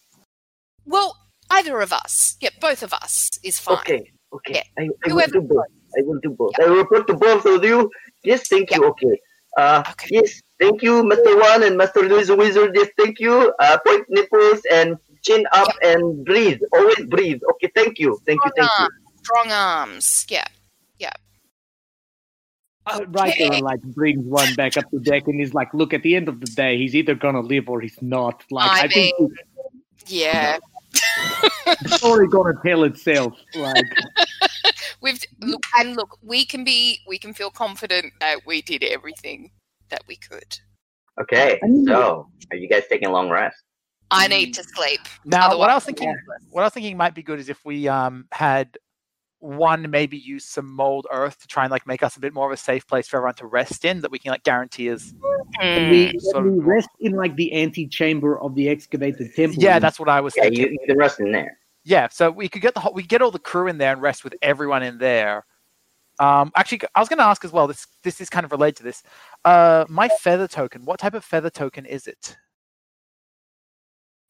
[SPEAKER 6] Well, either of us, yeah, both of us is fine.
[SPEAKER 2] Okay, okay.
[SPEAKER 6] Yeah.
[SPEAKER 2] I, I will
[SPEAKER 6] Whoever
[SPEAKER 2] do both. I will do both. I report to both of you. Yes, thank you. Okay. Uh,
[SPEAKER 6] Okay.
[SPEAKER 2] yes, thank you, Master One and Master Louis the Wizard. Yes, thank you. Uh, point nipples and chin up and breathe. Always breathe. Okay, thank you. Thank you,
[SPEAKER 6] Strong
[SPEAKER 2] thank you.
[SPEAKER 6] arms, strong arms. Yeah, yeah.
[SPEAKER 3] Uh, Riker like brings one back up the deck and he's like, look, at the end of the day, he's either gonna live or he's not. Like
[SPEAKER 6] I
[SPEAKER 3] I, think
[SPEAKER 6] Yeah,
[SPEAKER 3] the story gonna tell itself. Like
[SPEAKER 4] (laughs)
[SPEAKER 6] we've look, and look, we can be, we can feel confident that we did everything that we could.
[SPEAKER 2] Okay,
[SPEAKER 3] I mean-
[SPEAKER 2] so are you guys taking a long rest?
[SPEAKER 6] I need to sleep.
[SPEAKER 4] Now, what I was
[SPEAKER 6] Otherwise-
[SPEAKER 4] thinking, what I was thinking might be good is if we um, had one maybe use some mold earth to try and like make us a bit more of a safe place for everyone to rest in that we can like guarantee is
[SPEAKER 3] can
[SPEAKER 6] Mm.
[SPEAKER 3] we,
[SPEAKER 4] Sort
[SPEAKER 3] can
[SPEAKER 4] of-
[SPEAKER 3] we rest in like the antechamber of the excavated temple.
[SPEAKER 4] yeah that's what i was
[SPEAKER 2] Yeah,
[SPEAKER 4] thinking
[SPEAKER 2] you, you can rest in there.
[SPEAKER 4] Yeah, so we could get the whole, we could get all the crew in there and rest with everyone in there. Um, actually, I was going to ask as well. This this is kind of related to this. Uh, my feather token. What type of feather token is it?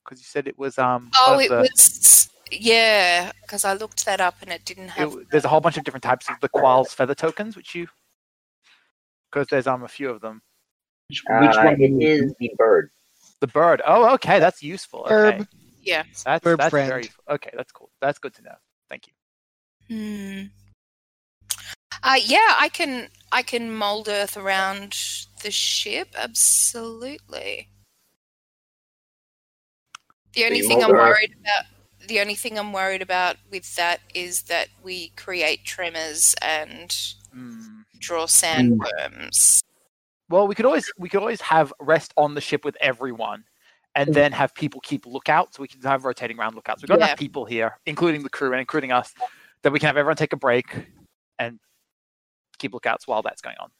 [SPEAKER 4] Because you said it was um. one
[SPEAKER 6] Oh,
[SPEAKER 4] of
[SPEAKER 6] it
[SPEAKER 4] the-
[SPEAKER 6] was yeah, because I looked that up and it didn't
[SPEAKER 4] it
[SPEAKER 6] have.
[SPEAKER 4] w- there's a whole bunch of different types of the Qual's feather tokens, which you. Because there's um a few of them.
[SPEAKER 3] Which,
[SPEAKER 2] Uh,
[SPEAKER 3] which one
[SPEAKER 2] it is the bird.
[SPEAKER 4] The bird. Oh, okay, that's useful. Okay,
[SPEAKER 5] Herb.
[SPEAKER 6] Yeah.
[SPEAKER 4] that's
[SPEAKER 5] herb
[SPEAKER 4] that's
[SPEAKER 5] friend.
[SPEAKER 4] very okay. That's cool. That's good to know. Thank you.
[SPEAKER 6] Hmm. Uh, yeah, I can I can mold Earth around the ship. Absolutely. The only
[SPEAKER 2] you
[SPEAKER 6] thing
[SPEAKER 2] mold
[SPEAKER 6] I'm
[SPEAKER 2] Earth.
[SPEAKER 6] worried about. The only thing I'm worried about with that is that we create tremors and
[SPEAKER 4] Mm.
[SPEAKER 6] draw sandworms.
[SPEAKER 4] Well, we could always we could always have rest on the ship with everyone, and
[SPEAKER 3] Mm.
[SPEAKER 4] then have people keep lookouts. We can have rotating round lookouts. We've got
[SPEAKER 6] Yeah.
[SPEAKER 4] enough people here, including the crew and including us, that we can have everyone take a break and keep lookouts while that's going on.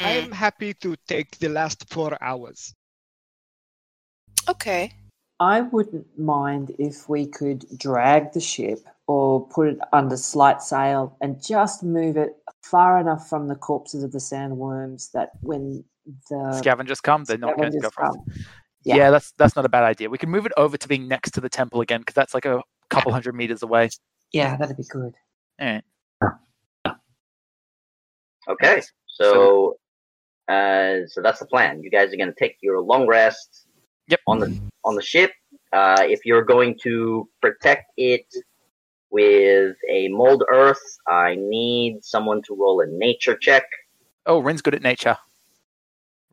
[SPEAKER 5] I
[SPEAKER 6] Mm.
[SPEAKER 5] am happy to take the last four
[SPEAKER 2] (laughs)
[SPEAKER 5] hours.
[SPEAKER 6] Okay.
[SPEAKER 7] I wouldn't mind if we could drag the ship or put it under slight sail and just move it far enough from the corpses of the sandworms that when the
[SPEAKER 4] Scavengers come; they're not going to
[SPEAKER 7] Uh,
[SPEAKER 4] go
[SPEAKER 7] scavengers
[SPEAKER 4] for us.
[SPEAKER 7] come-
[SPEAKER 4] Yeah.
[SPEAKER 7] yeah.
[SPEAKER 4] that's that's not a bad idea. We can move it over to being next to the temple again because that's like a couple hundred meters away. Eh.
[SPEAKER 7] Yeah, that'd be good.
[SPEAKER 4] All right.
[SPEAKER 2] Okay,
[SPEAKER 4] Yes.
[SPEAKER 2] so uh, so that's the plan. You guys are going to take your long rest.
[SPEAKER 4] Yep.
[SPEAKER 2] On the on the ship, uh, if you're going to protect it with a mold earth, I need someone to roll a nature check.
[SPEAKER 4] Oh, Rin's good at nature.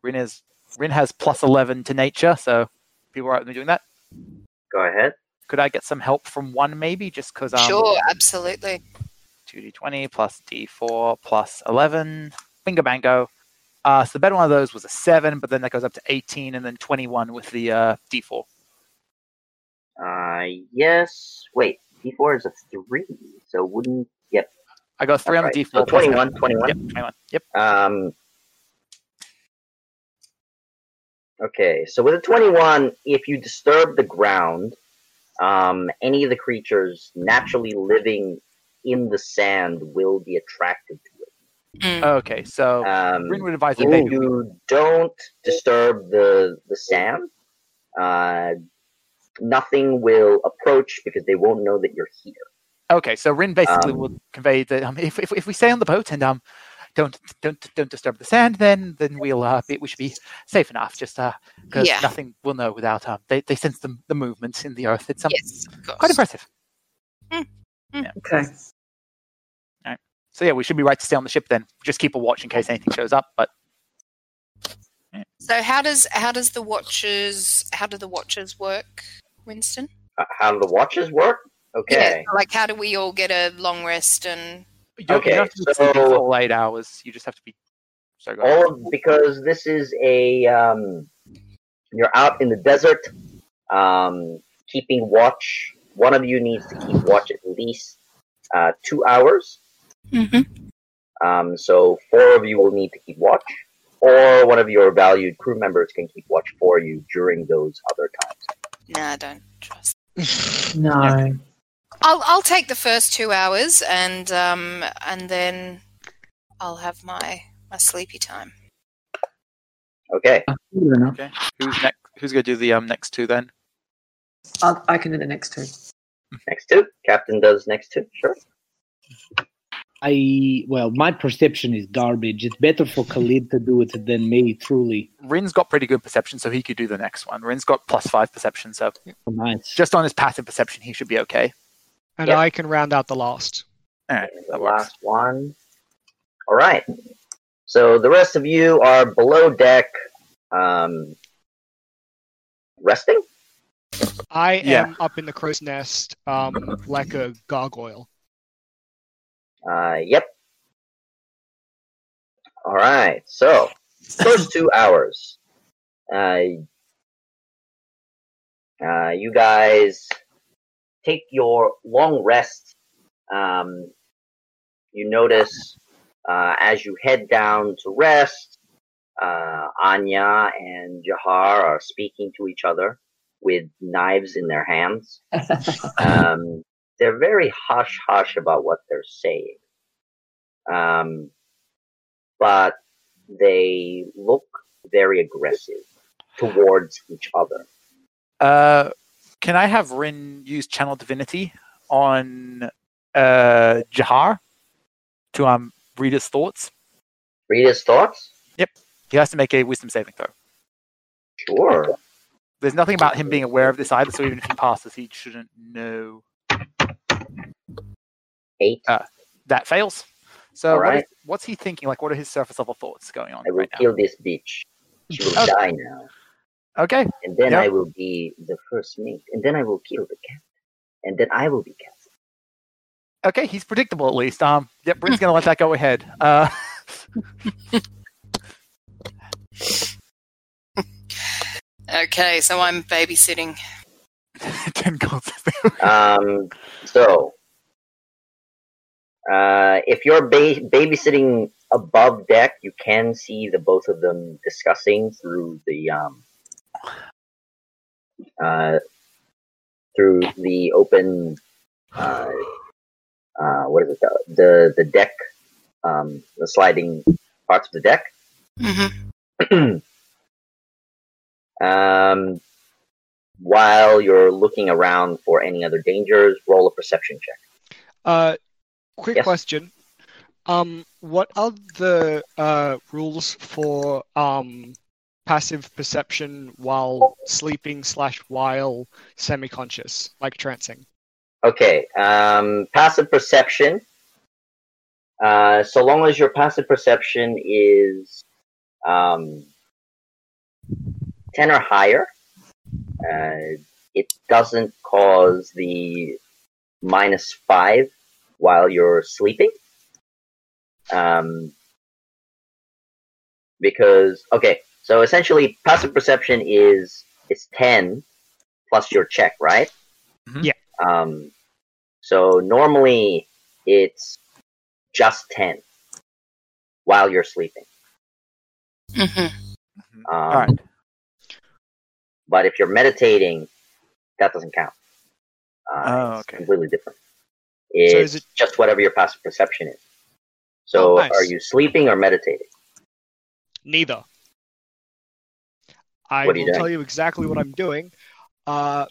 [SPEAKER 4] Rin is Rin has plus 11 to nature, so be all right with me doing that.
[SPEAKER 2] Go ahead.
[SPEAKER 4] Could I get some help from one maybe? Just because um,
[SPEAKER 6] sure, absolutely.
[SPEAKER 4] 2d20 plus d4 plus 11. Bingo bango. Uh, so the better one of those was a 7, but then that goes up to 18 and then 21 with the uh, d4.
[SPEAKER 2] Uh, yes. Wait, D4 is a 3, so wouldn't. Yep.
[SPEAKER 4] I got 3 on
[SPEAKER 2] Alright,
[SPEAKER 4] the d4.
[SPEAKER 2] so
[SPEAKER 4] plus
[SPEAKER 2] 21,
[SPEAKER 4] that.
[SPEAKER 2] 21.
[SPEAKER 4] Yep, 21. Yep.
[SPEAKER 2] Um, okay, so with a 21, if you disturb the ground, um, any of the creatures naturally living in the sand will be attracted to it.
[SPEAKER 6] Mm.
[SPEAKER 4] Okay, so
[SPEAKER 2] Um,
[SPEAKER 4] Rin would advise that
[SPEAKER 2] if
[SPEAKER 4] maybe
[SPEAKER 2] you don't disturb the, the sand, uh, nothing will approach because they won't know that you're here.
[SPEAKER 4] Okay, so Rin basically
[SPEAKER 2] Um,
[SPEAKER 4] will convey that um, if, if if we stay on the boat and um don't don't don't disturb the sand, then then we'll uh, be, we should be safe enough. Just uh, because
[SPEAKER 6] Yeah.
[SPEAKER 4] nothing will know without um they, they sense the the movement in the earth. It's um,
[SPEAKER 6] Yes, of course.
[SPEAKER 4] quite impressive.
[SPEAKER 7] Okay.
[SPEAKER 4] So yeah, we should be right to stay on the ship then. Just keep a watch in case anything shows up. But
[SPEAKER 6] So how does how does the watchers how do the watchers work, Winston?
[SPEAKER 2] Uh, how do the watches work? Okay.
[SPEAKER 6] Yeah, like how do we all get a long rest and
[SPEAKER 4] you don't, you
[SPEAKER 2] Okay,
[SPEAKER 4] don't have to be sleeping
[SPEAKER 2] so-
[SPEAKER 4] for all eight hours. You just have to be. Sorry, go ahead.
[SPEAKER 2] all of, because this is a um, you're out in the desert um, keeping watch one of you needs to keep watch at least uh, two hours
[SPEAKER 6] Mm-hmm.
[SPEAKER 2] um, so four of you will need to keep watch or one of your valued crew members can keep watch for you during those other times
[SPEAKER 6] no, I don't trust.
[SPEAKER 7] No.
[SPEAKER 6] I'll I'll take the first two hours and um and then I'll have my my sleepy time.
[SPEAKER 2] okay
[SPEAKER 3] Fair enough.
[SPEAKER 4] Okay, who's next? Who's gonna do the um next two then?
[SPEAKER 7] I'll, I can do the next two.
[SPEAKER 2] next two captain does next two sure
[SPEAKER 3] I well, my perception is garbage. It's better for Khalid to do it than me. Truly,
[SPEAKER 4] Rin's got pretty good perception, so he could do the next one. Rin's got plus five perception, so
[SPEAKER 3] Oh, nice.
[SPEAKER 4] just on his passive perception, he should be okay.
[SPEAKER 5] and
[SPEAKER 2] Yep.
[SPEAKER 5] I can round out the last.
[SPEAKER 4] All right,
[SPEAKER 2] the
[SPEAKER 4] that works.
[SPEAKER 2] last one. All right. So the rest of you are below deck, um, resting.
[SPEAKER 5] I
[SPEAKER 4] Yeah.
[SPEAKER 5] am up in the crow's nest, um, like a gargoyle.
[SPEAKER 2] Uh, yep. All right. So first two hours, uh, uh, you guys take your long rest. Um, you notice uh, as you head down to rest, uh, Anya and Jahar are speaking to each other with knives in their hands. um, they're very hush hush about what they're saying. Um, but they look very aggressive towards each other.
[SPEAKER 4] Uh, can I have Rin use channel divinity on uh, Jahar to um read his thoughts?
[SPEAKER 2] Read his thoughts?
[SPEAKER 4] He has to make a wisdom saving throw.
[SPEAKER 2] Sure.
[SPEAKER 4] There's nothing about him being aware of this either, so even if he passes, he shouldn't know.
[SPEAKER 2] Eight.
[SPEAKER 4] Uh, That fails. So
[SPEAKER 2] All
[SPEAKER 4] what
[SPEAKER 2] right.
[SPEAKER 4] is- what's he thinking? Like, what are his surface level thoughts going on
[SPEAKER 2] I will
[SPEAKER 4] right now?
[SPEAKER 2] kill this bitch. She will
[SPEAKER 4] Okay.
[SPEAKER 2] die now.
[SPEAKER 4] Okay.
[SPEAKER 2] And then
[SPEAKER 4] Yep.
[SPEAKER 2] I will be the first mate. And then I will kill the cat. And then I will be cat.
[SPEAKER 4] Okay, he's predictable at least. Um, yep, Rin's gonna let that go ahead. Uh, (laughs)
[SPEAKER 6] Okay, so I'm babysitting.
[SPEAKER 4] ten goals.
[SPEAKER 2] Um, so, uh, if you're ba- babysitting above deck, you can see the both of them discussing through the um, uh, through the open uh, uh, what is it the the, the deck um, the sliding parts of the deck.
[SPEAKER 6] Mm-hmm.
[SPEAKER 2] um, while you're looking around for any other dangers, roll a perception check.
[SPEAKER 5] Uh, quick
[SPEAKER 2] Yes.
[SPEAKER 5] question. Um, what are the uh, rules for um, passive perception while sleeping slash while semi-conscious, like trancing?
[SPEAKER 2] Okay. Um, passive perception. Uh, so long as your passive perception is um, 10 or higher, uh, it doesn't cause the minus 5 while you're sleeping. Um, because, okay, so essentially passive perception is, is 10 plus your check, right?
[SPEAKER 4] Mhm.
[SPEAKER 5] Yeah.
[SPEAKER 2] Um, so normally it's just 10 while you're sleeping.
[SPEAKER 6] Mhm.
[SPEAKER 2] Um,
[SPEAKER 4] All right.
[SPEAKER 2] But if you're meditating, that doesn't count. Uh,
[SPEAKER 4] Oh,
[SPEAKER 2] it's
[SPEAKER 4] okay.
[SPEAKER 2] completely different. It's
[SPEAKER 5] So is it-
[SPEAKER 2] just whatever your passive perception is. So
[SPEAKER 5] Oh, nice.
[SPEAKER 2] are you sleeping or meditating?
[SPEAKER 5] Neither. I
[SPEAKER 2] What are
[SPEAKER 5] will
[SPEAKER 2] you doing?
[SPEAKER 5] tell you exactly what I'm doing. Uh,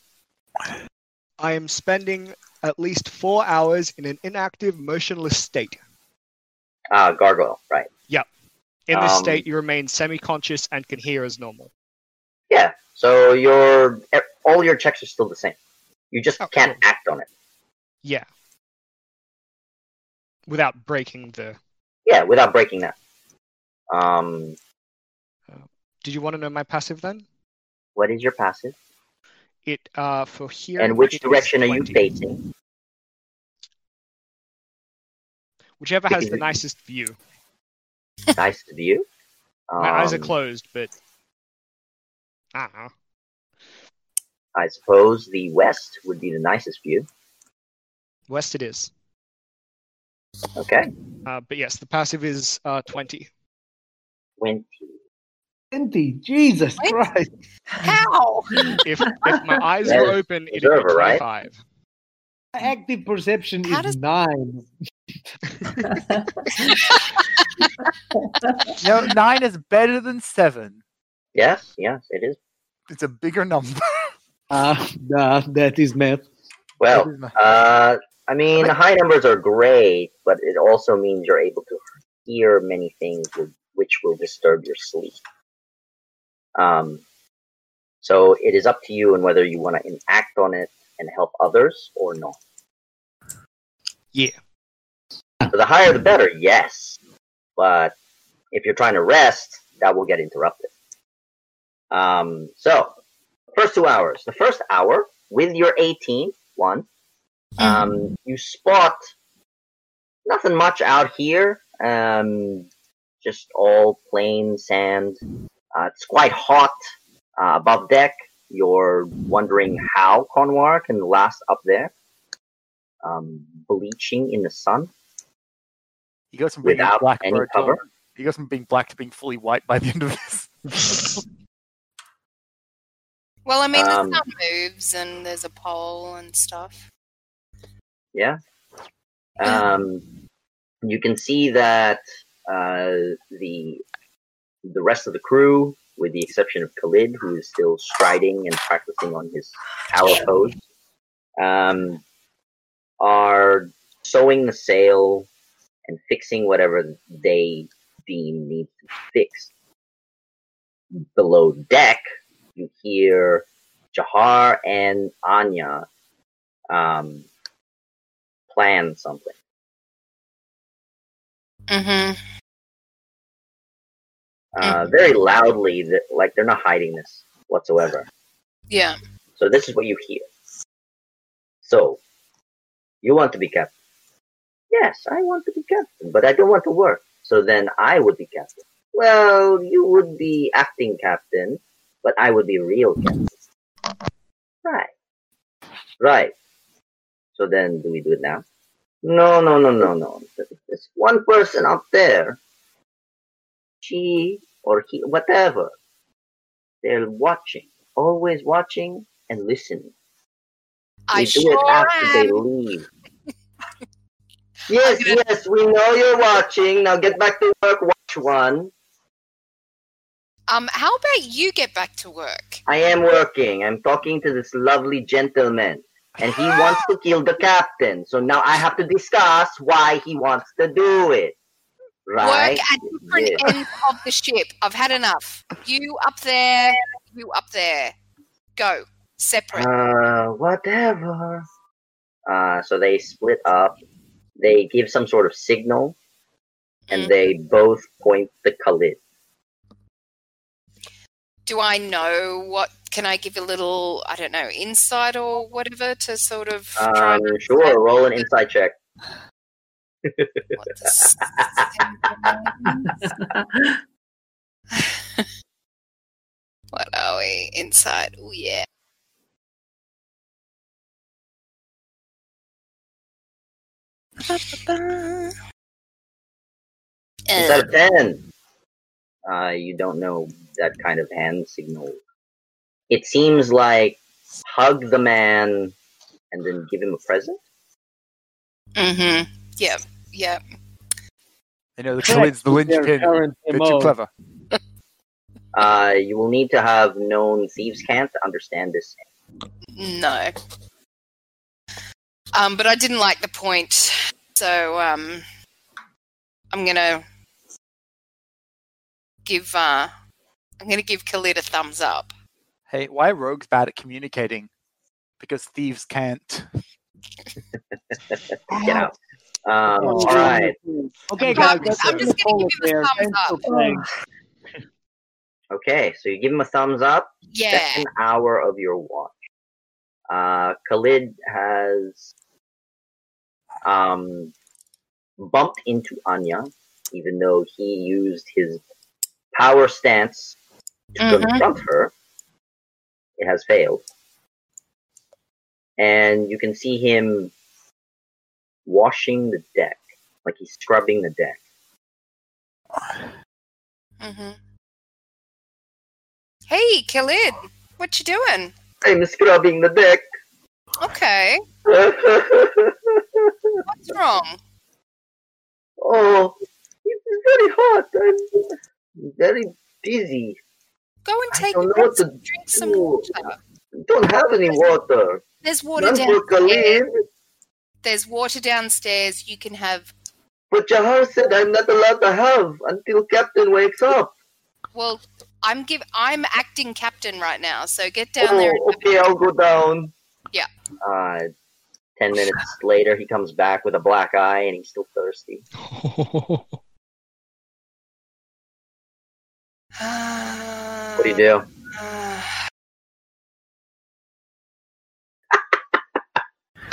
[SPEAKER 5] I am spending at least four hours in an inactive, motionless state.
[SPEAKER 2] Ah, gargoyle, right.
[SPEAKER 5] In this
[SPEAKER 2] Um,
[SPEAKER 5] state, you remain semi-conscious and can hear as normal.
[SPEAKER 2] Yeah. So your e- all your checks are still the same. You just
[SPEAKER 5] Oh,
[SPEAKER 2] can't
[SPEAKER 5] cool.
[SPEAKER 2] act on it.
[SPEAKER 5] Yeah. Without breaking the.
[SPEAKER 2] Yeah, without breaking that. Um,
[SPEAKER 5] Did you want to know my passive then?
[SPEAKER 2] what is your passive?
[SPEAKER 5] It uh for here.
[SPEAKER 2] And which direction are you facing?
[SPEAKER 5] Whichever has the
[SPEAKER 2] Because-
[SPEAKER 5] nicest view.
[SPEAKER 2] nice view. Um,
[SPEAKER 5] My eyes are closed, but uh-huh. I don't know.
[SPEAKER 2] I suppose the west would be the nicest view.
[SPEAKER 5] West it is.
[SPEAKER 2] Okay.
[SPEAKER 5] Uh, but yes, the passive is uh, 20.
[SPEAKER 2] When
[SPEAKER 3] Twenty, Jesus
[SPEAKER 6] Wait.
[SPEAKER 3] Christ!
[SPEAKER 6] How?
[SPEAKER 7] (laughs)
[SPEAKER 5] If if my eyes
[SPEAKER 2] That
[SPEAKER 5] were
[SPEAKER 2] is
[SPEAKER 5] open, it'd be
[SPEAKER 2] observer, right?
[SPEAKER 5] 25.
[SPEAKER 3] My active perception
[SPEAKER 6] How
[SPEAKER 3] is
[SPEAKER 6] does-
[SPEAKER 3] nine.
[SPEAKER 4] You know, nine is better than seven.
[SPEAKER 2] Yes, yes, it is.
[SPEAKER 4] It's a bigger number.
[SPEAKER 3] Ah, nah, that is math.
[SPEAKER 2] Well,
[SPEAKER 4] (laughs) That is my-
[SPEAKER 2] (laughs) uh, I mean, high numbers are great, but it also means you're able to hear many things wi- which will disturb your sleep. Um, so it is up to you and whether you want to enact on it and help others or not.
[SPEAKER 5] Yeah.
[SPEAKER 2] So the higher the better, yes. But if you're trying to rest, that will get interrupted. Um, so, first two hours. The first hour, with your 18, one, um, you spot nothing much out here. Um, just all plain sand. Uh, it's quite hot uh, above deck. You're wondering how Conwar can last up there, um, bleaching in the sun
[SPEAKER 4] you go from being
[SPEAKER 2] without
[SPEAKER 4] black
[SPEAKER 2] any
[SPEAKER 4] bird
[SPEAKER 2] cover.
[SPEAKER 4] to, you go from being black to being fully white by the end of this. (laughs)
[SPEAKER 6] Well, I mean,
[SPEAKER 2] Um,
[SPEAKER 6] the sun moves and there's a pole and stuff.
[SPEAKER 2] Yeah.
[SPEAKER 6] Yeah.
[SPEAKER 2] Um, you can see that uh, the the rest of the crew, with the exception of Khalid, who is still striding and practicing on his power pose, um, are sewing the sail and fixing whatever they deem needs to be fixed. Below deck, you hear Jahar and Anya um, plan something.
[SPEAKER 6] hmm
[SPEAKER 2] uh, very loudly that like they're not hiding this whatsoever.
[SPEAKER 6] Yeah.
[SPEAKER 2] So this is what you hear. So you want to be captain? Yes, I want to be captain, but I don't want to work. So then I would be captain. Well, you would be acting captain, but I would be real captain. Right. Right. So then do we do it now? No, no, no, no, no. There's one person up there she or he, whatever. They're watching, always watching and listening.
[SPEAKER 6] I
[SPEAKER 2] we do
[SPEAKER 6] sure
[SPEAKER 2] it after they
[SPEAKER 6] am. (laughs)
[SPEAKER 2] leave. yes,
[SPEAKER 6] I'm gonna-
[SPEAKER 2] yes, we know you're watching. Now get back to work, watch one.
[SPEAKER 6] Um, how about you get back to work?
[SPEAKER 2] I am working. I'm talking to this lovely gentleman. And
[SPEAKER 6] (gasps)
[SPEAKER 2] he wants to kill the captain. So now I have to discuss why he wants to do it. Right?
[SPEAKER 6] Work at different
[SPEAKER 2] Yeah.
[SPEAKER 6] ends of the ship. I've had enough. You up there, you up there. Go. Separate.
[SPEAKER 2] Uh, whatever. Uh, so they split up. They give some sort of signal, and
[SPEAKER 6] Mm.
[SPEAKER 2] they both point the Khalid.
[SPEAKER 6] do I know what? Can I give a little, I don't know, insight or whatever to sort of try
[SPEAKER 2] Um,
[SPEAKER 6] and
[SPEAKER 2] sure, roll an insight check. (laughs)
[SPEAKER 6] what the s- (laughs) What are we inside? Oh yeah. Ba-ba-ba.
[SPEAKER 2] Is that
[SPEAKER 6] Uh,
[SPEAKER 2] a ten? Uh, you don't know that kind of hand signal. It seems like hug the man and then give him a present.
[SPEAKER 6] mhm. Yep. Yep.
[SPEAKER 4] You know, the
[SPEAKER 3] Correct.
[SPEAKER 4] Khalid's the
[SPEAKER 3] Their
[SPEAKER 4] linchpin.
[SPEAKER 3] current
[SPEAKER 4] They're too
[SPEAKER 3] MO.
[SPEAKER 4] clever.
[SPEAKER 2] Uh, you will need to have known thieves' cant to understand this.
[SPEAKER 6] No. Um, but I didn't like the point, so um, I'm gonna give uh, I'm gonna give Khalid a thumbs up.
[SPEAKER 4] Hey, why are rogues bad at communicating? Because thieves can't.
[SPEAKER 2] Get out. Um, all right.
[SPEAKER 3] Okay,
[SPEAKER 6] I'm
[SPEAKER 3] guys.
[SPEAKER 6] just-
[SPEAKER 3] that's
[SPEAKER 6] I'm
[SPEAKER 3] it.
[SPEAKER 6] just gonna
[SPEAKER 3] Call
[SPEAKER 6] give
[SPEAKER 3] it
[SPEAKER 6] it a
[SPEAKER 3] there.
[SPEAKER 6] thumbs
[SPEAKER 3] Thanks for
[SPEAKER 6] up.
[SPEAKER 3] playing.
[SPEAKER 2] Okay, so you give him a thumbs up.
[SPEAKER 6] Yeah.
[SPEAKER 2] Second hour of your watch. Uh, Khalid has um, bumped into Anya, even though he used his power stance to
[SPEAKER 6] Mhm.
[SPEAKER 2] confront her. It has failed. And you can see him washing the deck, like he's scrubbing the deck.
[SPEAKER 6] hmm Hey, Khalid, what you doing?
[SPEAKER 2] I'm scrubbing the deck. (laughs)
[SPEAKER 6] Okay, what's wrong?
[SPEAKER 2] Oh, it's very hot. I'm very busy.
[SPEAKER 6] Go and
[SPEAKER 2] I
[SPEAKER 6] take a
[SPEAKER 2] don't know
[SPEAKER 6] drink,
[SPEAKER 2] what to
[SPEAKER 6] drink some
[SPEAKER 2] do.
[SPEAKER 6] water.
[SPEAKER 2] Don't have any water.
[SPEAKER 6] There's water
[SPEAKER 2] None for
[SPEAKER 6] downstairs.
[SPEAKER 2] Khalid.
[SPEAKER 6] There's water downstairs. You can have.
[SPEAKER 2] But Jahar said I'm not allowed to have until Captain wakes up.
[SPEAKER 6] Well, I'm give. I'm acting captain right now, so get down there. (sighs)
[SPEAKER 2] oh, okay, I'll go down.
[SPEAKER 6] Yeah.
[SPEAKER 2] Uh, ten minutes later, he comes back with a black eye and he's still thirsty.
[SPEAKER 6] And...
[SPEAKER 2] What do you do?
[SPEAKER 6] Uh, (sighs)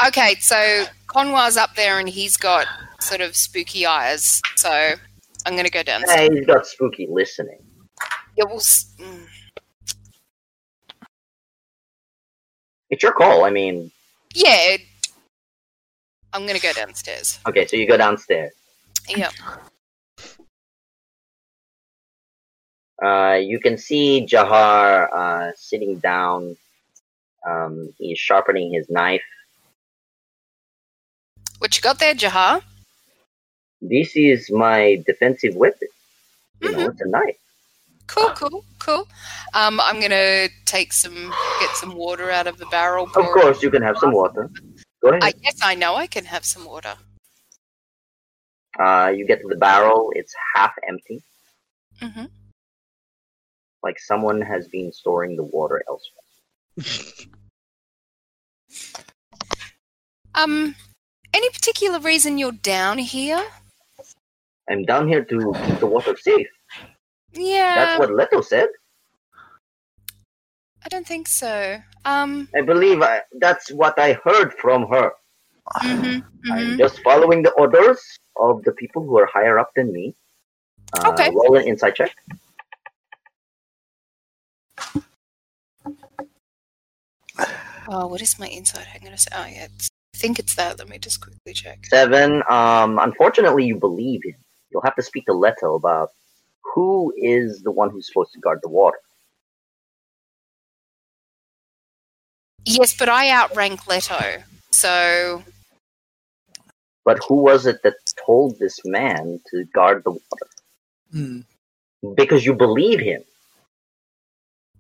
[SPEAKER 6] okay, so Conwar's up there and he's got sort of spooky eyes. So I'm gonna go downstairs.
[SPEAKER 2] Hey, he's got spooky listening.
[SPEAKER 6] Yeah, we'll s- mm.
[SPEAKER 2] It's your call. I mean,
[SPEAKER 6] yeah. it- I'm gonna go downstairs.
[SPEAKER 2] okay, so you go downstairs.
[SPEAKER 6] Yeah.
[SPEAKER 2] Uh, you can see Jahar uh, sitting down. Um, he's sharpening his knife.
[SPEAKER 6] What you got there, Jahar?
[SPEAKER 2] This is my defensive weapon. You know,
[SPEAKER 6] Mhm.
[SPEAKER 2] it's a knife.
[SPEAKER 6] Cool, cool, cool. Um, I'm gonna take some, get some water out of the barrel.
[SPEAKER 2] Of
[SPEAKER 6] pour it-
[SPEAKER 2] course, you can have some water. Go
[SPEAKER 6] I
[SPEAKER 2] ahead.
[SPEAKER 6] yes, I know I can have some water.
[SPEAKER 2] Uh, you get to the barrel. It's half empty.
[SPEAKER 6] hmm
[SPEAKER 2] Like someone has been storing the water elsewhere.
[SPEAKER 6] Um, any particular reason you're down here?
[SPEAKER 2] I'm down here to keep the water safe.
[SPEAKER 6] Yeah, Uh,
[SPEAKER 2] That's what Leto said.
[SPEAKER 6] I don't think so. Um,
[SPEAKER 2] I believe I, that's what I heard from her.
[SPEAKER 6] mhm,
[SPEAKER 2] I'm
[SPEAKER 6] mhm.
[SPEAKER 2] just following the orders of the people who are higher up than me. Uh,
[SPEAKER 6] Okay.
[SPEAKER 2] Roll an insight check.
[SPEAKER 6] oh, what is my inside? Hang on a sec. Oh, yeah, it's, I think it's that. Let me just quickly check.
[SPEAKER 2] Seven. Um, unfortunately, you believe him. You'll have to speak to Leto about who is the one who's supposed to guard the water.
[SPEAKER 6] Yes, but I outrank Leto, so
[SPEAKER 2] But who was it that told this man to guard the water?
[SPEAKER 4] Hmm.
[SPEAKER 2] Because you believe him.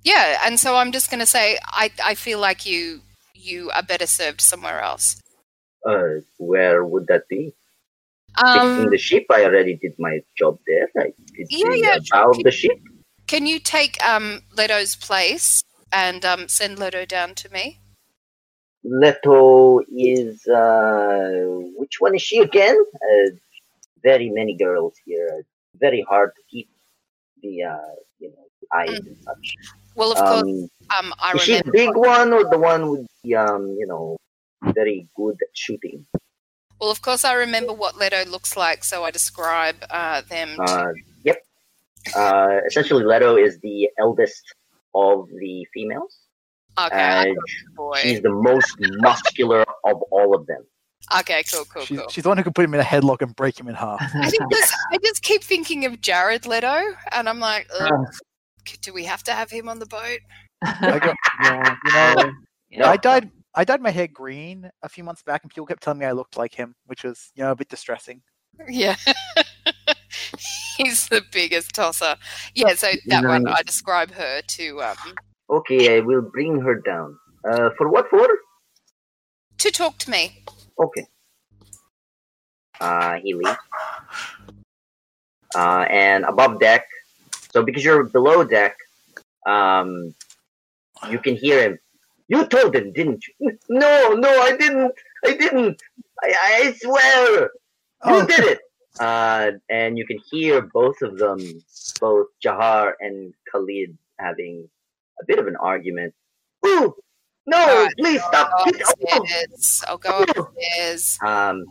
[SPEAKER 6] yeah, and so I'm just gonna say I I feel like you you are better served somewhere else.
[SPEAKER 2] Uh, where would that be? Fixing
[SPEAKER 6] Um,
[SPEAKER 2] the sheep. I already did my job there. I did
[SPEAKER 6] Yeah,
[SPEAKER 2] the
[SPEAKER 6] yeah,
[SPEAKER 2] uh, bow of the sheep.
[SPEAKER 6] can you take um Leto's place and um send Leto down to me?
[SPEAKER 2] Leto is. Uh, which one is she again? Uh, very many
[SPEAKER 6] Mm.
[SPEAKER 2] girls here. Very hard to keep the uh, you know the eyes and such.
[SPEAKER 6] Well, of course,
[SPEAKER 2] Um,
[SPEAKER 6] um, I
[SPEAKER 2] is she
[SPEAKER 6] remember.
[SPEAKER 2] the big one or the one with the um, you know, very good at shooting?
[SPEAKER 6] Well, of course, I remember what Leto looks like, so I describe uh, them. to-
[SPEAKER 2] Uh, yep. Uh, essentially, Leto is the eldest of the females,
[SPEAKER 6] okay, Uh, I
[SPEAKER 2] and
[SPEAKER 6] got the boy.
[SPEAKER 2] she's the most muscular of all of them.
[SPEAKER 6] Okay, cool, cool,
[SPEAKER 4] She's,
[SPEAKER 6] cool.
[SPEAKER 4] she's the one who could put him in a headlock and break him in
[SPEAKER 7] (laughs)
[SPEAKER 4] half.
[SPEAKER 6] I think this, I just keep thinking of Jared Leto, and I'm like, ugh, do we have to have him on the boat? (laughs)
[SPEAKER 4] I got,
[SPEAKER 7] yeah.
[SPEAKER 4] you know,
[SPEAKER 2] No,
[SPEAKER 4] I dyed I dyed my hair green a few months back, and people kept telling me I looked like him, which was you know a bit distressing.
[SPEAKER 6] Yeah. (laughs) He's the biggest tosser. Yeah, so that one, I describe her to um,
[SPEAKER 2] Okay, I will bring her down. Uh, for what for?
[SPEAKER 6] to talk to me.
[SPEAKER 2] Okay. Uh, he leaves. Uh, and above deck, so because you're below deck, um, you can hear him. You told him, didn't you? "N- No, no, I didn't. I didn't. I, I swear, you
[SPEAKER 4] Oh,
[SPEAKER 2] did it. Uh, and you can hear both of them, both Jahar and Khalid, having a bit of an argument. Ooh, no,
[SPEAKER 6] Alright,
[SPEAKER 2] please stop.
[SPEAKER 6] I'll
[SPEAKER 2] Please,
[SPEAKER 6] go
[SPEAKER 2] oh.
[SPEAKER 6] upstairs. I'll go upstairs.
[SPEAKER 2] Um,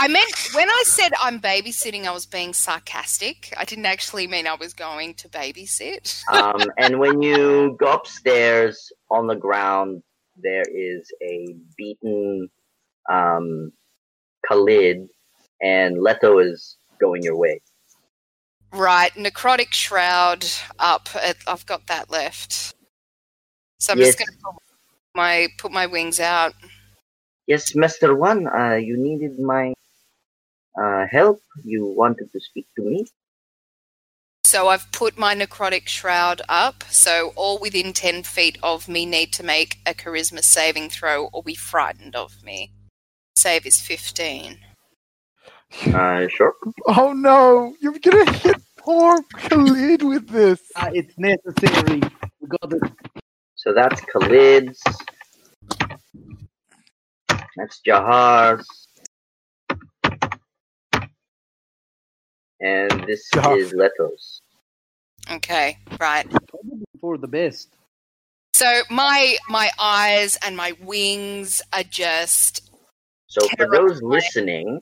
[SPEAKER 6] I meant when I said I'm babysitting, I was being sarcastic. I didn't actually mean I was going to babysit.
[SPEAKER 2] um, and when you go upstairs on the ground, there is a beaten um, Khalid, and Leto is going your way.
[SPEAKER 6] Right, necrotic shroud up. It- I've got that left. So I'm just
[SPEAKER 2] Yes.
[SPEAKER 6] going to put my put my wings out.
[SPEAKER 2] Yes, Master One, uh, you needed my uh, help. You wanted to speak to me.
[SPEAKER 6] So I've put my necrotic shroud up. So all within ten feet of me need to make a charisma saving throw or be frightened of me. Save is fifteen.
[SPEAKER 2] Uh, sure.
[SPEAKER 4] oh no, you're gonna hit poor (laughs) Khalid with this.
[SPEAKER 3] Ah, it's necessary. We got it.
[SPEAKER 2] So that's Khalid's. That's Jahar's. And this
[SPEAKER 4] Jahar.
[SPEAKER 2] is Leto's.
[SPEAKER 6] Okay, right.
[SPEAKER 3] Probably for the best.
[SPEAKER 6] So my my eyes and my wings are just
[SPEAKER 2] So for those listening,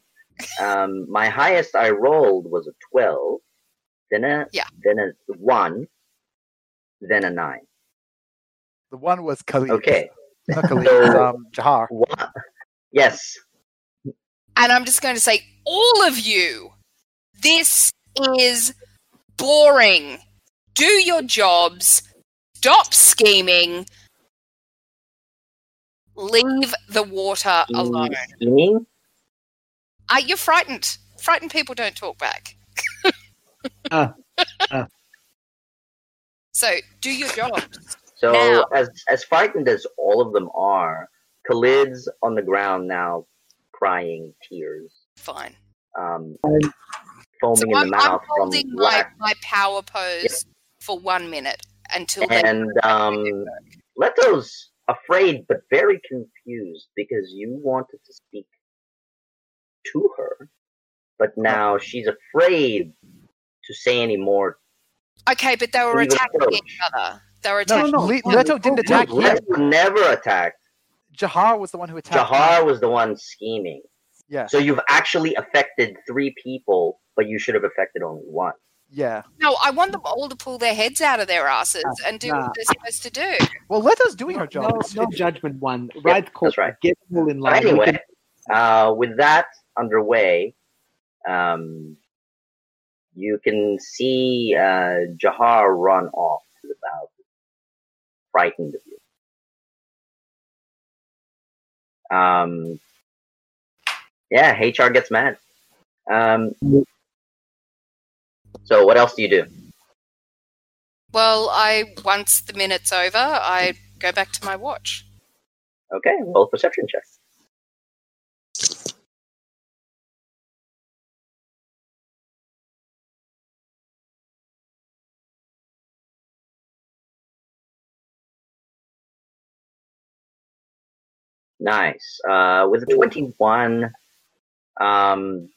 [SPEAKER 2] um, my highest I rolled was a twelve, then a
[SPEAKER 6] Yeah.
[SPEAKER 2] then a one, then a nine.
[SPEAKER 4] The one was Khalid.
[SPEAKER 2] Okay.
[SPEAKER 4] not Khalid. it was, um, Jahar.
[SPEAKER 2] Wha- Yes.
[SPEAKER 6] and I'm just going to say all of you this is boring. Do your jobs. Stop scheming. Leave the water alone.
[SPEAKER 2] Meaning?
[SPEAKER 6] Are you frightened? Frightened people don't talk back.
[SPEAKER 3] (laughs) Ah, ah.
[SPEAKER 6] So do your job.
[SPEAKER 2] So
[SPEAKER 6] Now.
[SPEAKER 2] as as frightened as all of them are, Khalid's on the ground now, crying tears,
[SPEAKER 6] Fine.
[SPEAKER 2] um,
[SPEAKER 3] Um,
[SPEAKER 2] foaming
[SPEAKER 6] So
[SPEAKER 2] in the
[SPEAKER 6] I'm, I'm
[SPEAKER 2] mouth from
[SPEAKER 6] holding my,
[SPEAKER 2] black.
[SPEAKER 6] my power pose for one minute until they
[SPEAKER 2] And um, Leto's afraid but very confused because you wanted to speak to her, but now she's afraid to say any more.
[SPEAKER 6] Okay, but they were
[SPEAKER 2] Leave it
[SPEAKER 6] attacking
[SPEAKER 2] alone.
[SPEAKER 6] each other. They were
[SPEAKER 4] No,
[SPEAKER 6] attacking.
[SPEAKER 4] no, Le- Leto didn't attack him.
[SPEAKER 2] Leto never attacked.
[SPEAKER 4] Jahar was the one who attacked. him.
[SPEAKER 2] Jahar was the one scheming.
[SPEAKER 4] Yeah,
[SPEAKER 2] So you've actually affected three people, but you should have affected only one.
[SPEAKER 4] yeah.
[SPEAKER 6] No, I want them all to pull their heads out of their asses and do
[SPEAKER 3] nah.
[SPEAKER 6] what they're supposed to do.
[SPEAKER 4] Well, Leto's doing her job.
[SPEAKER 3] No,
[SPEAKER 4] It's-
[SPEAKER 3] no
[SPEAKER 4] it-
[SPEAKER 3] judgment one. Right call.
[SPEAKER 2] that's right.
[SPEAKER 3] Get them all in line.
[SPEAKER 2] But
[SPEAKER 3] We
[SPEAKER 2] anyway,
[SPEAKER 3] can-
[SPEAKER 2] uh, with that underway, um, you can see uh, Jahar run off to the bow, frightened of you. Um, yeah, HR gets mad. Um, so what else do you do?
[SPEAKER 6] Well, I once the minute's over, I go back to my watch.
[SPEAKER 2] Okay, roll perception check. Nice. Uh, with a twenty-one, um,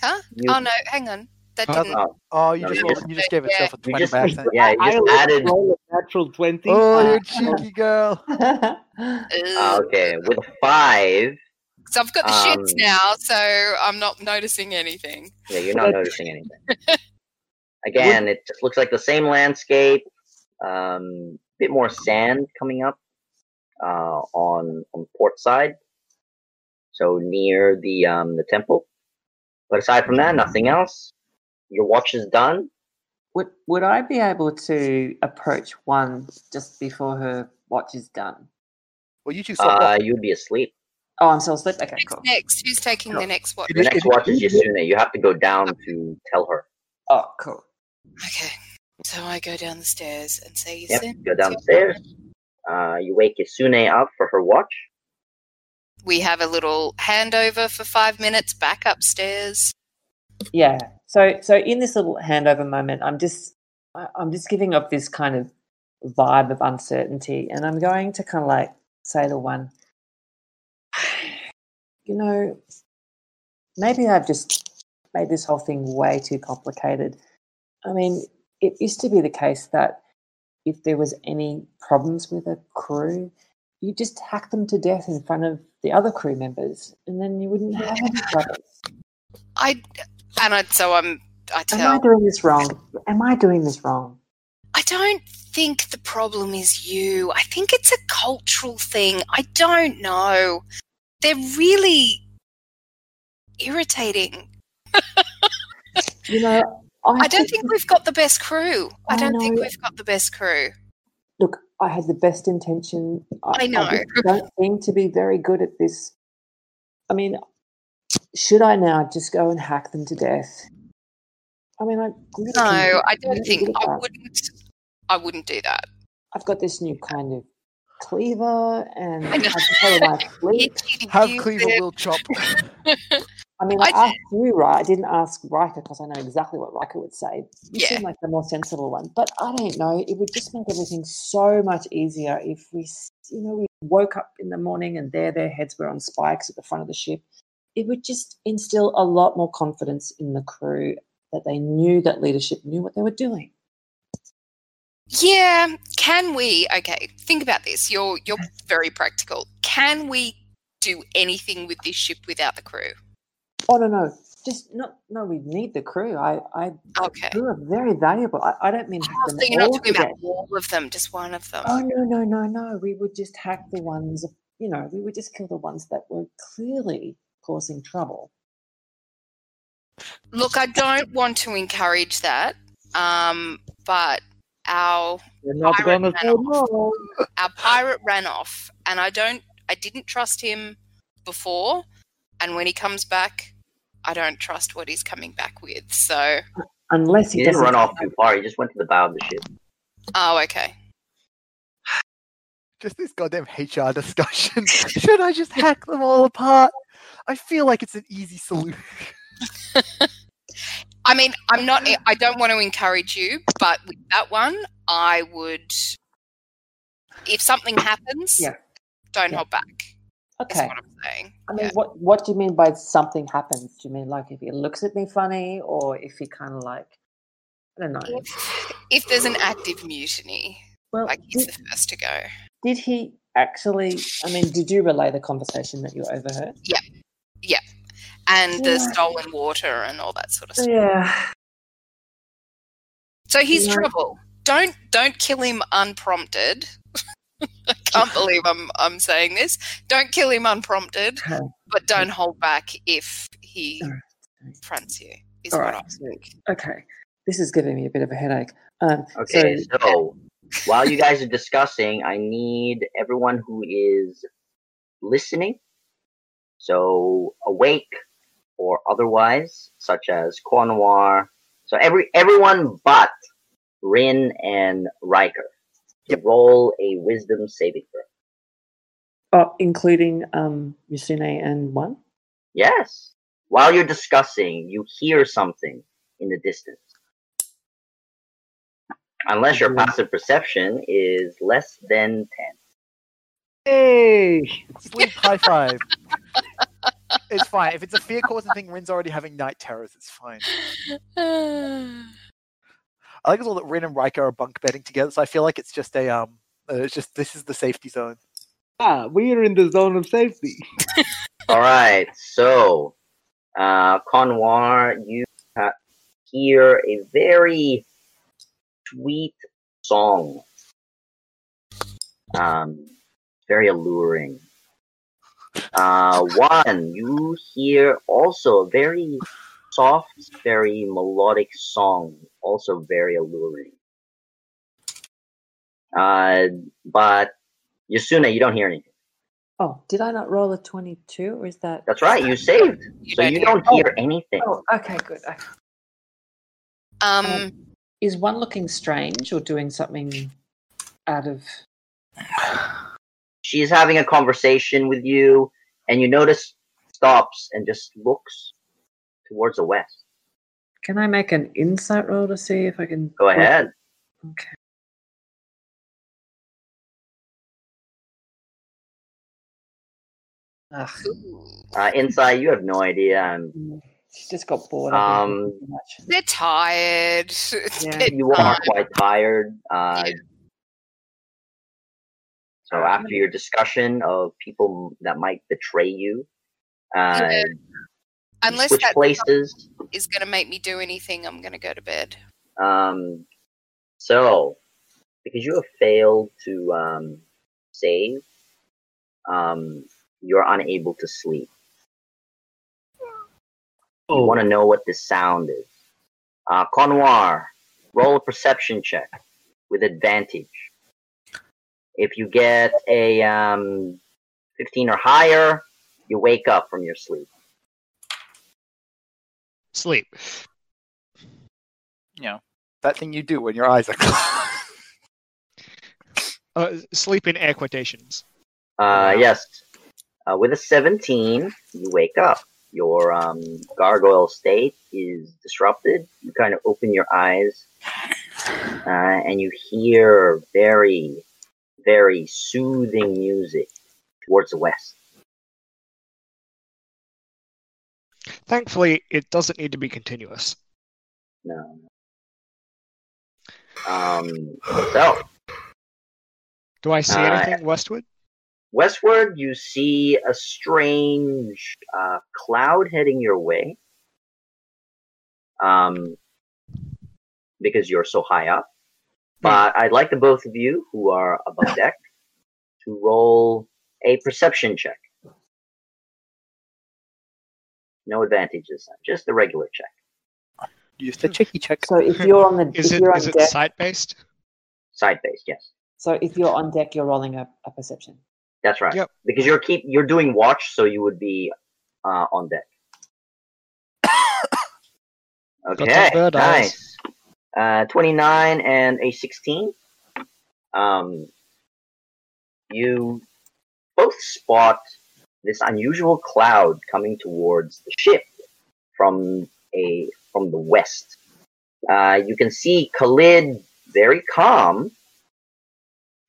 [SPEAKER 6] Huh?
[SPEAKER 2] you,
[SPEAKER 6] Oh no, hang on. That
[SPEAKER 4] Huh?
[SPEAKER 6] didn't.
[SPEAKER 2] Oh,
[SPEAKER 4] Oh, you
[SPEAKER 2] No,
[SPEAKER 4] just
[SPEAKER 2] you
[SPEAKER 4] rolled-
[SPEAKER 2] just-
[SPEAKER 4] you just gave
[SPEAKER 6] yeah.
[SPEAKER 4] yourself a
[SPEAKER 2] you
[SPEAKER 4] twenty
[SPEAKER 2] just,
[SPEAKER 4] percent.
[SPEAKER 2] yeah, you just added.
[SPEAKER 3] roll a natural Ah. 20.
[SPEAKER 4] Oh, you
[SPEAKER 3] (laughs)
[SPEAKER 4] cheeky girl.
[SPEAKER 2] Uh, okay, with five.
[SPEAKER 6] So I've got the shits
[SPEAKER 2] Um,
[SPEAKER 6] now, so I'm not noticing anything.
[SPEAKER 2] Yeah, you're not
[SPEAKER 3] But-
[SPEAKER 2] noticing
[SPEAKER 7] (laughs)
[SPEAKER 2] anything. Again, it just looks like the same landscape. Um, bit more sand coming up uh, on on port side, so near the um, the temple. But aside from that, nothing else. Your watch is done.
[SPEAKER 7] (laughs) Would would I be able to approach one just before her watch is done?
[SPEAKER 4] Well, you two saw
[SPEAKER 2] Uh, you'd be asleep.
[SPEAKER 7] Oh, I'm still asleep. Okay,
[SPEAKER 6] Who's
[SPEAKER 7] cool.
[SPEAKER 6] next? Who's taking the next watch?
[SPEAKER 2] Your next watch is Yasuna. You have to go down to tell her.
[SPEAKER 7] Oh, cool.
[SPEAKER 6] Okay. So I go down the stairs and say,
[SPEAKER 2] Yep,
[SPEAKER 6] Yasin,
[SPEAKER 2] go downstairs. Uh, you wake Yasune up for her watch.
[SPEAKER 6] we have a little handover for five minutes back upstairs.
[SPEAKER 7] Yeah. So so in this little handover moment, I'm just I, I'm just giving up this kind of vibe of uncertainty, and I'm going to kind of like say to one, (sighs) you know, maybe I've just made this whole thing way too complicated. I mean, it used to be the case that if there was any problems with a crew, you just hack them to death in front of the other crew members, and then you wouldn't have any troubles.
[SPEAKER 6] I and I so I'm I
[SPEAKER 7] Am I
[SPEAKER 6] tell
[SPEAKER 7] doing this wrong? Am I doing this wrong?
[SPEAKER 6] I don't think the problem is you. I think it's a cultural thing. I don't know. They're really irritating.
[SPEAKER 7] You know, I,
[SPEAKER 6] I don't think we've got the best crew. I
[SPEAKER 7] I
[SPEAKER 6] don't think
[SPEAKER 7] know.
[SPEAKER 6] we've got the best crew.
[SPEAKER 7] look. I had the best intention.
[SPEAKER 6] I know.
[SPEAKER 7] just don't seem to be very good at this. I mean, should I now just go and hack them to death? I mean, I
[SPEAKER 6] No, I don't think I wouldn't I wouldn't do that.
[SPEAKER 7] I've got this new kind of cleaver, and
[SPEAKER 6] I
[SPEAKER 7] I
[SPEAKER 6] know.
[SPEAKER 7] can tell
[SPEAKER 6] (laughs)
[SPEAKER 7] my
[SPEAKER 6] He
[SPEAKER 7] fleet.
[SPEAKER 6] cheated
[SPEAKER 4] Have
[SPEAKER 6] you
[SPEAKER 4] Cleaver
[SPEAKER 6] there.
[SPEAKER 4] will (laughs) chop.
[SPEAKER 7] I mean, I,
[SPEAKER 6] I-
[SPEAKER 7] asked you, right? I didn't ask Riker because I know exactly what Riker would say. You
[SPEAKER 6] Yeah.
[SPEAKER 7] seem like the more sensible one, but I don't know. It would just make everything so much easier if we, s- you know, we woke up in the morning and there their heads were on spikes at the front of the ship. It would just instill a lot more confidence in the crew that they knew that leadership knew what they were doing.
[SPEAKER 6] Yeah, can we? Okay, think about this. You're you're
[SPEAKER 7] Mm.
[SPEAKER 6] very practical. Can we do anything with this ship without the crew?
[SPEAKER 7] Oh no, no, just not. No, we need the crew. I, I,
[SPEAKER 6] Okay.
[SPEAKER 7] crew are very valuable. I, I don't mean hack
[SPEAKER 6] Oh,
[SPEAKER 7] them
[SPEAKER 6] so you're not
[SPEAKER 7] all
[SPEAKER 6] talking
[SPEAKER 7] to
[SPEAKER 6] about
[SPEAKER 7] death.
[SPEAKER 6] all of them, just one of them.
[SPEAKER 7] Oh no, no, no, no. We would just hack the ones, you know, we would just kill the ones that were clearly causing trouble.
[SPEAKER 6] Look, I don't want to encourage that, um, but our
[SPEAKER 3] We're not
[SPEAKER 6] Pirate
[SPEAKER 3] going to say no.
[SPEAKER 6] our pirate ran off, and I don't, I didn't trust him before, and when he comes back, I don't trust what he's coming back with. So,
[SPEAKER 7] Unless he
[SPEAKER 2] He didn't
[SPEAKER 7] doesn't
[SPEAKER 2] run off too far. He just went to the bow of the ship.
[SPEAKER 6] oh, okay.
[SPEAKER 4] just this goddamn HR discussion. (laughs) Should I just hack them all apart? I feel like it's an easy (laughs) solution.
[SPEAKER 6] I mean, I'm not. I don't want to encourage you, but with that one, I would. If something happens,
[SPEAKER 7] Yeah.
[SPEAKER 6] don't
[SPEAKER 7] Yeah.
[SPEAKER 6] hold back. Is
[SPEAKER 7] Okay.
[SPEAKER 6] what I'm saying.
[SPEAKER 7] I mean,
[SPEAKER 6] Yeah.
[SPEAKER 7] what what do you mean by something happens? Do you mean like if he looks at me funny or if he kind of like, I don't know.
[SPEAKER 6] If, if there's an active mutiny,
[SPEAKER 7] Well,
[SPEAKER 6] like he's
[SPEAKER 7] did,
[SPEAKER 6] the first to go.
[SPEAKER 7] did he actually, I mean, did you relay the conversation that you overheard?
[SPEAKER 6] and the
[SPEAKER 7] Yeah.
[SPEAKER 6] stolen water and all that sort of stuff.
[SPEAKER 7] Yeah.
[SPEAKER 6] So he's
[SPEAKER 7] Yeah.
[SPEAKER 6] trouble. Don't don't kill him unprompted. (laughs) I can't believe I'm I'm saying this. Don't kill him unprompted,
[SPEAKER 7] Okay.
[SPEAKER 6] but don't hold back if he
[SPEAKER 7] Alright.
[SPEAKER 6] fronts you. Is
[SPEAKER 7] All
[SPEAKER 6] what
[SPEAKER 7] right.
[SPEAKER 6] I
[SPEAKER 7] (sighs) Okay. This is giving me a bit of a headache. Um,
[SPEAKER 2] Okay,
[SPEAKER 7] so,
[SPEAKER 2] so while you guys are discussing, I need everyone who is listening, so awake or otherwise, such as Cornwar. So every everyone but Rin and Riker to roll a wisdom saving throw.
[SPEAKER 7] oh, including um, Yasune and one.
[SPEAKER 2] Yes. While you're discussing, you hear something in the distance. Unless your passive perception is less than ten.
[SPEAKER 3] Hey,
[SPEAKER 4] Sleep high five.
[SPEAKER 8] It's fine. If it's a fear causing thing, Rin's already having night terrors. It's fine. I like it all that Rin and Riker are bunk bedding together, so I feel like it's just a um, uh, it's just this is the safety zone.
[SPEAKER 3] Ah, we're in the zone of safety.
[SPEAKER 2] All right, so uh, Conwar, you ha- hear a very sweet song. Um, very alluring. Uh, one, you hear also a very soft, very melodic song, also very alluring. Uh, but Yasuna, you don't hear anything.
[SPEAKER 7] Oh, did I not roll a 22 or is that?
[SPEAKER 2] That's right, you saved. So you don't hear anything.
[SPEAKER 7] Oh, okay, good. Okay.
[SPEAKER 6] Um,
[SPEAKER 7] Is one looking strange or doing something out of.
[SPEAKER 2] She's having a conversation with you, and you notice stops and just looks towards the west.
[SPEAKER 7] Can I make an insight roll to see if I can.
[SPEAKER 2] Go ahead.
[SPEAKER 7] Okay. Ugh,
[SPEAKER 6] Um,
[SPEAKER 2] Uh, inside, you have no idea. Um, And
[SPEAKER 7] she's just got bored. I think,
[SPEAKER 2] Um,
[SPEAKER 7] too much.
[SPEAKER 6] they're tired. (laughs) It's
[SPEAKER 7] Yeah.
[SPEAKER 6] been-
[SPEAKER 2] you are quite tired. Uh,
[SPEAKER 6] Yeah.
[SPEAKER 2] So after your discussion of people that might betray you, uh,
[SPEAKER 6] Yeah. unless
[SPEAKER 2] switch
[SPEAKER 6] that
[SPEAKER 2] places.
[SPEAKER 6] is going to make me do anything, I'm going to go to bed.
[SPEAKER 2] Um, so, because you have failed to um, save, um, you're unable to sleep. You want to know what this sound is. Uh, Conwar, roll a perception check with advantage. If you get a um, 15 or higher, you wake up from your sleep.
[SPEAKER 5] (laughs) Sleep.
[SPEAKER 4] You know, that thing you do when your eyes are closed.
[SPEAKER 5] Uh, sleep in air quotations.
[SPEAKER 2] Uh, Yes. Uh, with a 17, you wake up. Your um, gargoyle state is disrupted. You kind of open your eyes uh, and you hear very, very soothing music towards the west.
[SPEAKER 5] Thankfully, it doesn't need to be continuous.
[SPEAKER 2] No. Um, so,
[SPEAKER 5] Do I see
[SPEAKER 2] Uh,
[SPEAKER 5] anything westward?
[SPEAKER 2] westward, you see a strange uh, cloud heading your way. Um, because you're so high up. But I'd like the both of you who are above deck to roll a perception check. No advantages, just the regular check.
[SPEAKER 4] Use the checky check.
[SPEAKER 7] So if you're on the.
[SPEAKER 5] Is
[SPEAKER 7] if
[SPEAKER 5] it
[SPEAKER 7] you're on
[SPEAKER 5] is it
[SPEAKER 7] deck,
[SPEAKER 5] sight based?
[SPEAKER 2] Side base, yes.
[SPEAKER 7] So if you're on deck, you're rolling a, a perception.
[SPEAKER 2] That's right.
[SPEAKER 5] Yep.
[SPEAKER 2] Because you're keep you're doing watch, so you would be uh, on deck.
[SPEAKER 5] some
[SPEAKER 2] okay.
[SPEAKER 5] bird
[SPEAKER 2] Nice. Uh, Twenty nine and a sixteen. Um, you both spot this unusual cloud coming towards the ship from a from the west. Uh, you can see Khalid very calm,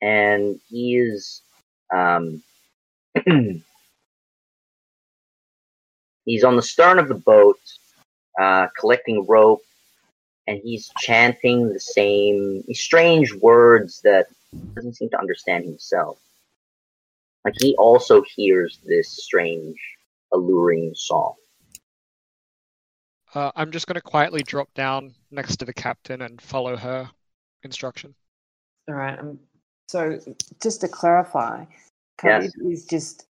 [SPEAKER 2] and he is um, (clears throat) he's on the stern of the boat, uh, collecting rope, and he's chanting the same these strange words that he doesn't seem to understand himself. Like he also hears this strange, alluring song.
[SPEAKER 5] Uh, I'm just going to quietly drop down next to the captain and follow her instruction.
[SPEAKER 7] All right. Um, so just to clarify, Khalid is just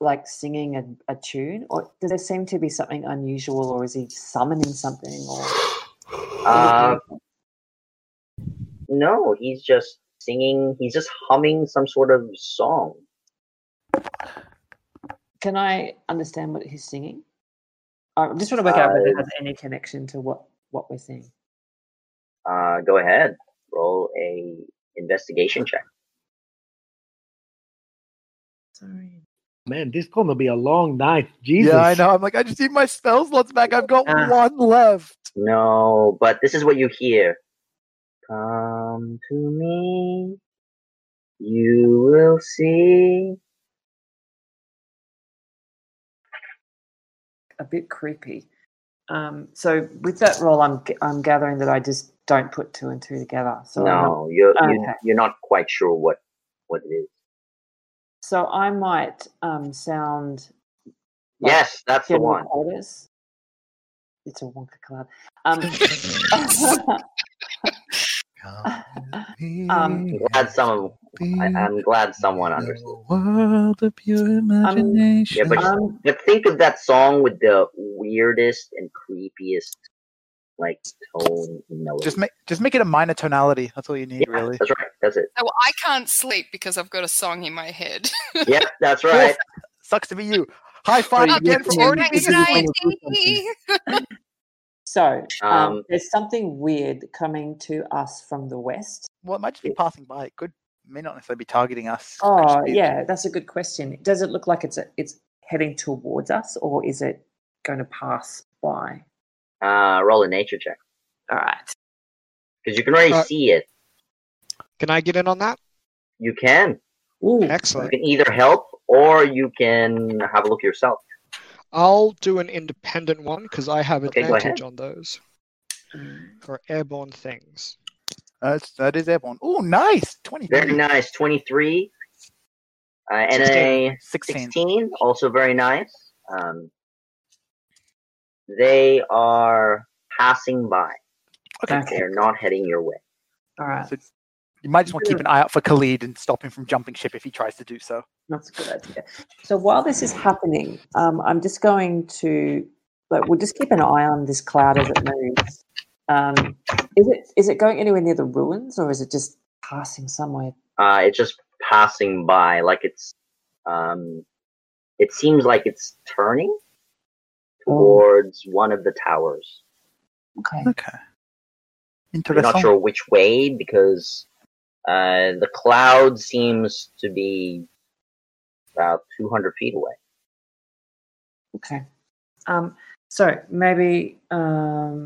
[SPEAKER 7] like singing a, a tune, or does there seem to be something unusual, or is he summoning something? Or
[SPEAKER 2] Uh, no, he's just singing. He's just humming some sort of song.
[SPEAKER 7] can I understand what he's singing? I just want to work out whether it has any connection to what what we're seeing.
[SPEAKER 2] Uh, go ahead, roll a investigation check.
[SPEAKER 7] Sorry.
[SPEAKER 3] Man, this gonna be a long night. Jesus.
[SPEAKER 8] Yeah, I know. I'm like, I just need my spell slots back. I've got
[SPEAKER 7] Ah.
[SPEAKER 8] one left.
[SPEAKER 2] No, but this is what you hear. Come to me, you will see.
[SPEAKER 7] a bit creepy. Um, so with that roll, I'm g- I'm gathering that I just don't put two and two together. So I'm not-
[SPEAKER 2] no, you're,
[SPEAKER 7] Okay.
[SPEAKER 2] you're you're not quite sure what what it is.
[SPEAKER 7] so I might um, sound like
[SPEAKER 2] Yes, that's the
[SPEAKER 7] general
[SPEAKER 2] one.
[SPEAKER 7] quarters. It's a Wonka cloud. (laughs) Um, Um,
[SPEAKER 2] I'm glad some. I, I'm glad someone understood.
[SPEAKER 9] World of your
[SPEAKER 2] Yeah,
[SPEAKER 9] imagination.
[SPEAKER 2] but
[SPEAKER 7] um,
[SPEAKER 2] But think of that song with the weirdest and creepiest like tone and melody.
[SPEAKER 8] Just make just make it a minor tonality. That's all you need,
[SPEAKER 2] Yeah,
[SPEAKER 8] really.
[SPEAKER 2] That's right. That's
[SPEAKER 7] (laughs)
[SPEAKER 2] it.
[SPEAKER 6] Oh, I can't sleep because I've got a song in my head.
[SPEAKER 2] Yep, that's right.
[SPEAKER 8] Sucks to be you. High
[SPEAKER 6] (laughs)
[SPEAKER 7] Oh,
[SPEAKER 8] five
[SPEAKER 3] Wait,
[SPEAKER 8] again
[SPEAKER 3] yes,
[SPEAKER 8] from
[SPEAKER 3] man.
[SPEAKER 8] Orton.
[SPEAKER 3] This is the final proof, I think.
[SPEAKER 7] so um,
[SPEAKER 2] Um,
[SPEAKER 7] there's something weird coming to us from the west.
[SPEAKER 8] Well, it might just be passing by. It could may not necessarily be targeting us. It could
[SPEAKER 7] Oh,
[SPEAKER 8] just be-
[SPEAKER 7] yeah, that's a good question. Does it look like it's a, it's heading towards us, or is it going to pass by?
[SPEAKER 2] Uh, roll a nature check
[SPEAKER 7] All right.
[SPEAKER 2] because you can already
[SPEAKER 5] Uh,
[SPEAKER 2] see it.
[SPEAKER 5] Can I get in on that?
[SPEAKER 2] You can.
[SPEAKER 7] Ooh,
[SPEAKER 2] You
[SPEAKER 5] Excellent.
[SPEAKER 2] can either help or you can have a look yourself.
[SPEAKER 5] I'll do an independent one because I have
[SPEAKER 2] Okay, go
[SPEAKER 5] advantage on those for airborne things.
[SPEAKER 8] Uh, it's- that is airborne. Oh, nice. Twenty.
[SPEAKER 4] Mm-hmm.
[SPEAKER 2] Very nice. Twenty-three. Uh, and a
[SPEAKER 8] 16.
[SPEAKER 2] 16 also very nice um, they are passing by
[SPEAKER 8] Okay.
[SPEAKER 2] they're not heading your way
[SPEAKER 7] all right.
[SPEAKER 8] So you might just want to keep an eye out for Khalid and stop him from jumping ship if he tries to do so.
[SPEAKER 7] That's a good idea. So while this is happening, um, I'm just going to like we'll just keep an eye on this cloud as it moves. Um, is it is it going anywhere near the ruins, or is it just passing somewhere?
[SPEAKER 2] uh, it's just passing by like it's um, it seems like it's turning
[SPEAKER 7] Oh.
[SPEAKER 2] towards one of the towers
[SPEAKER 7] Okay.
[SPEAKER 8] Okay.
[SPEAKER 2] you're not
[SPEAKER 8] Interesting.
[SPEAKER 2] sure which way because uh, the cloud seems to be about 200 feet away
[SPEAKER 7] Okay. Um, so maybe um,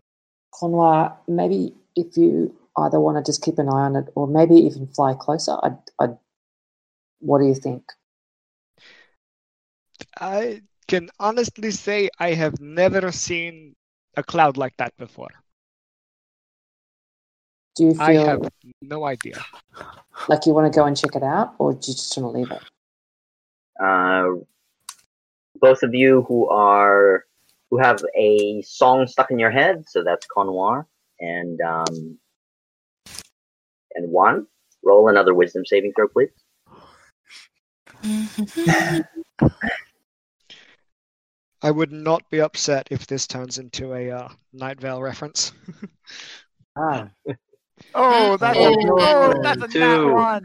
[SPEAKER 7] Conroy, maybe if you either want to just keep an eye on it, or maybe even fly closer. I, I, what do you think?
[SPEAKER 5] I can honestly say I have never seen a cloud like that before.
[SPEAKER 7] Do you
[SPEAKER 5] I
[SPEAKER 7] feel
[SPEAKER 5] have no idea.
[SPEAKER 7] like you want to go and check it out, or do you just want to leave it?
[SPEAKER 2] uh, both of you who are who have a song stuck in your head, so that's Conwar and um, and one. Roll another wisdom saving throw, please.
[SPEAKER 6] (laughs)
[SPEAKER 7] Mm-hmm.
[SPEAKER 5] I would not be upset if this turns into a uh, Night Vale reference. (laughs)
[SPEAKER 7] Ah,
[SPEAKER 8] Oh, that's a,
[SPEAKER 6] Oh,
[SPEAKER 8] oh, that's a nat
[SPEAKER 2] two.
[SPEAKER 8] one.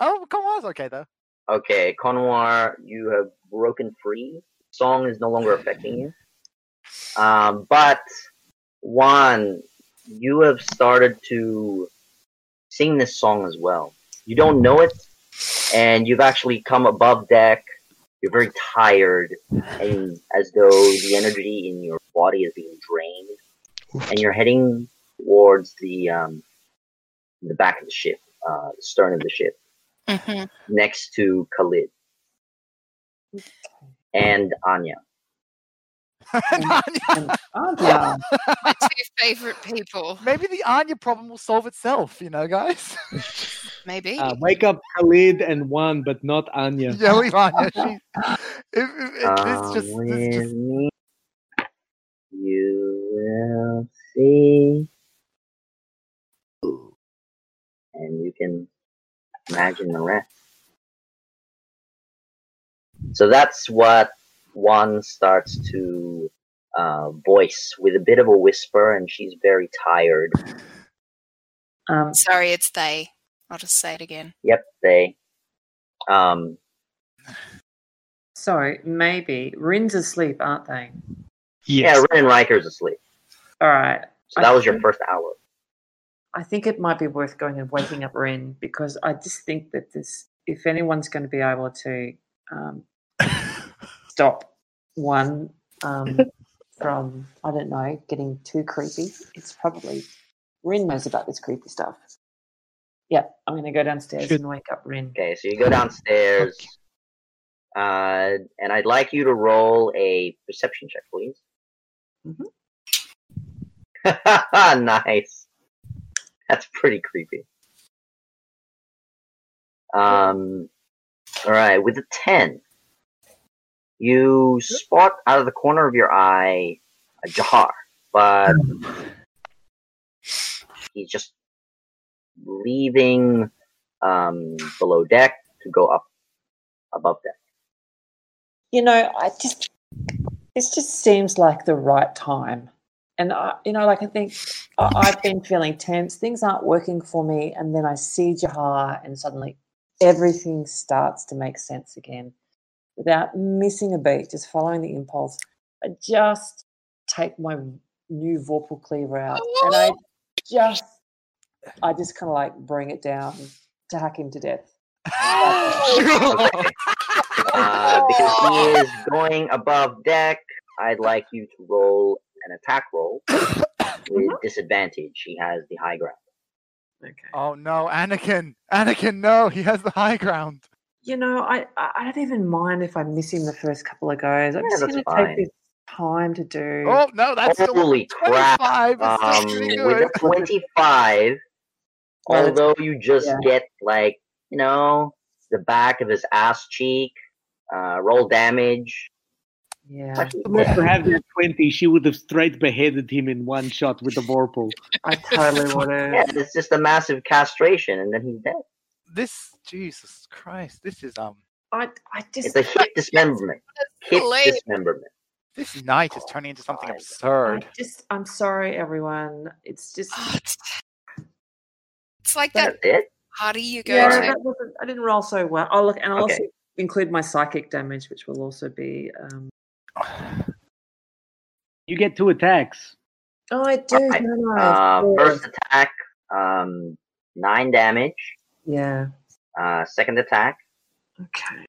[SPEAKER 8] Oh, come on, it's okay though. (laughs)
[SPEAKER 2] Okay, Conwar, you have broken free. Song is no longer affecting you. Um, but one, you have started to sing this song as well. You don't know it, and you've actually come above deck. You're very tired, and as though the energy in your body is being drained, and you're heading towards the um, the back of the ship, uh, the stern of the ship
[SPEAKER 6] Mhm.
[SPEAKER 2] next to Khalid and Anya.
[SPEAKER 8] And Anya-
[SPEAKER 7] yeah.
[SPEAKER 6] My (laughs) two favorite people,
[SPEAKER 8] maybe the Anya problem will solve itself, you know, guys. (laughs)
[SPEAKER 6] maybe.
[SPEAKER 3] Uh,
[SPEAKER 2] Um,
[SPEAKER 3] wake up Khalid and one, but not Anya.
[SPEAKER 8] yeah, leave (laughs) Anya. She, if, if, if, this just,
[SPEAKER 2] Come
[SPEAKER 8] this
[SPEAKER 2] with
[SPEAKER 8] is (laughs) just
[SPEAKER 2] me. You will see. And you can imagine the rest. So that's what one starts to uh, voice with a bit of a whisper, and she's very tired.
[SPEAKER 7] Um,
[SPEAKER 6] Sorry, it's they. I'll just say it again.
[SPEAKER 2] Yep, they. Um,
[SPEAKER 7] so maybe Rin's asleep, aren't they?
[SPEAKER 5] Yes.
[SPEAKER 2] yeah, Ren and Riker's asleep.
[SPEAKER 7] All right.
[SPEAKER 2] So that was your first hour.
[SPEAKER 7] I think it might be worth going and waking up Rin because I just think that this, if anyone's going to be able to um, stop one um, from, I don't know, getting too creepy, it's probably Rin knows about this creepy stuff. Yeah, I'm going to go downstairs
[SPEAKER 5] Should-
[SPEAKER 7] and wake up Rin.
[SPEAKER 2] Okay, so you go downstairs. Uh, and I'd like you to roll a perception check, please. Mm-hmm. (laughs) nice. That's pretty creepy. Um, all right, with a 10, you spot out of the corner of your eye a Jahar, but he's just leaving um, below deck to go up above deck.
[SPEAKER 7] you know, I just this just seems like the right time. And I, you know, like I think I, I've been feeling tense. Things aren't working for me, and then I see Jahar, and suddenly everything starts to make sense again, without missing a beat. Just following the impulse, I just take my new Vorpal cleaver out, and I just, I just kind of like bring it down to hack him to death.
[SPEAKER 2] Ah, Okay.
[SPEAKER 4] Ah.
[SPEAKER 2] Uh, because he is going above deck, I'd like you to roll an attack roll with disadvantage. He has the high ground.
[SPEAKER 8] Oh no, Anakin! Anakin, no! He has the high ground.
[SPEAKER 7] You know, I I I don't even mind if I'm missing the first couple of goes. I'm
[SPEAKER 2] Yeah,
[SPEAKER 7] just
[SPEAKER 2] that's
[SPEAKER 7] going to
[SPEAKER 2] fine.
[SPEAKER 7] take this time to do.
[SPEAKER 8] Oh no, that's still
[SPEAKER 2] Holy crap!
[SPEAKER 8] 25. It's
[SPEAKER 2] Um,
[SPEAKER 8] still pretty
[SPEAKER 2] with
[SPEAKER 8] good.
[SPEAKER 2] a 25,
[SPEAKER 7] Well, it's-
[SPEAKER 2] although you just
[SPEAKER 7] yeah.
[SPEAKER 2] get, like, you know, the back of his ass cheek, uh, roll damage.
[SPEAKER 7] yeah,
[SPEAKER 3] Supposed to have that 20, she would have straight beheaded him in one shot with the Vorpal.
[SPEAKER 7] I totally want
[SPEAKER 2] (laughs) Yeah,
[SPEAKER 7] to.
[SPEAKER 2] it's just a massive castration, and then he's dead.
[SPEAKER 8] This Jesus Christ! This is um.
[SPEAKER 7] I I just
[SPEAKER 2] It's a hit dismemberment. Hit
[SPEAKER 6] Lame.
[SPEAKER 2] dismemberment.
[SPEAKER 8] This night is turning into something
[SPEAKER 2] God.
[SPEAKER 8] absurd.
[SPEAKER 7] I just I'm sorry, everyone. It's just
[SPEAKER 2] Ah,
[SPEAKER 6] Oh, it's- It's like that
[SPEAKER 2] That's it.
[SPEAKER 6] party you go
[SPEAKER 7] yeah,
[SPEAKER 6] to.
[SPEAKER 7] that wasn't, I didn't roll so well. Oh look, and I'll
[SPEAKER 2] Okay.
[SPEAKER 7] also include my psychic damage, which will also be. Um,
[SPEAKER 3] You get two attacks.
[SPEAKER 7] oh, I do.
[SPEAKER 2] Alright,
[SPEAKER 7] don't I?
[SPEAKER 2] Uh,
[SPEAKER 7] Yeah.
[SPEAKER 2] first attack, um, nine damage.
[SPEAKER 7] yeah.
[SPEAKER 2] Uh, second attack,
[SPEAKER 7] Okay.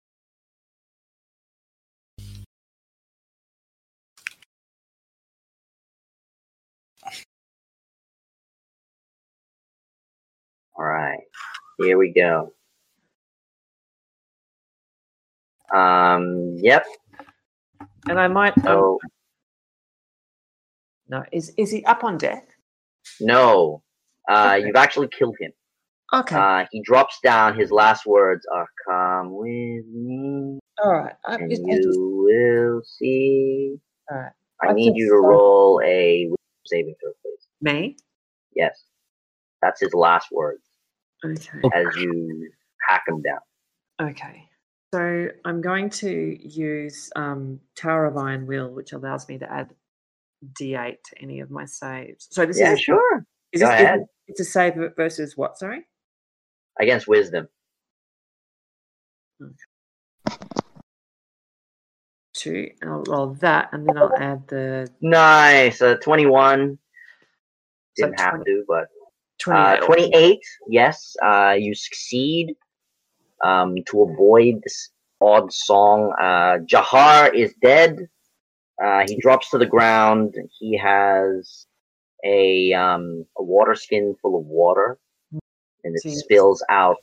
[SPEAKER 2] All right, here we go. Um, yep.
[SPEAKER 7] And I might. Um,
[SPEAKER 2] So
[SPEAKER 7] no, is is he up on deck?
[SPEAKER 2] no, uh, you've actually killed him.
[SPEAKER 7] Okay.
[SPEAKER 2] Uh, he drops down. His last words are "Come with me,
[SPEAKER 7] all right. I,
[SPEAKER 2] and
[SPEAKER 7] I just,
[SPEAKER 2] you will see."
[SPEAKER 7] all right.
[SPEAKER 2] I
[SPEAKER 7] I
[SPEAKER 2] need
[SPEAKER 7] think
[SPEAKER 2] you to
[SPEAKER 7] so.
[SPEAKER 2] roll a wisdom saving throw, please.
[SPEAKER 7] Me.
[SPEAKER 2] Yes, that's his last words
[SPEAKER 7] Okay.
[SPEAKER 2] as you hack him down.
[SPEAKER 7] Okay. So I'm going to use um, Tower of Iron Will, which allows me to add D8 to any of my saves. So this
[SPEAKER 2] Yeah,
[SPEAKER 7] is
[SPEAKER 2] sure.
[SPEAKER 7] Is
[SPEAKER 2] Go
[SPEAKER 7] this,
[SPEAKER 2] ahead.
[SPEAKER 7] Is, it's a save versus what? Sorry.
[SPEAKER 2] Against wisdom.
[SPEAKER 7] Two. And I'll roll that, and then I'll add the
[SPEAKER 2] Nice. Uh, 21. Didn't
[SPEAKER 7] So
[SPEAKER 2] have
[SPEAKER 7] 20
[SPEAKER 2] to, but. Uh,
[SPEAKER 7] 28.
[SPEAKER 2] 28. Yes. Uh, you succeed um, to avoid this odd song. Uh, Jahar is dead. Uh, he drops to the ground. He has a, um, a water skin full of water, and it
[SPEAKER 7] Jeez.
[SPEAKER 2] spills out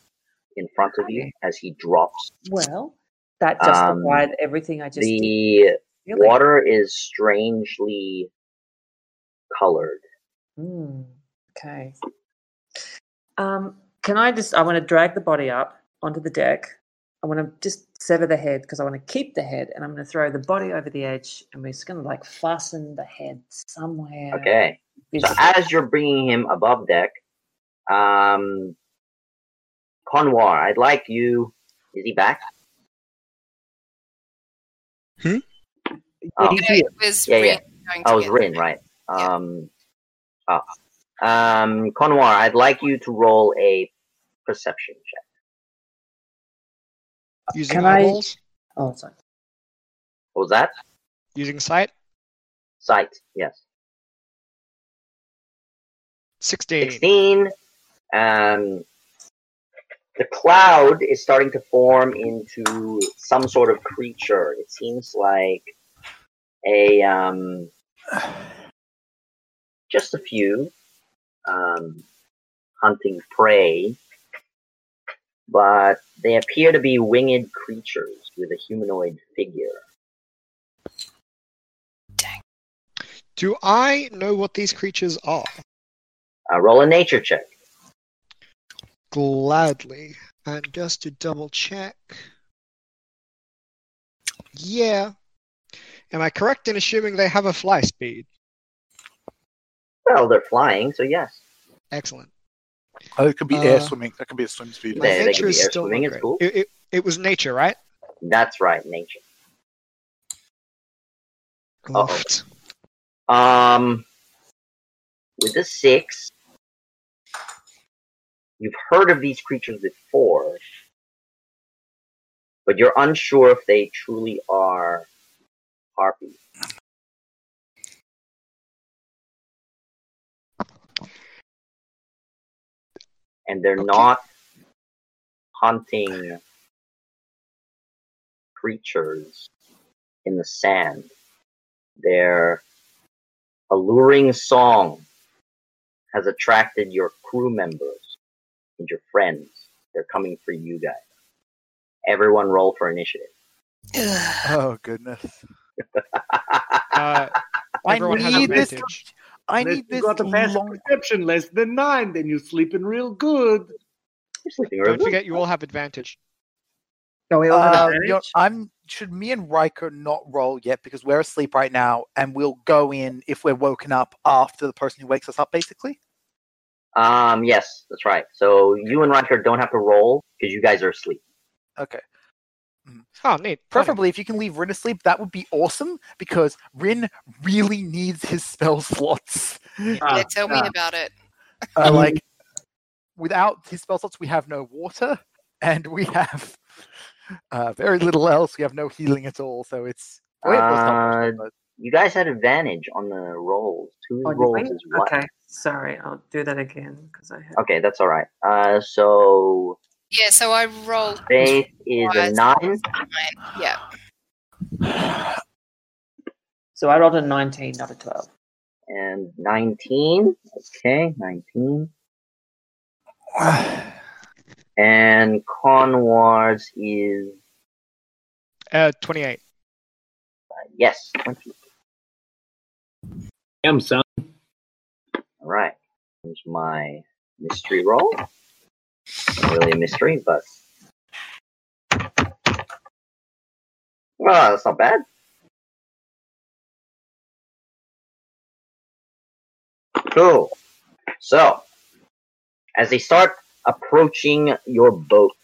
[SPEAKER 2] in front of you as he drops.
[SPEAKER 7] Well, that
[SPEAKER 2] Um,
[SPEAKER 7] justified everything I just did.
[SPEAKER 2] The
[SPEAKER 7] Really.
[SPEAKER 2] water is strangely colored.
[SPEAKER 7] Mm, okay. Um, can I just? I want to drag the body up onto the deck. I want to just sever the head because I want to keep the head, and I'm going to throw the body over the edge, and we're just going to like fasten the head somewhere.
[SPEAKER 2] Okay. So
[SPEAKER 7] visible.
[SPEAKER 2] as you're bringing him above deck, um, Conwar, I'd like you. Is he back?
[SPEAKER 5] Hmm?
[SPEAKER 2] Oh,
[SPEAKER 6] No, it was
[SPEAKER 2] Yeah, yeah.
[SPEAKER 6] Rin going
[SPEAKER 2] I was
[SPEAKER 6] to get-
[SPEAKER 2] Rin, right? Um, oh. um, Conwar, I'd like you to roll a perception check.
[SPEAKER 5] Using
[SPEAKER 7] Can I-
[SPEAKER 5] eyeballs?
[SPEAKER 7] Oh, sorry.
[SPEAKER 2] What was that?
[SPEAKER 5] Using sight?
[SPEAKER 2] Sight. Yes.
[SPEAKER 5] 16.
[SPEAKER 2] 16. Um, the cloud is starting to form into some sort of creature. It seems like a um, just a few um, hunting prey, but they appear to be winged creatures with a humanoid figure.
[SPEAKER 5] Do I know what these creatures are?
[SPEAKER 2] Uh, roll a nature check.
[SPEAKER 5] Gladly. And just to double check. Yeah. Am I correct in assuming they have a fly speed?
[SPEAKER 2] Well, they're flying, so yes.
[SPEAKER 5] Excellent.
[SPEAKER 10] Oh, it could be air
[SPEAKER 5] Uh,
[SPEAKER 10] swimming. That could be a swim speed.
[SPEAKER 5] My
[SPEAKER 2] They- they
[SPEAKER 5] nature
[SPEAKER 2] could
[SPEAKER 5] is
[SPEAKER 2] be air
[SPEAKER 5] still
[SPEAKER 2] swimming,
[SPEAKER 5] not
[SPEAKER 2] it's
[SPEAKER 5] great.
[SPEAKER 2] cool.
[SPEAKER 5] It, it, it was nature, right?
[SPEAKER 2] That's right, nature. Uh-oh.
[SPEAKER 5] Loft.
[SPEAKER 2] Um, with a six, you've heard of these creatures before, but you're unsure if they truly are harpies. And they're not hunting creatures in the sand. They're alluring song has attracted your crew members and your friends. They're coming for you guys. Everyone roll for initiative. (laughs)
[SPEAKER 6] Ugh.
[SPEAKER 4] Oh goodness.
[SPEAKER 5] Uh,
[SPEAKER 4] I
[SPEAKER 5] everyone has
[SPEAKER 4] need this-
[SPEAKER 5] advantage.
[SPEAKER 4] I
[SPEAKER 3] Unless
[SPEAKER 4] need
[SPEAKER 3] you
[SPEAKER 4] this
[SPEAKER 3] got a passive
[SPEAKER 4] long.
[SPEAKER 3] perception less than nine, then you're sleeping real good.
[SPEAKER 2] You're sleeping real
[SPEAKER 5] Don't
[SPEAKER 2] good.
[SPEAKER 5] forget, you all have advantage.
[SPEAKER 3] No,
[SPEAKER 7] Oh,
[SPEAKER 3] we
[SPEAKER 4] Uh, you know, I'm. Should me and Riker not roll yet because we're asleep right now, and we'll go in if we're woken up after the person who wakes us up, basically.
[SPEAKER 2] Um, yes, that's right. So you and Roger don't have to roll because you guys are asleep.
[SPEAKER 4] Okay.
[SPEAKER 5] Oh, neat. Perfect.
[SPEAKER 4] Preferably, if you can leave Rin asleep, that would be awesome because Rin really needs his spell (laughs) slots.
[SPEAKER 6] yeah, tell
[SPEAKER 2] uh.
[SPEAKER 6] me about it.
[SPEAKER 3] Mm-hmm.
[SPEAKER 4] Uh, like, without his spell slots, we have no water, and we have uh, very little else. We have no healing at all, so it's. well, yeah, it's not much,
[SPEAKER 2] Uh,
[SPEAKER 4] but-
[SPEAKER 2] You guys had advantage on the rolls. Two
[SPEAKER 7] Oh, did
[SPEAKER 2] rolls
[SPEAKER 7] we?
[SPEAKER 2] is what?
[SPEAKER 7] Okay, sorry, I'll do that again because I had.
[SPEAKER 2] Okay, that's all right. Uh, so
[SPEAKER 6] Yeah, so I rolled
[SPEAKER 2] faith is a
[SPEAKER 6] Wise.
[SPEAKER 2] nine.
[SPEAKER 6] mine. Yeah.
[SPEAKER 7] So I rolled a 19, not a 12.
[SPEAKER 2] and 19. Okay, 19. and Conwars is,
[SPEAKER 5] Uh, 28.
[SPEAKER 2] yes, 20.
[SPEAKER 3] Damn, son.
[SPEAKER 2] All right. Here's my mystery roll. Not really a mystery, but. Well, Ah, that's not bad. Cool. So, as they start approaching your boat,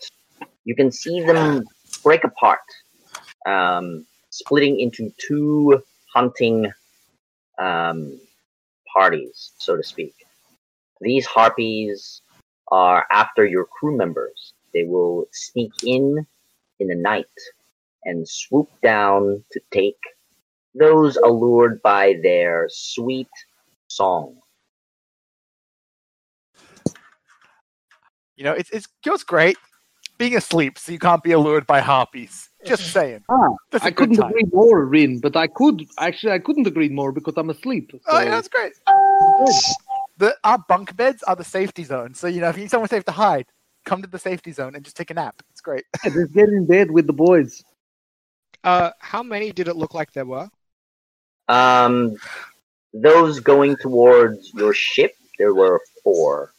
[SPEAKER 2] you can see them break apart, um, splitting into two hunting um, parties, so to speak. These harpies are after your crew members. They will sneak in in the night and swoop down to take those allured by their sweet song.
[SPEAKER 4] (sighs) you know, it's it's you know, it's great being asleep, so you can't be allured by harpies.
[SPEAKER 3] (laughs)
[SPEAKER 4] Just saying.
[SPEAKER 3] Ah,
[SPEAKER 4] That's a
[SPEAKER 3] I
[SPEAKER 4] good
[SPEAKER 3] couldn't
[SPEAKER 4] time.
[SPEAKER 3] agree more, Rin, but I could actually I couldn't agree more because I'm asleep.
[SPEAKER 4] Oh, yeah,
[SPEAKER 3] so-
[SPEAKER 4] that's great. The, our bunk beds are the safety zone, so you know if you need somewhere safe to hide, come to the safety zone and just take a nap.
[SPEAKER 8] (laughs)
[SPEAKER 4] It's great.
[SPEAKER 3] Yeah, just get in bed with the boys.
[SPEAKER 5] Uh, how many did it look like there were?
[SPEAKER 2] Um, those going towards your ship, there were four.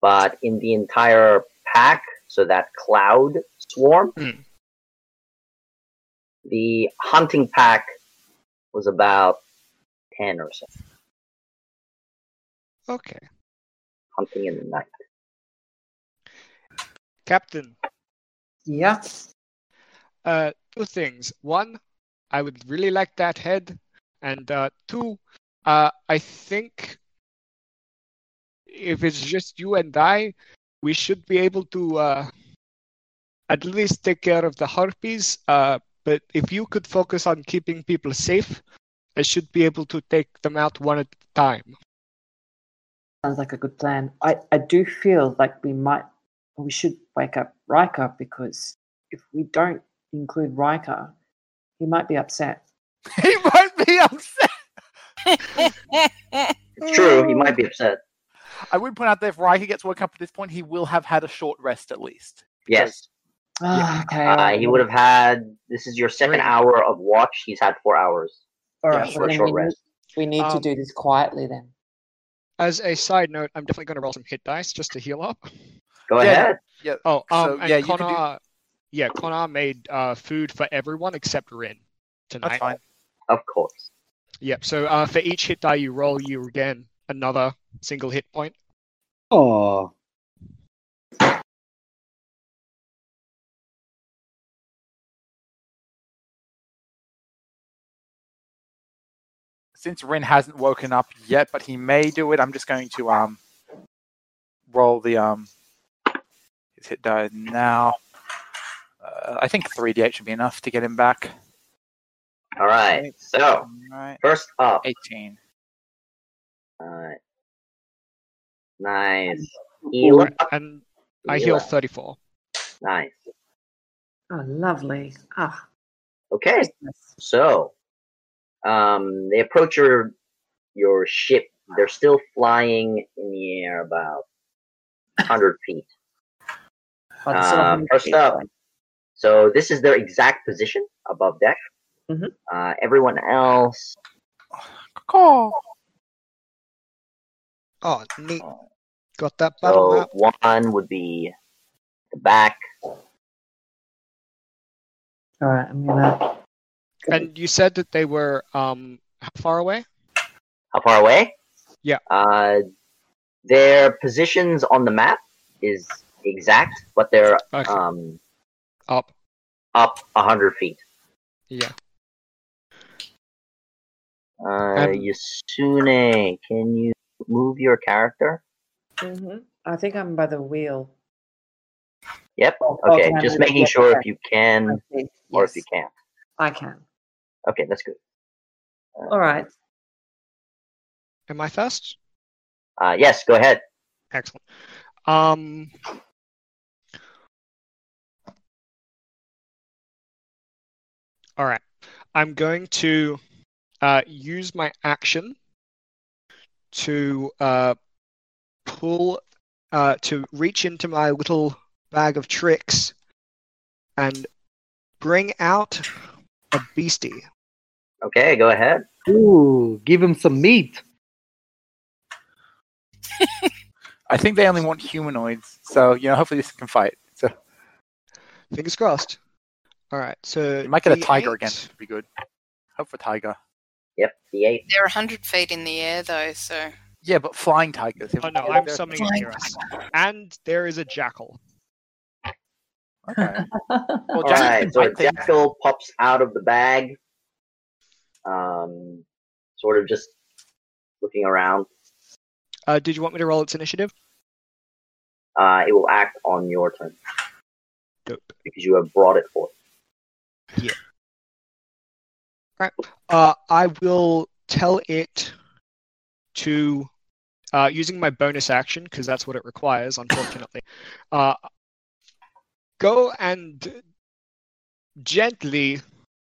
[SPEAKER 2] But in the entire pack, so that cloud swarm,
[SPEAKER 5] Hmm.
[SPEAKER 2] the hunting pack was about 10 or so,
[SPEAKER 5] Okay.
[SPEAKER 2] hunting in the night.
[SPEAKER 5] Captain,
[SPEAKER 7] Yeah.
[SPEAKER 5] uh, two things. One, I would really like that head. And uh, two, uh, I think if it's just you and I, we should be able to uh, at least take care of the harpies. Uh, but if you could focus on keeping people safe, I should be able to take them out one at a time.
[SPEAKER 7] Sounds like a good plan. I, I do feel like we might, we should wake up Riker because if we don't include Riker, he might be upset.
[SPEAKER 4] he might be upset.
[SPEAKER 2] It's true, he might be upset.
[SPEAKER 4] I would point out that if Riker gets woken up at this point, he will have had a short rest at least.
[SPEAKER 2] Yes.
[SPEAKER 7] Ah, okay.
[SPEAKER 2] Uh, he would have had. This is your second hour of watch. He's had four hours
[SPEAKER 7] All right,
[SPEAKER 2] for
[SPEAKER 7] well,
[SPEAKER 2] a
[SPEAKER 7] then
[SPEAKER 2] short
[SPEAKER 7] we, need,
[SPEAKER 2] rest.
[SPEAKER 7] we need to
[SPEAKER 5] Um,
[SPEAKER 7] do this quietly then.
[SPEAKER 5] As a side note, I'm definitely going to roll some hit dice just to heal up.
[SPEAKER 2] Go
[SPEAKER 8] Yeah,
[SPEAKER 2] ahead.
[SPEAKER 8] Yeah.
[SPEAKER 5] Oh, um,
[SPEAKER 8] So,
[SPEAKER 5] and
[SPEAKER 8] yeah, you can do-
[SPEAKER 5] Connor, yeah, Connor made uh, food for everyone except Rin tonight.
[SPEAKER 8] That's fine.
[SPEAKER 2] Of course.
[SPEAKER 5] Yep. So uh, for each hit die you roll, you regain another single hit point.
[SPEAKER 3] Oh,
[SPEAKER 8] Since Rin hasn't woken up yet, but he may do it, I'm just going to um roll the um his hit die now. Uh, I think 3d8 should be enough to get him back.
[SPEAKER 2] All right. So
[SPEAKER 8] Right.
[SPEAKER 2] first up,
[SPEAKER 8] 18.
[SPEAKER 2] all right. Nice. Heal
[SPEAKER 5] Right,
[SPEAKER 2] up.
[SPEAKER 5] And I heal 34.
[SPEAKER 2] Nice.
[SPEAKER 7] Oh, lovely. Ah,
[SPEAKER 2] Okay.
[SPEAKER 7] Christmas.
[SPEAKER 2] So, um, they approach your your ship. They're still flying in the air about hundred feet.
[SPEAKER 7] By the
[SPEAKER 2] Uh,
[SPEAKER 7] sovereign
[SPEAKER 2] first
[SPEAKER 7] people.
[SPEAKER 2] up. So this is their exact position above deck.
[SPEAKER 5] Mm-hmm.
[SPEAKER 7] Mhm.
[SPEAKER 2] Uh, everyone else,
[SPEAKER 8] Caw.
[SPEAKER 5] Oh, neat.
[SPEAKER 2] Oh.
[SPEAKER 5] Got that battle
[SPEAKER 2] so
[SPEAKER 5] map.
[SPEAKER 2] one would be the back.
[SPEAKER 7] All right, I'm gonna.
[SPEAKER 5] And you said that they were um, how far away?
[SPEAKER 2] How far away?
[SPEAKER 5] Yeah.
[SPEAKER 2] Uh, their positions on the map is exact, but they're
[SPEAKER 5] Okay.
[SPEAKER 2] um,
[SPEAKER 5] Up.
[SPEAKER 2] up hundred feet.
[SPEAKER 5] Yeah.
[SPEAKER 2] Uh,
[SPEAKER 5] Um,
[SPEAKER 2] Yasune, can you move your character?
[SPEAKER 7] hmm I think I'm by the wheel.
[SPEAKER 2] Yep.
[SPEAKER 7] Oh,
[SPEAKER 2] Okay,
[SPEAKER 7] can I
[SPEAKER 2] just
[SPEAKER 7] move it?
[SPEAKER 2] making
[SPEAKER 7] Yeah,
[SPEAKER 2] sure
[SPEAKER 7] okay.
[SPEAKER 2] if you can
[SPEAKER 7] I see.
[SPEAKER 2] or if
[SPEAKER 7] Yes,
[SPEAKER 2] you can't.
[SPEAKER 7] I can.
[SPEAKER 2] Okay, that's good. Uh,
[SPEAKER 7] All right.
[SPEAKER 5] Am I first?
[SPEAKER 2] Uh, yes, go ahead.
[SPEAKER 5] Excellent. Um, all right. I'm going to uh, use my action to uh, pull, uh, to reach into my little bag of tricks and bring out a beastie.
[SPEAKER 2] Okay, go ahead.
[SPEAKER 3] ooh, give him some meat.
[SPEAKER 8] I think they only want humanoids, so you know, hopefully this can fight. So
[SPEAKER 5] Fingers crossed. All right. So
[SPEAKER 8] you might get a tiger
[SPEAKER 5] D8.
[SPEAKER 8] again, which would be good. Hope for tiger.
[SPEAKER 2] Yep, D8.
[SPEAKER 6] They're 100 feet in the air, though, so.
[SPEAKER 8] Yeah, but flying tigers.
[SPEAKER 5] Oh no, I'm summoning it near us. And there is a jackal.
[SPEAKER 8] (laughs) Okay. Well,
[SPEAKER 2] All
[SPEAKER 8] Jack
[SPEAKER 2] right,
[SPEAKER 8] can
[SPEAKER 2] so a
[SPEAKER 8] bite things.
[SPEAKER 2] jackal pops out of the bag, um, sort of just looking around.
[SPEAKER 5] Uh, did you want me to roll its initiative?
[SPEAKER 2] Uh, it will act on your turn
[SPEAKER 5] Dope.
[SPEAKER 2] because you have brought it forth.
[SPEAKER 5] Uh, I will tell it to, uh, using my bonus action, because that's what it requires, unfortunately, (laughs) uh, go and gently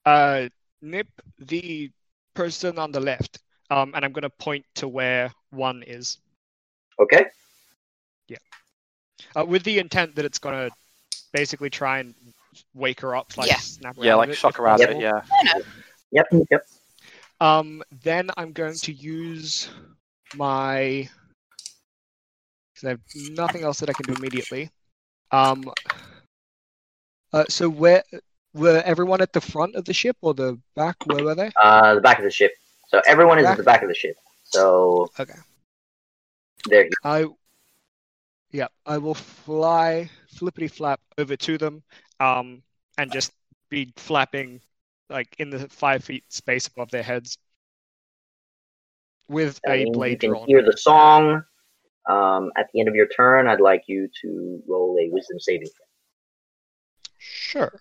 [SPEAKER 5] uh, nip the person on the left. Um, and I'm going to point to where one is,
[SPEAKER 2] Okay,
[SPEAKER 5] uh, with the intent that it's going to basically try and wake her up, like
[SPEAKER 6] Yeah.
[SPEAKER 5] snap her
[SPEAKER 8] Yeah,
[SPEAKER 5] out of
[SPEAKER 8] like
[SPEAKER 5] it,
[SPEAKER 8] shock
[SPEAKER 5] if
[SPEAKER 8] her out of it.
[SPEAKER 5] possible.
[SPEAKER 8] Yeah.
[SPEAKER 2] yep,
[SPEAKER 5] Hmm.
[SPEAKER 2] yep.
[SPEAKER 5] Um, then I'm going to use my because I have nothing else that I can do immediately. Um, uh, so where were everyone at the front of the ship or the back? Where were they?
[SPEAKER 2] Uh, the back of the ship. So everyone is at
[SPEAKER 5] Back.
[SPEAKER 2] the back of the ship. So
[SPEAKER 5] Okay.
[SPEAKER 2] they're here.
[SPEAKER 5] I yeah, I will fly flippity flap over to them, um, and just be flapping like in the five feet space above their heads with
[SPEAKER 2] That
[SPEAKER 5] a
[SPEAKER 2] means you
[SPEAKER 5] blade
[SPEAKER 2] can
[SPEAKER 5] drawn.
[SPEAKER 2] hear the song. Um, at the end of your turn, I'd like you to roll a wisdom saving. throw.
[SPEAKER 5] Sure.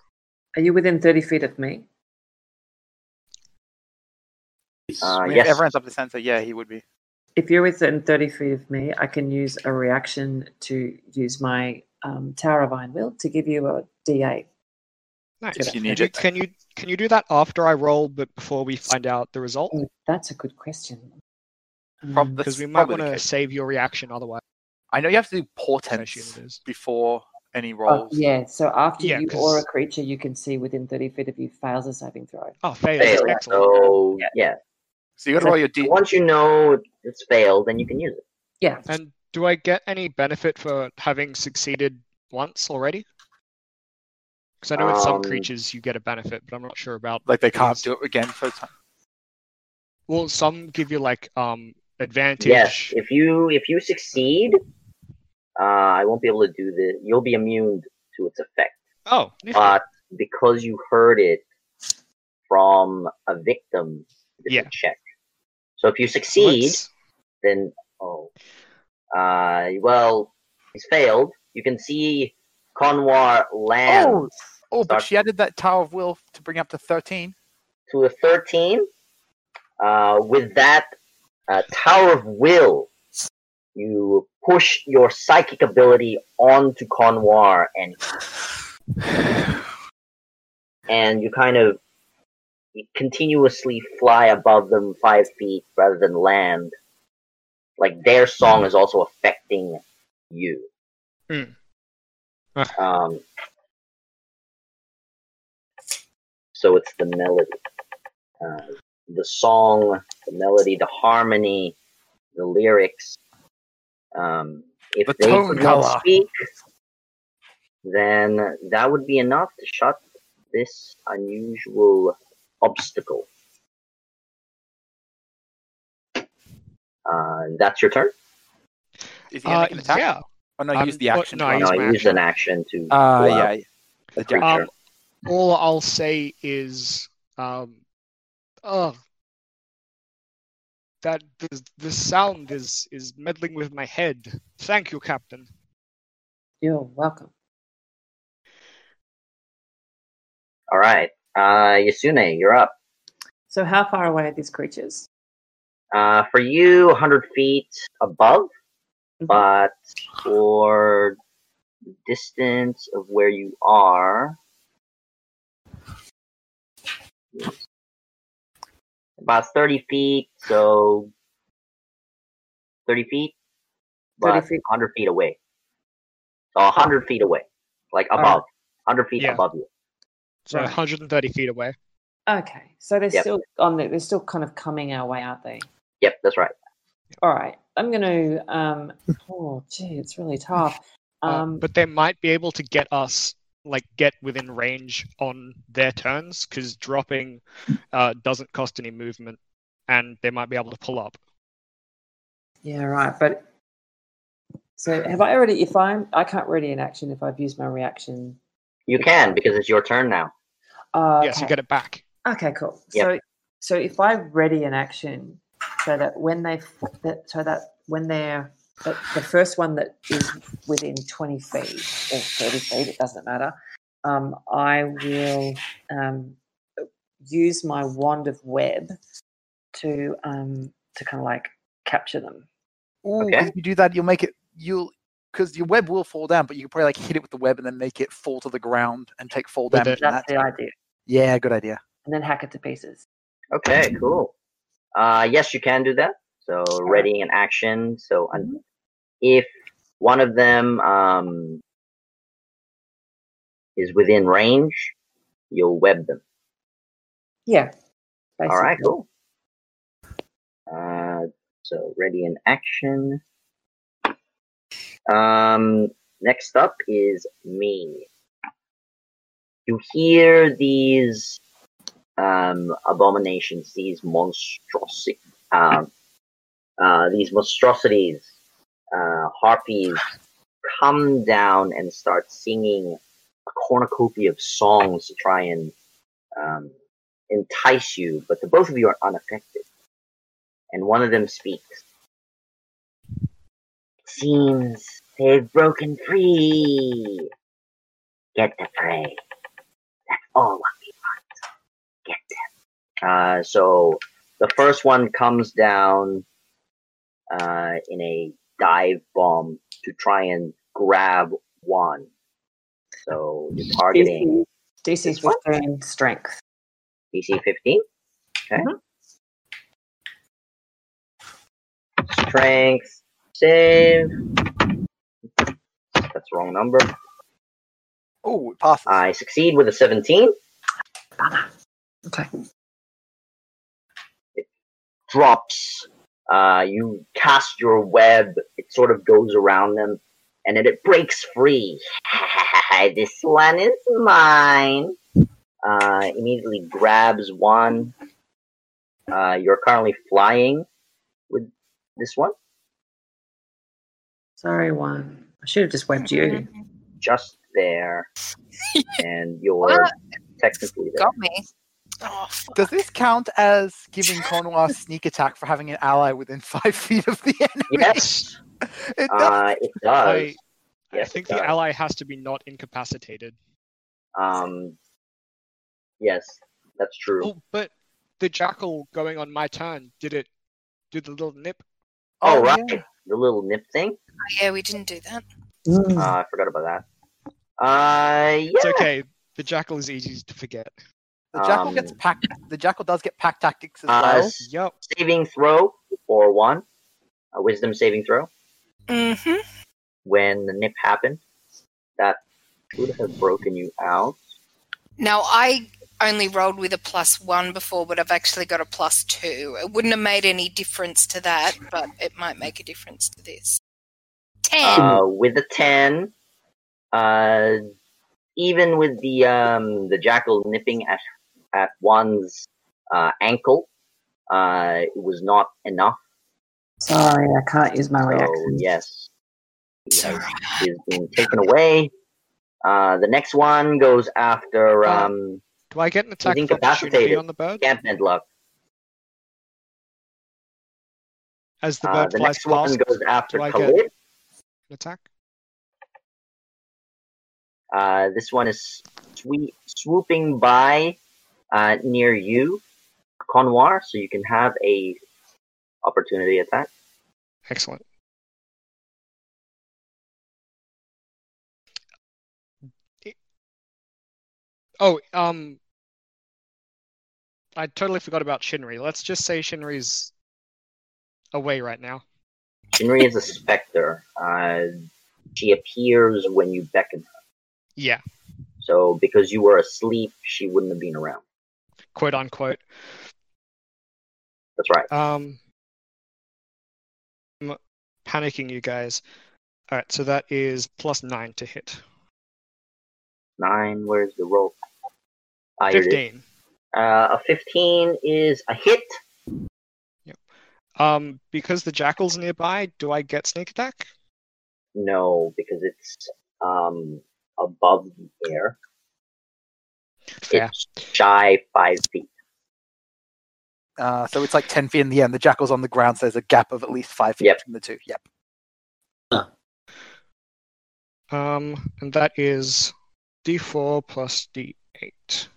[SPEAKER 7] Are you within 30 feet of me?
[SPEAKER 2] Uh,
[SPEAKER 8] I mean,
[SPEAKER 2] yes.
[SPEAKER 8] If everyone's up the center, yeah, he would be.
[SPEAKER 7] If you're within 30 feet of me, I can use a reaction to use my um, Tower of Iron Will to give you a D8.
[SPEAKER 5] Nice.
[SPEAKER 8] If you need
[SPEAKER 5] Do-
[SPEAKER 8] it.
[SPEAKER 5] Can you can you do that after I roll, but before we find out the result?
[SPEAKER 7] Oh, that's a good question.
[SPEAKER 8] Prob-
[SPEAKER 7] Um,
[SPEAKER 8] that's
[SPEAKER 5] Because we might
[SPEAKER 8] probably
[SPEAKER 5] want
[SPEAKER 8] the
[SPEAKER 5] to
[SPEAKER 8] case.
[SPEAKER 5] save your reaction, otherwise
[SPEAKER 8] I know you have to do
[SPEAKER 5] I assume
[SPEAKER 8] portents
[SPEAKER 5] it is.
[SPEAKER 8] before any
[SPEAKER 7] Oh,
[SPEAKER 8] rolls.
[SPEAKER 7] yeah, so after
[SPEAKER 5] Yeah,
[SPEAKER 7] you
[SPEAKER 5] 'cause-
[SPEAKER 7] or a creature you can see within 30 feet of you fails a saving throw.
[SPEAKER 5] Oh, fail.
[SPEAKER 2] Fail.
[SPEAKER 5] Excellent.
[SPEAKER 2] So yeah.
[SPEAKER 8] So you got to roll your d.
[SPEAKER 2] Once you know it's failed, then you can use it.
[SPEAKER 7] Yeah.
[SPEAKER 5] And do I get any benefit for having succeeded once already? Because I know in some
[SPEAKER 2] Um,
[SPEAKER 5] creatures you get a benefit, but I'm not sure about.
[SPEAKER 8] Like they can't
[SPEAKER 5] these.
[SPEAKER 8] do it again for time.
[SPEAKER 5] Well, some give you like um advantage.
[SPEAKER 2] Yes, if you if you succeed, uh, I won't be able to do the. You'll be immune to its effect,
[SPEAKER 5] Oh, nifty.
[SPEAKER 8] Uh,
[SPEAKER 2] but because you heard it from a victim, it's
[SPEAKER 5] Yeah.
[SPEAKER 2] a check. So if you succeed,
[SPEAKER 5] Let's-
[SPEAKER 2] then oh, uh, well, he's failed. You can see Conwar land
[SPEAKER 8] Oh, oh, but
[SPEAKER 2] Dark-
[SPEAKER 8] she added that Tower of Will to bring up to thirteen.
[SPEAKER 2] to a thirteen. Uh, with that uh, Tower of Will, you push your psychic ability onto Conwar and and you kind of continuously fly above them five feet rather than land. Like their song is also affecting you.
[SPEAKER 5] Hmm.
[SPEAKER 8] Ah.
[SPEAKER 2] Um, so it's the melody, uh, the song, the melody, the harmony, the lyrics. Um, if
[SPEAKER 8] The
[SPEAKER 2] they
[SPEAKER 8] tone
[SPEAKER 2] could not
[SPEAKER 8] color.
[SPEAKER 2] speak, then that would be enough to shut this unusual obstacle. Uh, that's your turn.
[SPEAKER 8] Is he gonna
[SPEAKER 5] Uh,
[SPEAKER 8] make an attack?
[SPEAKER 5] yeah.
[SPEAKER 8] Oh no,
[SPEAKER 5] Um,
[SPEAKER 8] use the
[SPEAKER 5] what-
[SPEAKER 8] action.
[SPEAKER 5] no,
[SPEAKER 8] to
[SPEAKER 5] I
[SPEAKER 8] run.
[SPEAKER 5] use
[SPEAKER 2] no,
[SPEAKER 5] my
[SPEAKER 2] I used
[SPEAKER 5] action.
[SPEAKER 2] an action to.
[SPEAKER 4] Uh,
[SPEAKER 8] Ah,
[SPEAKER 2] blow
[SPEAKER 8] yeah,
[SPEAKER 2] up
[SPEAKER 8] yeah.
[SPEAKER 2] the
[SPEAKER 8] yeah.
[SPEAKER 2] creature.
[SPEAKER 5] Um, all I'll say is, um, oh, that the, the sound is is meddling with my head. Thank you, Captain.
[SPEAKER 7] You're welcome.
[SPEAKER 2] All right, uh, Yasune, you're up.
[SPEAKER 7] So how far away are these creatures?
[SPEAKER 2] Uh, for you, 100 feet above,
[SPEAKER 7] Mhm.
[SPEAKER 2] but for distance of where you are, about 30 feet, so 30 feet,
[SPEAKER 7] 30
[SPEAKER 2] but
[SPEAKER 7] feet.
[SPEAKER 2] 100 feet away. So 100 feet away, like
[SPEAKER 7] All right.
[SPEAKER 2] above, 100 feet
[SPEAKER 5] Yeah.
[SPEAKER 2] above you.
[SPEAKER 5] So
[SPEAKER 7] Right.
[SPEAKER 5] 130 feet away.
[SPEAKER 7] Okay, so they're
[SPEAKER 2] Yep.
[SPEAKER 7] still on the, they're still kind of coming our way, aren't they?
[SPEAKER 2] Yep, that's right.
[SPEAKER 7] All right, I'm gonna.
[SPEAKER 5] (laughs)
[SPEAKER 7] Um, oh, gee, it's really tough.
[SPEAKER 5] Uh,
[SPEAKER 7] Um,
[SPEAKER 5] but they might be able to get us like get within range on their turns because dropping uh, doesn't cost any movement, and they might be able to pull up.
[SPEAKER 7] yeah, right. But so have I already? If I'm, I can't ready an action if I've used my reaction.
[SPEAKER 2] You can, because it's your turn now.
[SPEAKER 7] Uh,
[SPEAKER 5] Yes, you
[SPEAKER 7] okay.
[SPEAKER 5] get it back.
[SPEAKER 7] Okay, cool.
[SPEAKER 2] Yep.
[SPEAKER 7] So, so if I ready an action, so that when they, f- that, so that when they're the, the first one that is within twenty feet or thirty feet, it doesn't matter. Um, I will um, use my wand of web to um, to kind of like capture them.
[SPEAKER 8] Ooh,
[SPEAKER 2] Okay.
[SPEAKER 8] if you do that, you'll make it. You'll because your web will fall down, but you can probably like hit it with the web and then make it fall to the ground and take fall
[SPEAKER 5] With
[SPEAKER 8] damage.
[SPEAKER 5] it.
[SPEAKER 8] and
[SPEAKER 7] That's
[SPEAKER 8] that.
[SPEAKER 7] the idea,
[SPEAKER 8] Yeah, good idea.
[SPEAKER 7] and then hack it to pieces.
[SPEAKER 2] Okay, cool. Uh, yes, you can do that. So ready in action. So un- if one of them um, is within range, you'll web them.
[SPEAKER 7] Yeah. Basically.
[SPEAKER 2] All right, cool. Uh, so ready in action. Um, next up is me. You hear these um, abominations, these monstrosity, um, uh, these monstrosities, uh, harpies, come down and start singing a cornucopia of songs to try and um, entice you, but the both of you are unaffected. And one of them speaks. It seems they've broken free. Get the prey. That's all what we want. Get them. Uh, so the first one comes down uh, in a dive bomb to try and grab one. So you're targeting
[SPEAKER 7] DC, DC
[SPEAKER 2] This one?
[SPEAKER 7] 15 strength.
[SPEAKER 2] DC 15. Okay. Strength save. That's the wrong number.
[SPEAKER 8] Oh, it passes.
[SPEAKER 2] I succeed with a 17.
[SPEAKER 7] Okay.
[SPEAKER 2] drops. Uh, you cast your web. It sort of goes around them, and then it breaks free. (laughs) this one is mine. Uh, immediately grabs one. Uh, you're currently flying with this one.
[SPEAKER 7] Sorry, one. I should have just webbed you.
[SPEAKER 6] Mm-hmm.
[SPEAKER 2] Just there, and you're technically there.
[SPEAKER 6] Got me. Oh, fuck.
[SPEAKER 8] Does this count as
[SPEAKER 2] (laughs)
[SPEAKER 8] giving Conwar sneak attack for having an ally within (laughs) five feet of the enemy?
[SPEAKER 2] Yes,
[SPEAKER 8] (laughs) It does.
[SPEAKER 2] uh, it does.
[SPEAKER 5] I, I
[SPEAKER 2] Yes, it
[SPEAKER 5] think the
[SPEAKER 2] does.
[SPEAKER 5] ally has to be not incapacitated.
[SPEAKER 2] Um, yes, that's true.
[SPEAKER 5] Oh, but the jackal going on my turn did it do the little nip?
[SPEAKER 2] Oh,
[SPEAKER 8] Oh,
[SPEAKER 2] right,
[SPEAKER 8] yeah.
[SPEAKER 2] the little nip thing.
[SPEAKER 6] yeah, we didn't do that.
[SPEAKER 8] Hmm.
[SPEAKER 7] Mm,
[SPEAKER 2] Uh, I forgot about that. Uh, yeah.
[SPEAKER 5] It's okay. The jackal is easy to forget.
[SPEAKER 8] the jackal
[SPEAKER 2] um,
[SPEAKER 8] gets pack. The jackal does get pack tactics as
[SPEAKER 2] Uh,
[SPEAKER 8] well.
[SPEAKER 2] s-
[SPEAKER 5] Yep.
[SPEAKER 2] saving throw or one, a wisdom saving throw.
[SPEAKER 6] Mm-hmm.
[SPEAKER 2] When the nip happened, that would have broken you out.
[SPEAKER 6] Now I only rolled with a plus one before, but I've actually got a plus two. It wouldn't have made any difference to that, but it might make a difference to this. Ten.
[SPEAKER 2] Uh, with a ten, uh, even with the um the jackal nipping at at one's uh, ankle, uh, it was not enough.
[SPEAKER 7] Sorry, I can't use my
[SPEAKER 2] So
[SPEAKER 7] reaction.
[SPEAKER 2] yes, he has, is being taken away. Uh, the next one goes after um,
[SPEAKER 5] Do I get an attack of opportunity
[SPEAKER 2] incapacitated.
[SPEAKER 5] on the bird
[SPEAKER 2] Camp Medlock.
[SPEAKER 5] as the
[SPEAKER 2] Uh,
[SPEAKER 5] bird
[SPEAKER 2] the
[SPEAKER 5] flies
[SPEAKER 2] next one
[SPEAKER 5] past?
[SPEAKER 2] goes after
[SPEAKER 5] Do I get
[SPEAKER 2] Khalid.
[SPEAKER 5] an attack?
[SPEAKER 2] Uh, this one is swe- swooping by uh, near you, Conwar, so you can have a opportunity attack.
[SPEAKER 5] Excellent. Oh, um, I totally forgot about Shinri. Let's just say Shinri's away right now.
[SPEAKER 2] Shinri is a specter. Uh, she appears when you beckon.
[SPEAKER 5] Yeah,
[SPEAKER 2] So because you were asleep, she wouldn't have been around.
[SPEAKER 5] quote unquote.
[SPEAKER 2] That's right.
[SPEAKER 5] Um, I'm panicking, you guys. All right, so that is plus nine to hit.
[SPEAKER 2] Nine. Where's the roll? Ah, here it is.
[SPEAKER 5] Fifteen.
[SPEAKER 2] Uh, a fifteen is a hit.
[SPEAKER 5] Um, because the jackal's nearby, do I get sneak attack?
[SPEAKER 2] No, because it's um above the air.
[SPEAKER 5] Fair.
[SPEAKER 2] It's shy five feet.
[SPEAKER 8] Uh, so it's like ten feet in the end. The jackal's on the ground, so there's a gap of at least five feet
[SPEAKER 2] Yep.
[SPEAKER 8] between the two. Yep.
[SPEAKER 5] Um, and that is D4 plus D8.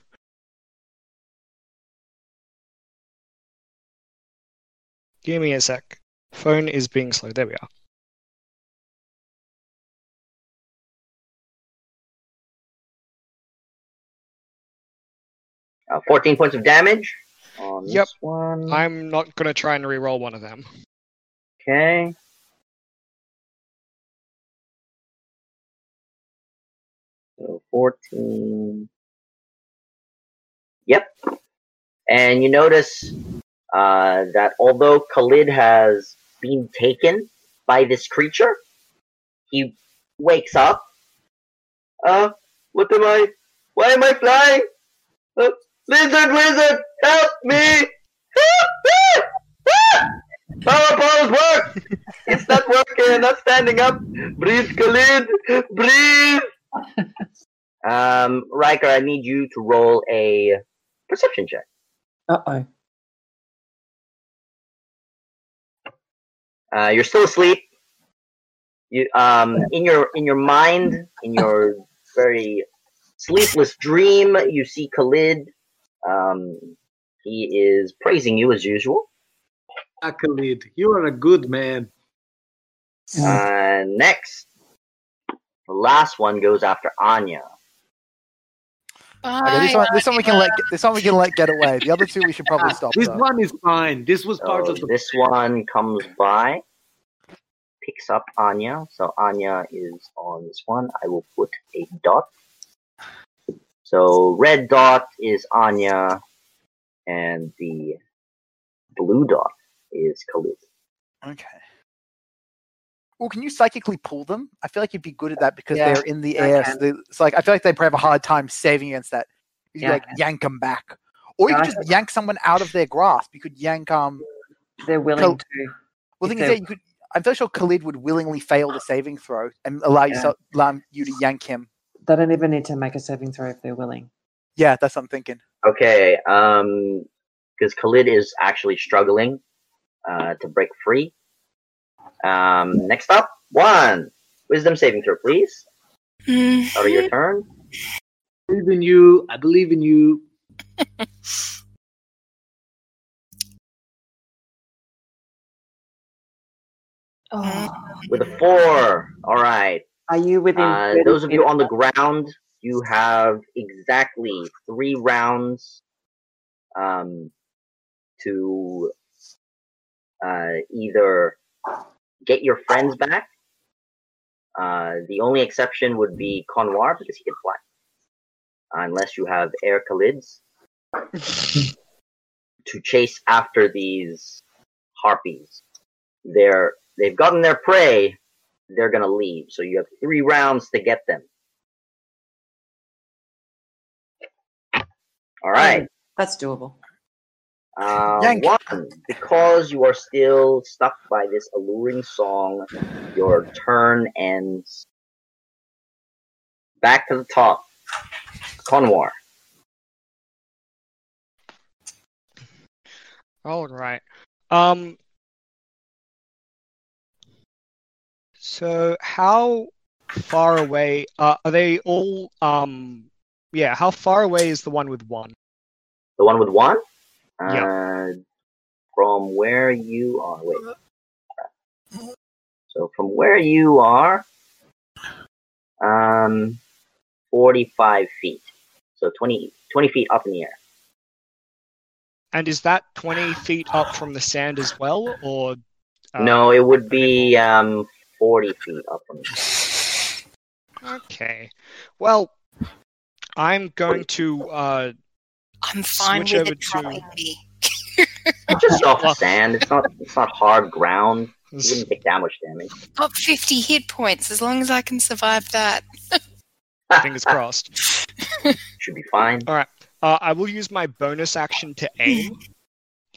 [SPEAKER 5] Give me a sec. Phone is being slow. There we are.
[SPEAKER 2] Uh, 14 points of damage on
[SPEAKER 5] Yep.
[SPEAKER 2] this one.
[SPEAKER 5] I'm not gonna try and re-roll one of them.
[SPEAKER 2] Okay. So 14. Yep. And you notice uh, that although Khalid has been taken by this creature, he wakes up. Uh, what am I? Why am I flying? Uh, lizard, lizard, help me! Power poles work! It's not working, not standing up. Breathe, Khalid! Breathe! um, Riker, I need you to roll a perception check.
[SPEAKER 7] Uh oh.
[SPEAKER 2] Uh, you're still asleep. You, um, in your in your mind, in your very sleepless dream, you see Khalid. Um, he is praising you as usual.
[SPEAKER 3] Ah, Khalid, you are a good man.
[SPEAKER 2] Uh, next, the last one goes after Anya.
[SPEAKER 8] Okay, this
[SPEAKER 6] Bye.
[SPEAKER 8] one, this one we can let. This one we can let get away. The other two we should
[SPEAKER 2] (laughs)
[SPEAKER 8] probably stop.
[SPEAKER 3] This
[SPEAKER 8] though.
[SPEAKER 3] one is fine. This was part
[SPEAKER 2] So
[SPEAKER 3] of the.
[SPEAKER 2] this one comes by, picks up Anya. So Anya is on this one. I will put a dot So red dot is Anya, and the blue dot is Khalid.
[SPEAKER 8] Okay. Well, can you psychically pull them? I feel like you'd be good at that because
[SPEAKER 7] Yeah,
[SPEAKER 8] they're in the
[SPEAKER 7] I
[SPEAKER 8] air.
[SPEAKER 7] can.
[SPEAKER 8] So they, it's like I feel like they probably have a hard time saving against that. You could,
[SPEAKER 7] Yeah, I
[SPEAKER 8] like yank them back, or you
[SPEAKER 7] Yeah,
[SPEAKER 8] could
[SPEAKER 7] I
[SPEAKER 8] just yank someone out of their grasp. You could yank um.
[SPEAKER 7] They're
[SPEAKER 8] Cool.
[SPEAKER 7] willing to.
[SPEAKER 8] Well, the
[SPEAKER 7] If
[SPEAKER 8] thing is,
[SPEAKER 7] they-
[SPEAKER 8] that you could. I'm fairly sure Khalid would willingly fail the saving throw and allow
[SPEAKER 7] Yeah.
[SPEAKER 8] yourself allow you to yank him.
[SPEAKER 7] They don't even need to make a saving throw if they're willing.
[SPEAKER 8] Yeah, that's what I'm thinking.
[SPEAKER 2] Okay, um, because Khalid is actually struggling uh, to break free. Um, next up, one wisdom saving throw, please.
[SPEAKER 6] Mm.
[SPEAKER 2] Out of your turn.
[SPEAKER 3] I believe in you. I believe in you.
[SPEAKER 7] Oh,
[SPEAKER 2] with a four. All right.
[SPEAKER 7] are you within?
[SPEAKER 2] Uh,
[SPEAKER 7] 30
[SPEAKER 2] those of you
[SPEAKER 7] feet
[SPEAKER 2] on the ground, you have exactly three rounds um, to uh, either get your friends back. Uh, the only exception would be Conwar because he can fly. Unless you have air Khalids to chase after these harpies. They're they've gotten their prey, they're gonna leave. So you have three rounds to get them. All right.
[SPEAKER 7] That's doable. Oh,
[SPEAKER 2] Uh,
[SPEAKER 8] Yank.
[SPEAKER 2] one, because you are still stuck by this alluring song, your turn ends. Back to the top, Conwar.
[SPEAKER 5] All right. Um. So how far away uh, are they all? Um. Yeah. How far away is the one with one?
[SPEAKER 2] The one with one. Uh,
[SPEAKER 5] Yeah.
[SPEAKER 2] From where you are. Wait. So from where you are, um, 45 feet. So 20, 20 feet up in the air.
[SPEAKER 5] And is that twenty feet up from the sand as well, or? uh,
[SPEAKER 2] no, it would be um, 40 feet up from the
[SPEAKER 5] Okay. Well, I'm going to uh
[SPEAKER 6] I'm fine
[SPEAKER 5] Switch
[SPEAKER 6] with
[SPEAKER 5] over
[SPEAKER 6] it dropping
[SPEAKER 5] to-
[SPEAKER 6] me.
[SPEAKER 2] just off
[SPEAKER 5] (laughs) Well-
[SPEAKER 2] sand. It's not it's not hard ground. You
[SPEAKER 5] s-
[SPEAKER 2] wouldn't take that much damage.
[SPEAKER 6] Top 50 hit points, as long as I can survive that.
[SPEAKER 5] fingers crossed.
[SPEAKER 2] Should be
[SPEAKER 5] (laughs)
[SPEAKER 2] fine.
[SPEAKER 5] Uh, I will use my bonus action to aim.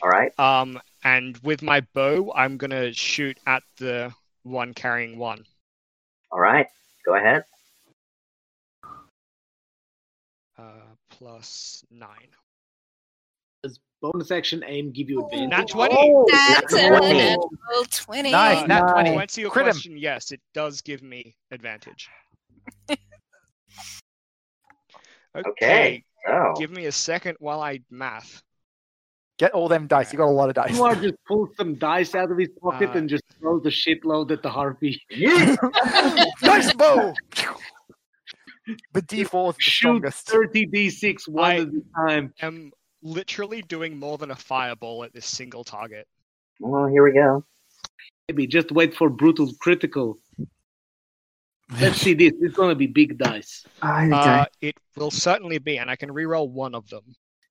[SPEAKER 2] All right.
[SPEAKER 5] Um, and with my bow, I'm gonna shoot at the one carrying one.
[SPEAKER 2] All right. Go ahead.
[SPEAKER 5] Uh, plus nine.
[SPEAKER 3] Does bonus action aim give you advantage? Oh,
[SPEAKER 5] Nat twenty. Uh,
[SPEAKER 6] That's
[SPEAKER 2] a
[SPEAKER 6] a
[SPEAKER 2] Twenty.
[SPEAKER 6] natural
[SPEAKER 2] natural
[SPEAKER 6] 20.
[SPEAKER 8] Oh, Nice, nat
[SPEAKER 7] Nice.
[SPEAKER 8] twenty.
[SPEAKER 5] To answer your
[SPEAKER 8] Crit 'em.
[SPEAKER 5] question, yes, it does give me advantage. okay.
[SPEAKER 2] So
[SPEAKER 5] Give me a second while I math.
[SPEAKER 8] Get all them dice. You got a lot of dice. (laughs)
[SPEAKER 3] Omar just pulls some dice out of his pocket
[SPEAKER 5] Uh,
[SPEAKER 3] and just throws a shitload at the
[SPEAKER 5] (laughs)
[SPEAKER 3] harpy.
[SPEAKER 2] Yeet!
[SPEAKER 8] Dice
[SPEAKER 7] (laughs)
[SPEAKER 8] bow. The D4 is the
[SPEAKER 3] Shoot
[SPEAKER 8] strongest.
[SPEAKER 3] 30 d6 one
[SPEAKER 5] I-
[SPEAKER 3] at a time.
[SPEAKER 5] I'm literally doing more than a fireball at this single target.
[SPEAKER 2] well, Oh, here we go.
[SPEAKER 3] Maybe just wait for brutal critical. Let's see this. It's gonna be big dice.
[SPEAKER 7] Oh, okay.
[SPEAKER 5] Uh, it will certainly be, and I can reroll one of them.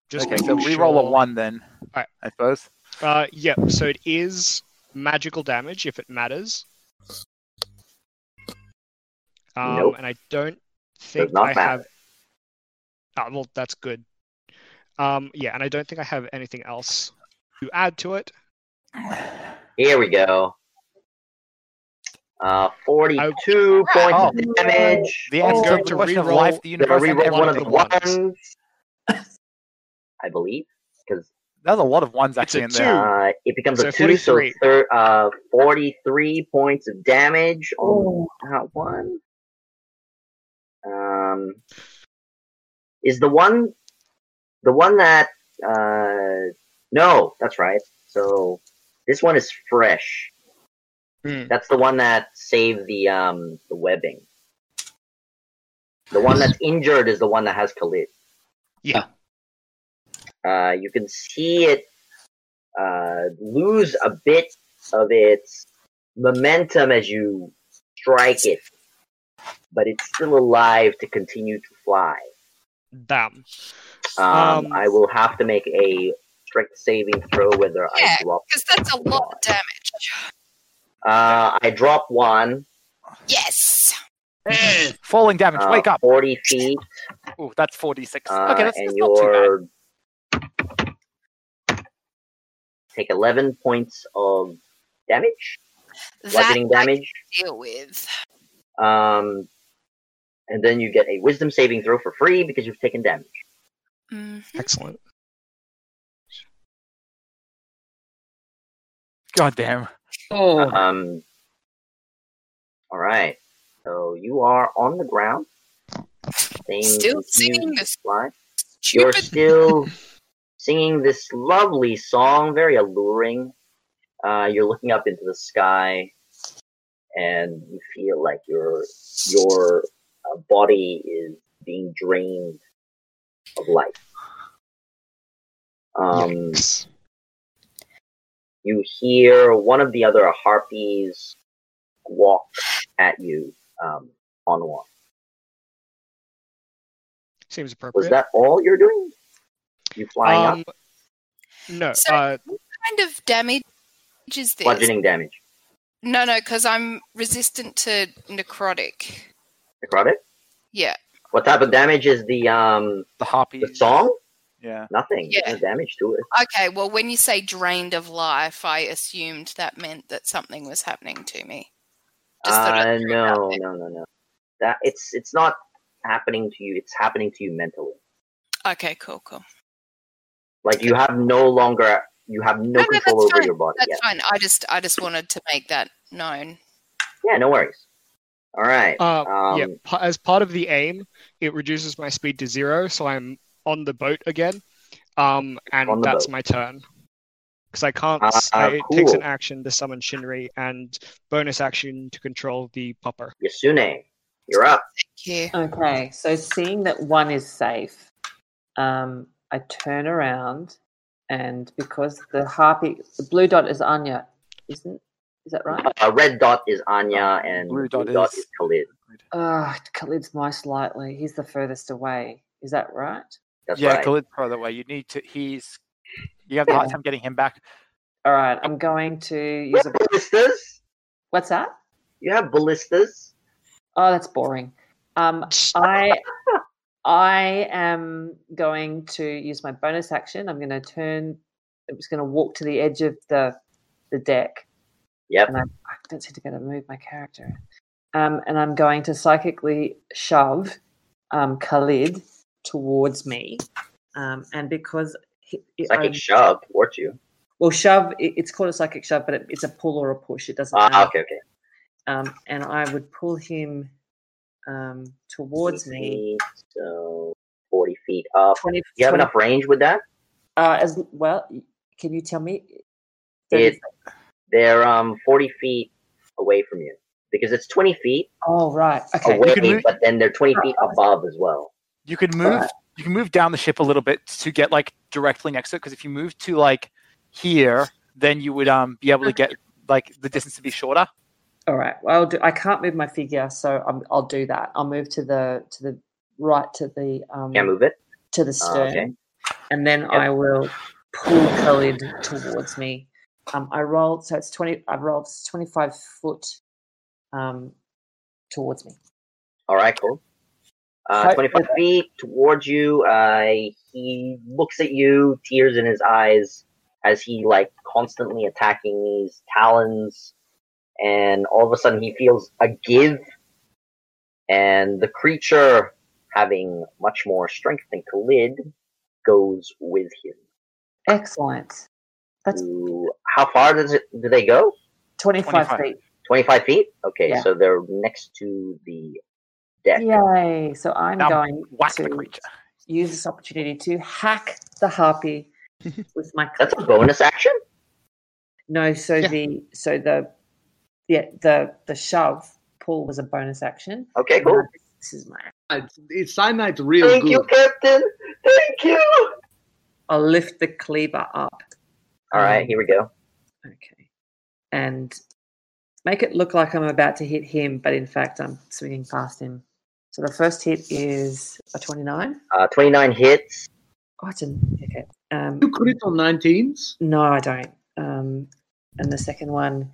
[SPEAKER 5] Just
[SPEAKER 8] Okay,
[SPEAKER 5] to
[SPEAKER 8] so
[SPEAKER 5] be
[SPEAKER 8] re-roll a
[SPEAKER 5] sure.
[SPEAKER 8] one then.
[SPEAKER 5] Alright.
[SPEAKER 8] I suppose.
[SPEAKER 5] Uh, yep. So it is magical damage if it matters. Um,
[SPEAKER 2] Nope.
[SPEAKER 5] And I don't think
[SPEAKER 2] not
[SPEAKER 5] I
[SPEAKER 2] matter.
[SPEAKER 5] have. Oh, well, that's good. Um, yeah, and I don't think I have anything else to add to it.
[SPEAKER 2] Here we go. Uh, 42 points
[SPEAKER 8] Oh.
[SPEAKER 2] of damage.
[SPEAKER 8] The
[SPEAKER 5] I'm
[SPEAKER 8] answer
[SPEAKER 5] going
[SPEAKER 8] to
[SPEAKER 5] to
[SPEAKER 8] the question of
[SPEAKER 5] re-roll-
[SPEAKER 8] life, the
[SPEAKER 2] Gonna
[SPEAKER 8] universe, and
[SPEAKER 2] reroll
[SPEAKER 8] everyone
[SPEAKER 2] one of the
[SPEAKER 8] is-
[SPEAKER 5] ones.
[SPEAKER 2] ones. I believe. Because
[SPEAKER 8] There's a lot of ones
[SPEAKER 5] It's
[SPEAKER 8] actually
[SPEAKER 5] a
[SPEAKER 8] in there.
[SPEAKER 5] two.
[SPEAKER 2] uh, it becomes
[SPEAKER 5] So
[SPEAKER 2] a 2, so
[SPEAKER 5] 43.
[SPEAKER 2] thir- uh, 43 points of damage on that one. Um, is the one the one that uh no, that's right. So this one is fresh.
[SPEAKER 5] Hmm.
[SPEAKER 2] That's the one that saved the um the webbing. The one that's injured is the one that has Khalid.
[SPEAKER 5] Yeah.
[SPEAKER 2] Uh, you can see it uh, lose a bit of its momentum as you strike it, but it's still alive to continue to fly.
[SPEAKER 5] them.
[SPEAKER 2] Um,
[SPEAKER 5] Um,
[SPEAKER 2] I will have to make a strength saving throw whether
[SPEAKER 6] Yeah,
[SPEAKER 2] I drop.
[SPEAKER 6] because that's a lot of damage.
[SPEAKER 2] Uh, I drop one.
[SPEAKER 6] Yes.
[SPEAKER 4] Falling damage.
[SPEAKER 2] uh,
[SPEAKER 4] Wake up.
[SPEAKER 2] Forty feet.
[SPEAKER 4] Oh, that's 46.
[SPEAKER 2] Uh,
[SPEAKER 4] okay, that's,
[SPEAKER 2] and
[SPEAKER 4] that's not
[SPEAKER 2] you're
[SPEAKER 4] too bad.
[SPEAKER 2] take eleven points of damage,
[SPEAKER 6] That
[SPEAKER 2] bludgeoning
[SPEAKER 6] I
[SPEAKER 2] damage.
[SPEAKER 6] can deal with.
[SPEAKER 2] Um, and then you get a wisdom saving throw for free because you've taken damage.
[SPEAKER 6] Mhm.
[SPEAKER 5] Excellent.
[SPEAKER 4] God damn.
[SPEAKER 3] Oh,
[SPEAKER 2] Um, all right. So you are on the ground. Same
[SPEAKER 6] Still
[SPEAKER 2] continues
[SPEAKER 6] singing
[SPEAKER 2] to
[SPEAKER 6] this
[SPEAKER 2] fly. You're
[SPEAKER 6] Stupid.
[SPEAKER 2] still singing this lovely song, very alluring. Uh, you're looking up into the sky, and you feel like your your uh, body is being drained of life. Um,
[SPEAKER 5] Yikes.
[SPEAKER 2] you hear one of the other harpies walk at you um, on one.
[SPEAKER 5] Seems
[SPEAKER 2] Was
[SPEAKER 5] appropriate.
[SPEAKER 2] that all you're doing? You flying
[SPEAKER 5] um,
[SPEAKER 2] up,
[SPEAKER 5] No.
[SPEAKER 6] So-
[SPEAKER 5] uh,
[SPEAKER 6] What kind of damage is this?
[SPEAKER 2] bludgeoning damage.
[SPEAKER 6] No, no, because I'm resistant to necrotic.
[SPEAKER 2] Necrotic.
[SPEAKER 6] Yeah.
[SPEAKER 2] What type of damage is the um
[SPEAKER 8] The harpy.
[SPEAKER 2] the song?
[SPEAKER 8] Yeah.
[SPEAKER 2] Nothing. There's
[SPEAKER 6] Yeah.
[SPEAKER 2] no damage to it.
[SPEAKER 6] Okay. Well, when you say drained of life, I assumed that meant that something was happening to me. Just thought
[SPEAKER 2] Uh,
[SPEAKER 6] I'd throw it out
[SPEAKER 2] no,
[SPEAKER 6] there.
[SPEAKER 2] no, no, no. That it's it's not happening to you. It's happening to you mentally.
[SPEAKER 6] Okay. Cool. Cool.
[SPEAKER 2] Like you have no longer you have no,
[SPEAKER 6] no,
[SPEAKER 2] control
[SPEAKER 6] that's
[SPEAKER 2] over
[SPEAKER 6] fine.
[SPEAKER 2] your body.
[SPEAKER 6] That's
[SPEAKER 2] yet.
[SPEAKER 6] fine. I just, I just wanted to make that known.
[SPEAKER 2] Yeah, no worries. All right.
[SPEAKER 5] Uh,
[SPEAKER 2] um,
[SPEAKER 5] yeah, pa- as part of the aim, it reduces my speed to zero, so I'm on the boat again, um,
[SPEAKER 2] On
[SPEAKER 5] and
[SPEAKER 2] the
[SPEAKER 5] that's
[SPEAKER 2] boat.
[SPEAKER 5] my turn. Because I can't,
[SPEAKER 2] Uh,
[SPEAKER 5] s- I- it takes an
[SPEAKER 2] cool.
[SPEAKER 5] action to summon Shinri and bonus action to control the popper.
[SPEAKER 2] Yasune, you're up.
[SPEAKER 6] Yeah. (laughs)
[SPEAKER 7] Okay, so seeing that one is safe, um, I turn around, and because the harpy, the blue dot is Anya, isn't is that right?
[SPEAKER 2] Uh, red dot is Anya and
[SPEAKER 8] Blue
[SPEAKER 2] blue
[SPEAKER 8] dot
[SPEAKER 2] dot,
[SPEAKER 8] is-
[SPEAKER 2] is... Khalid.
[SPEAKER 7] Ah, Khalid's most likely. He's the furthest away. Is that right?
[SPEAKER 2] That's
[SPEAKER 8] yeah,
[SPEAKER 2] right.
[SPEAKER 8] Khalid's further away. You need to. He's. You have a hard
[SPEAKER 7] Yeah.
[SPEAKER 8] time getting him back.
[SPEAKER 7] All right, I'm going to
[SPEAKER 2] You
[SPEAKER 7] use
[SPEAKER 2] (laughs)
[SPEAKER 7] a.
[SPEAKER 2] have ballistas.
[SPEAKER 7] What's that?
[SPEAKER 2] You have ballistas.
[SPEAKER 7] Oh, that's boring. Um, I I am going to use my bonus action. I'm going to turn. I'm just going to walk to the edge of the the deck,
[SPEAKER 2] Yep.
[SPEAKER 7] and I, I don't seem to be able to move my character. Um, and I'm going to psychically shove um, Khalid towards me, um, and because he,
[SPEAKER 2] Psychic
[SPEAKER 7] I'm-
[SPEAKER 2] shove towards you.
[SPEAKER 7] well, shove it, it's called a psychic shove, but it, it's a pull or a push. It doesn't.
[SPEAKER 2] Ah,
[SPEAKER 7] matter.
[SPEAKER 2] okay, okay.
[SPEAKER 7] Um, and I would pull him um, towards me.
[SPEAKER 2] So forty feet up.
[SPEAKER 7] 20,
[SPEAKER 2] You have
[SPEAKER 7] 20
[SPEAKER 2] enough range with that.
[SPEAKER 7] uh, as well. y- Can you tell me?
[SPEAKER 2] It,
[SPEAKER 7] Thirty-
[SPEAKER 2] they're um forty feet away from you because it's twenty feet
[SPEAKER 7] oh right, okay.
[SPEAKER 2] away,
[SPEAKER 4] can move-
[SPEAKER 2] but then they're twenty feet above as well.
[SPEAKER 4] You can move.
[SPEAKER 2] Uh.
[SPEAKER 4] You can move down the ship a little bit to get like directly next to it. Because if you move to like here, then you would um be able to get like the distance to be shorter.
[SPEAKER 7] All right. Well, I'll do, I can't move my figure, so I'm, I'll do that. I'll move to the to the right to the um
[SPEAKER 2] Can't move it.
[SPEAKER 7] to
[SPEAKER 4] Oh,
[SPEAKER 7] the
[SPEAKER 2] Uh,
[SPEAKER 7] stern,
[SPEAKER 2] okay.
[SPEAKER 7] and then I will pull Khalid towards me. Um, I rolled, so it's twenty. I rolled twenty five foot um towards me.
[SPEAKER 2] All right. Cool. Uh,
[SPEAKER 7] Hi-
[SPEAKER 2] 25 feet towards you. Uh, he looks at you, tears in his eyes, as he like constantly attacking these talons, and all of a sudden he feels a give, and the creature, having much more strength than Khalid, goes with him.
[SPEAKER 7] Excellent. That's
[SPEAKER 2] To, how far does it? Do they go?
[SPEAKER 7] twenty five
[SPEAKER 8] 25.
[SPEAKER 7] feet.
[SPEAKER 2] 25 feet. Okay,
[SPEAKER 7] Yeah.
[SPEAKER 2] so they're next to the deck.
[SPEAKER 7] Yay! So I'm
[SPEAKER 4] Now
[SPEAKER 7] going
[SPEAKER 4] Whack
[SPEAKER 7] to
[SPEAKER 4] the creature.
[SPEAKER 7] use this opportunity to hack the harpy
[SPEAKER 4] (laughs)
[SPEAKER 7] with my
[SPEAKER 2] That's a bonus action.
[SPEAKER 7] no so
[SPEAKER 5] Yeah.
[SPEAKER 7] the so the yeah the the shove pull was a bonus action
[SPEAKER 2] Okay,
[SPEAKER 7] And I-
[SPEAKER 2] cool.
[SPEAKER 7] this is my
[SPEAKER 3] it's, it's cyanide real
[SPEAKER 2] Thank
[SPEAKER 3] good.
[SPEAKER 2] you, Captain. Thank you.
[SPEAKER 7] i'll lift the cleaver up Um,
[SPEAKER 2] All
[SPEAKER 7] Mm.
[SPEAKER 2] right, here we go.
[SPEAKER 7] okay and make it look like i'm about to hit him but in fact i'm swinging past him So the first hit is a 29.
[SPEAKER 2] Uh, 29 hits.
[SPEAKER 7] Oh, it's a, okay. Um,
[SPEAKER 3] You crit on 19s?
[SPEAKER 7] no, I don't. Um, and the second one,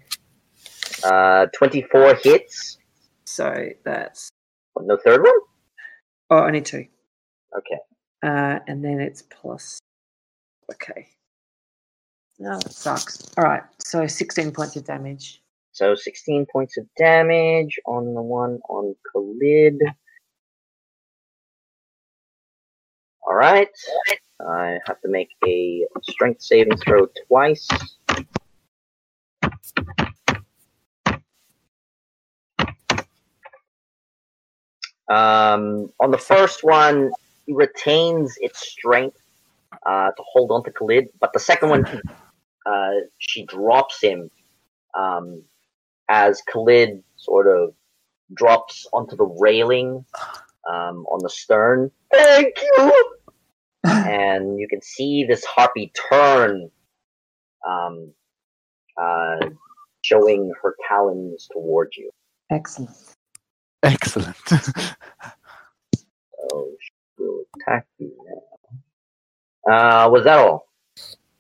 [SPEAKER 2] Uh, 24 hits.
[SPEAKER 7] so that's,
[SPEAKER 2] What, No third one?
[SPEAKER 7] oh, only two.
[SPEAKER 2] Okay.
[SPEAKER 7] Uh, and then it's plus, okay. No, that sucks. All right, so 16 points of
[SPEAKER 2] (laughs)
[SPEAKER 7] damage.
[SPEAKER 2] So 16 points of damage on the one on Khalid. All right. I have to make a strength saving throw twice. Um, on the first one, he retains its strength uh, to hold on to Khalid, but the second one, uh, she drops him um, as Khalid sort of drops onto the railing um, on the stern. Thank you! and you can see this harpy turn, um, uh, showing her talons towards you.
[SPEAKER 7] Excellent.
[SPEAKER 4] Excellent.
[SPEAKER 2] So Oh, she will attack you now. Uh, was that all?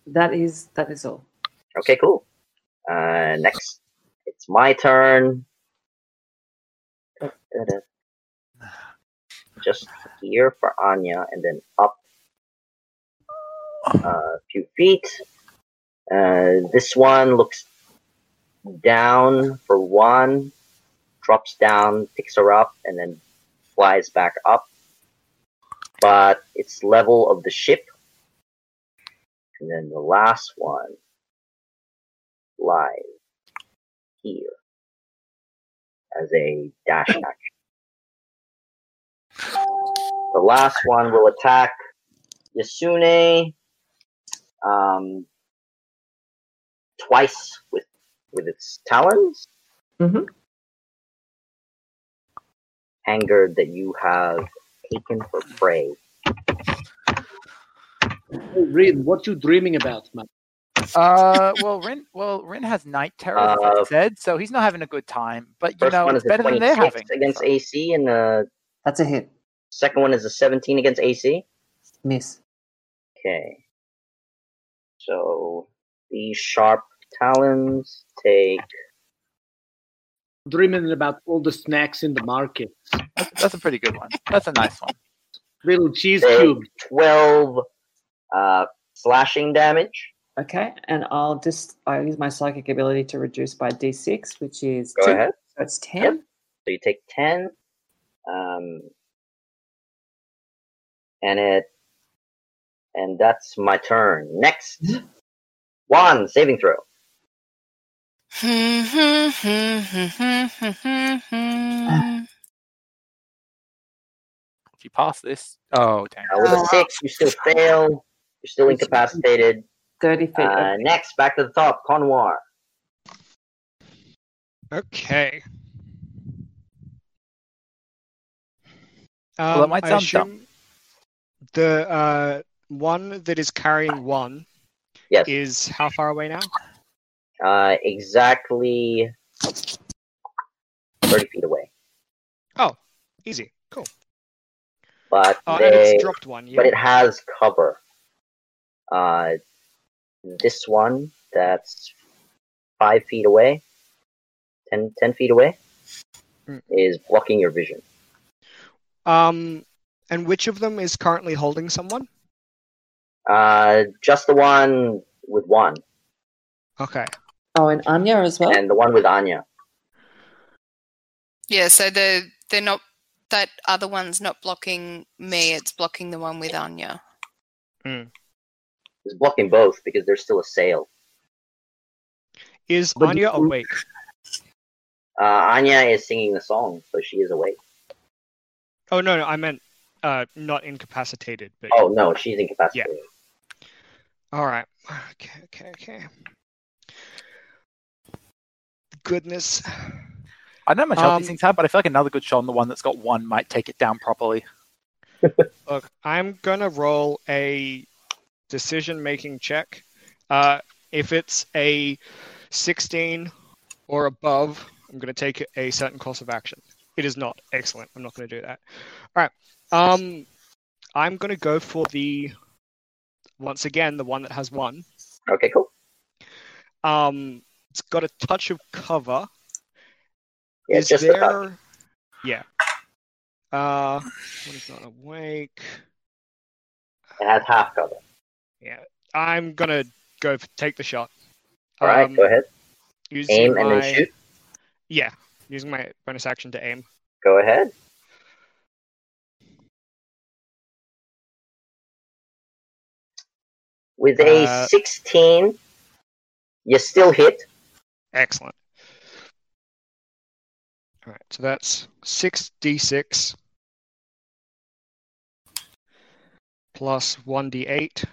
[SPEAKER 7] That is that is all.
[SPEAKER 2] Okay, cool. Uh, next, it's my turn. Da-da-da. Just here for Anya, and then up uh, a few feet. Uh, this one looks down for one, drops down, picks her up, and then flies back up. But it's level of the ship. And then the last one live here as a dash action. The last one will attack Yasune um, twice with with its talons.
[SPEAKER 7] Mhm.
[SPEAKER 2] Angered that you have taken for prey.
[SPEAKER 3] Hey, Rin, what you dreaming about, man?
[SPEAKER 8] Uh, well, Rin, well, Rin has night terrors, as I
[SPEAKER 2] Uh,
[SPEAKER 8] said, so he's not having a good time. But you
[SPEAKER 2] First
[SPEAKER 8] know,
[SPEAKER 2] one
[SPEAKER 8] it's
[SPEAKER 2] is a
[SPEAKER 8] better than they're
[SPEAKER 2] 26
[SPEAKER 8] having.
[SPEAKER 2] against
[SPEAKER 8] so-
[SPEAKER 2] AC, and the
[SPEAKER 7] That's a hit.
[SPEAKER 2] second one is a 17 against AC.
[SPEAKER 7] Miss.
[SPEAKER 2] Okay. So these sharp talons take.
[SPEAKER 3] Dreaming about all the snacks in the market.
[SPEAKER 8] that's, that's a pretty good one. That's a nice one.
[SPEAKER 3] Little cheese
[SPEAKER 2] Hey.
[SPEAKER 3] cubes.
[SPEAKER 2] 12 uh, slashing damage.
[SPEAKER 7] Okay, and I'll just I use my psychic ability to reduce by d6, which is
[SPEAKER 2] Go
[SPEAKER 7] two.
[SPEAKER 2] ahead.
[SPEAKER 7] So it's ten.
[SPEAKER 2] Yep. So you take 10. Um, and it. And that's my turn. Next. One saving throw.
[SPEAKER 8] If you pass this, oh dang.
[SPEAKER 2] Uh, with a six, you still fail. You're still incapacitated.
[SPEAKER 7] Thirty feet.
[SPEAKER 2] Uh, next, back to the top, Conwar.
[SPEAKER 5] Okay.
[SPEAKER 8] Well, it
[SPEAKER 5] Um,
[SPEAKER 8] might
[SPEAKER 5] I
[SPEAKER 8] sound dumb.
[SPEAKER 5] assume The uh, one that is carrying one
[SPEAKER 2] Yes.
[SPEAKER 5] is how far away now?
[SPEAKER 2] Uh, exactly 30 feet away.
[SPEAKER 5] Easy. Cool.
[SPEAKER 2] But
[SPEAKER 5] Oh, and
[SPEAKER 2] they.
[SPEAKER 5] it's dropped one. Yeah.
[SPEAKER 2] but it has cover. Uh, this one that's five feet away, ten, ten feet away,
[SPEAKER 5] Mm.
[SPEAKER 2] is blocking your vision.
[SPEAKER 5] Um, and which of them is currently holding someone?
[SPEAKER 2] Uh, just the one with one,
[SPEAKER 5] Okay.
[SPEAKER 7] oh, and Anya as well.
[SPEAKER 2] and the one with Anya.
[SPEAKER 6] Yeah, so the they're not that other one's not blocking me, it's blocking the one with Anya.
[SPEAKER 2] is blocking both because there's still a sail.
[SPEAKER 5] Is
[SPEAKER 3] But
[SPEAKER 5] Anya
[SPEAKER 3] you-
[SPEAKER 5] awake?
[SPEAKER 2] Uh, Anya is singing the song, so she is awake.
[SPEAKER 5] Oh no, no, I meant uh, not incapacitated. But
[SPEAKER 2] Oh no, she's incapacitated.
[SPEAKER 5] all right. (sighs) Okay, okay, okay. Goodness.
[SPEAKER 8] I don't know how much health these
[SPEAKER 5] Um,
[SPEAKER 8] things have, but I feel like another good shot on the one that's got one might take it down properly.
[SPEAKER 5] Look, I'm gonna roll a decision-making check. Uh, if it's a 16 or above, I'm gonna take a certain course of action. It is not. Excellent. I'm not going to do that. All right. Um, I'm going to go for the, once again, the one that has one.
[SPEAKER 2] Okay, cool.
[SPEAKER 5] Um, it's got a touch of cover.
[SPEAKER 2] Yeah,
[SPEAKER 5] is
[SPEAKER 2] just
[SPEAKER 5] there?
[SPEAKER 2] the top.
[SPEAKER 5] Yeah. Uh, what is not awake?
[SPEAKER 2] It has half cover.
[SPEAKER 5] I'm gonna go f take the shot.
[SPEAKER 2] All right,
[SPEAKER 5] Um,
[SPEAKER 2] go ahead.
[SPEAKER 5] using
[SPEAKER 2] Aim and then
[SPEAKER 5] my-
[SPEAKER 2] shoot.
[SPEAKER 5] Yeah, using my bonus action to aim.
[SPEAKER 2] Go ahead. With a
[SPEAKER 5] Uh,
[SPEAKER 2] 16, you still hit.
[SPEAKER 5] Excellent. All right, so that's six d6 plus one d8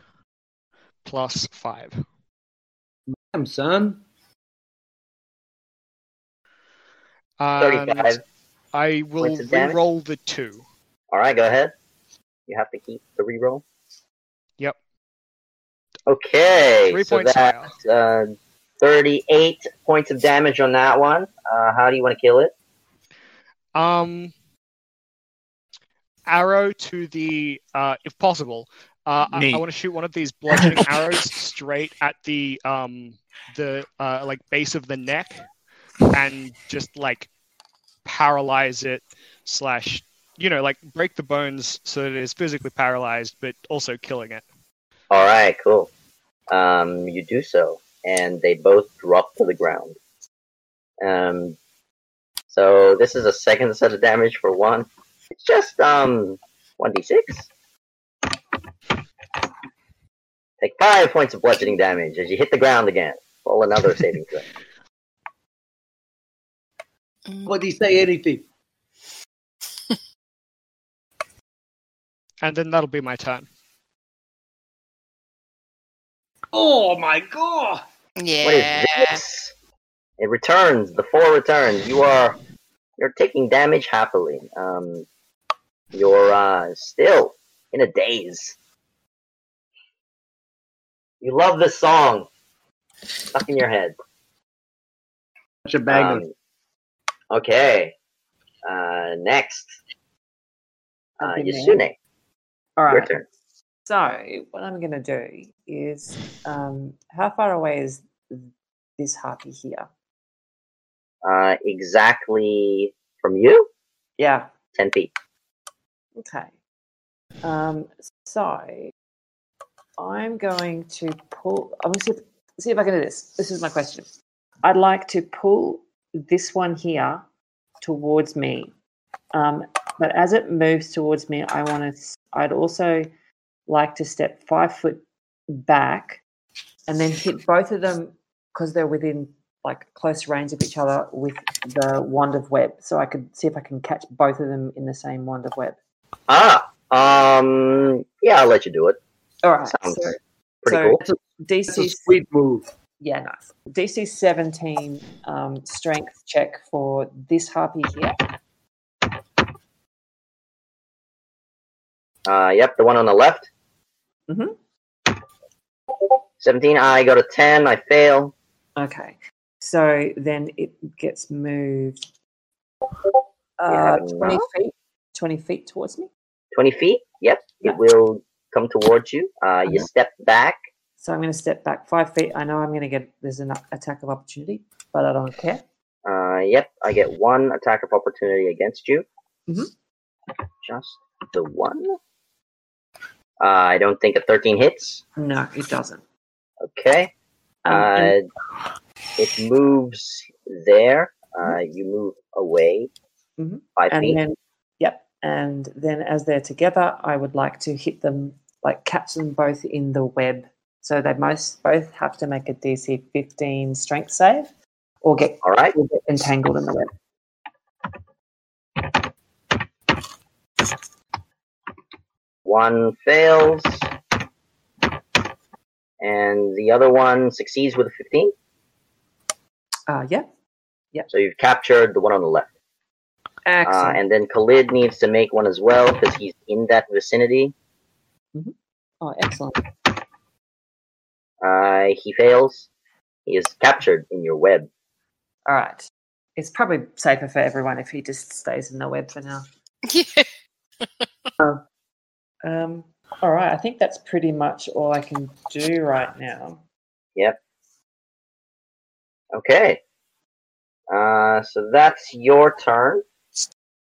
[SPEAKER 5] plus five.
[SPEAKER 3] Damn, son.
[SPEAKER 5] And
[SPEAKER 2] 35.
[SPEAKER 5] I will
[SPEAKER 2] Points of damage?
[SPEAKER 5] re-roll the two.
[SPEAKER 2] All right, go ahead. You have to keep the reroll.
[SPEAKER 5] Yep.
[SPEAKER 2] Okay,
[SPEAKER 5] Three
[SPEAKER 2] so
[SPEAKER 5] points higher.
[SPEAKER 2] that's uh, 38 points of damage on that one. Uh, how do you want to kill it?
[SPEAKER 5] Um, arrow to the, uh, if possible, uh, I,
[SPEAKER 4] Knee.
[SPEAKER 5] I want to shoot one of these bludgeoning arrows straight at the um the uh, like base of the neck, and just like paralyze it slash you know like break the bones so that it is physically paralyzed but also killing it.
[SPEAKER 2] All right, cool. Um, you do so, and they both drop to the ground. Um, so this is a second set of damage for one. It's just um, one d six. Take five points of bludgeoning damage as you hit the ground again. Roll another saving throw.
[SPEAKER 3] What do you say? Anything?
[SPEAKER 5] And then that'll be my turn.
[SPEAKER 3] Oh my god!
[SPEAKER 2] What is
[SPEAKER 6] Yeah.
[SPEAKER 2] this? It returns. The four returns. You are you're taking damage happily. Um, you're uh, still in a daze. You love this song stuck in your head.
[SPEAKER 3] Such a banger.
[SPEAKER 2] Um, okay. Uh, next, uh,
[SPEAKER 7] I've been there.
[SPEAKER 2] Yasune,
[SPEAKER 7] All
[SPEAKER 2] your
[SPEAKER 7] right.
[SPEAKER 2] turn.
[SPEAKER 7] So what I'm going to do is, um, how far away is this harpy here?
[SPEAKER 2] Uh, exactly from you,
[SPEAKER 7] Yeah.
[SPEAKER 2] ten feet.
[SPEAKER 7] Okay. Um, so I'm going to pull. I'm going to see if I can do this. This is my question. I'd like to pull this one here towards me, um, but as it moves towards me, I want to. I'd also like to step five foot back, and then hit both of them because they're within like close range of each other with the wand of web. So I could see if I can catch both of them in the same wand of web.
[SPEAKER 2] Ah, um, yeah, I'll let you do it.
[SPEAKER 7] All right.
[SPEAKER 2] Sounds
[SPEAKER 7] so
[SPEAKER 2] Pretty
[SPEAKER 7] so
[SPEAKER 2] cool.
[SPEAKER 7] that's a
[SPEAKER 3] That's a
[SPEAKER 7] DC,
[SPEAKER 3] sweet move.
[SPEAKER 7] yeah, nice. DC 17 um, strength check for this harpy here.
[SPEAKER 2] Uh, yep, the one on the left.
[SPEAKER 7] Mhm.
[SPEAKER 2] 17, I go to 10, I fail.
[SPEAKER 7] Okay. So then it gets moved
[SPEAKER 2] Yeah,
[SPEAKER 7] uh, 20
[SPEAKER 2] no.
[SPEAKER 7] feet, 20 feet towards me.
[SPEAKER 2] 20 feet, yep, it will come towards you. Uh, you
[SPEAKER 7] Mhm.
[SPEAKER 2] step back.
[SPEAKER 7] So I'm going to step back five feet. I know I'm going to get, there's an attack of opportunity, but I don't care.
[SPEAKER 2] Uh, yep, I get one attack of opportunity against you.
[SPEAKER 7] Mhm.
[SPEAKER 2] Just the one. Uh, I don't think a 13 hits.
[SPEAKER 7] No, it doesn't.
[SPEAKER 2] Okay.
[SPEAKER 7] Um,
[SPEAKER 2] Uh,
[SPEAKER 7] and-
[SPEAKER 2] it moves there. Uh, you move away
[SPEAKER 7] Mhm.
[SPEAKER 2] five feet.
[SPEAKER 7] Mm-hmm. and then yep and then as they're together i would like to hit them like catch them both in the web so they most both have to make a dc 15 strength save or get,
[SPEAKER 2] All right.
[SPEAKER 7] or get entangled in the web
[SPEAKER 2] One fails, and the other one succeeds with a 15.
[SPEAKER 7] uh yeah
[SPEAKER 2] So you've captured the one on the left. Uh,
[SPEAKER 7] excellent
[SPEAKER 2] and then Khalid needs to make one as well because he's in that vicinity.
[SPEAKER 7] oh excellent
[SPEAKER 2] Uh, he fails. He is captured in your web.
[SPEAKER 7] all right it's probably safer for everyone if he just stays in the web for now.
[SPEAKER 6] Yeah. (laughs)
[SPEAKER 7] Um, all right, I think that's pretty much all I can do right now.
[SPEAKER 2] Okay. Uh, so that's your turn.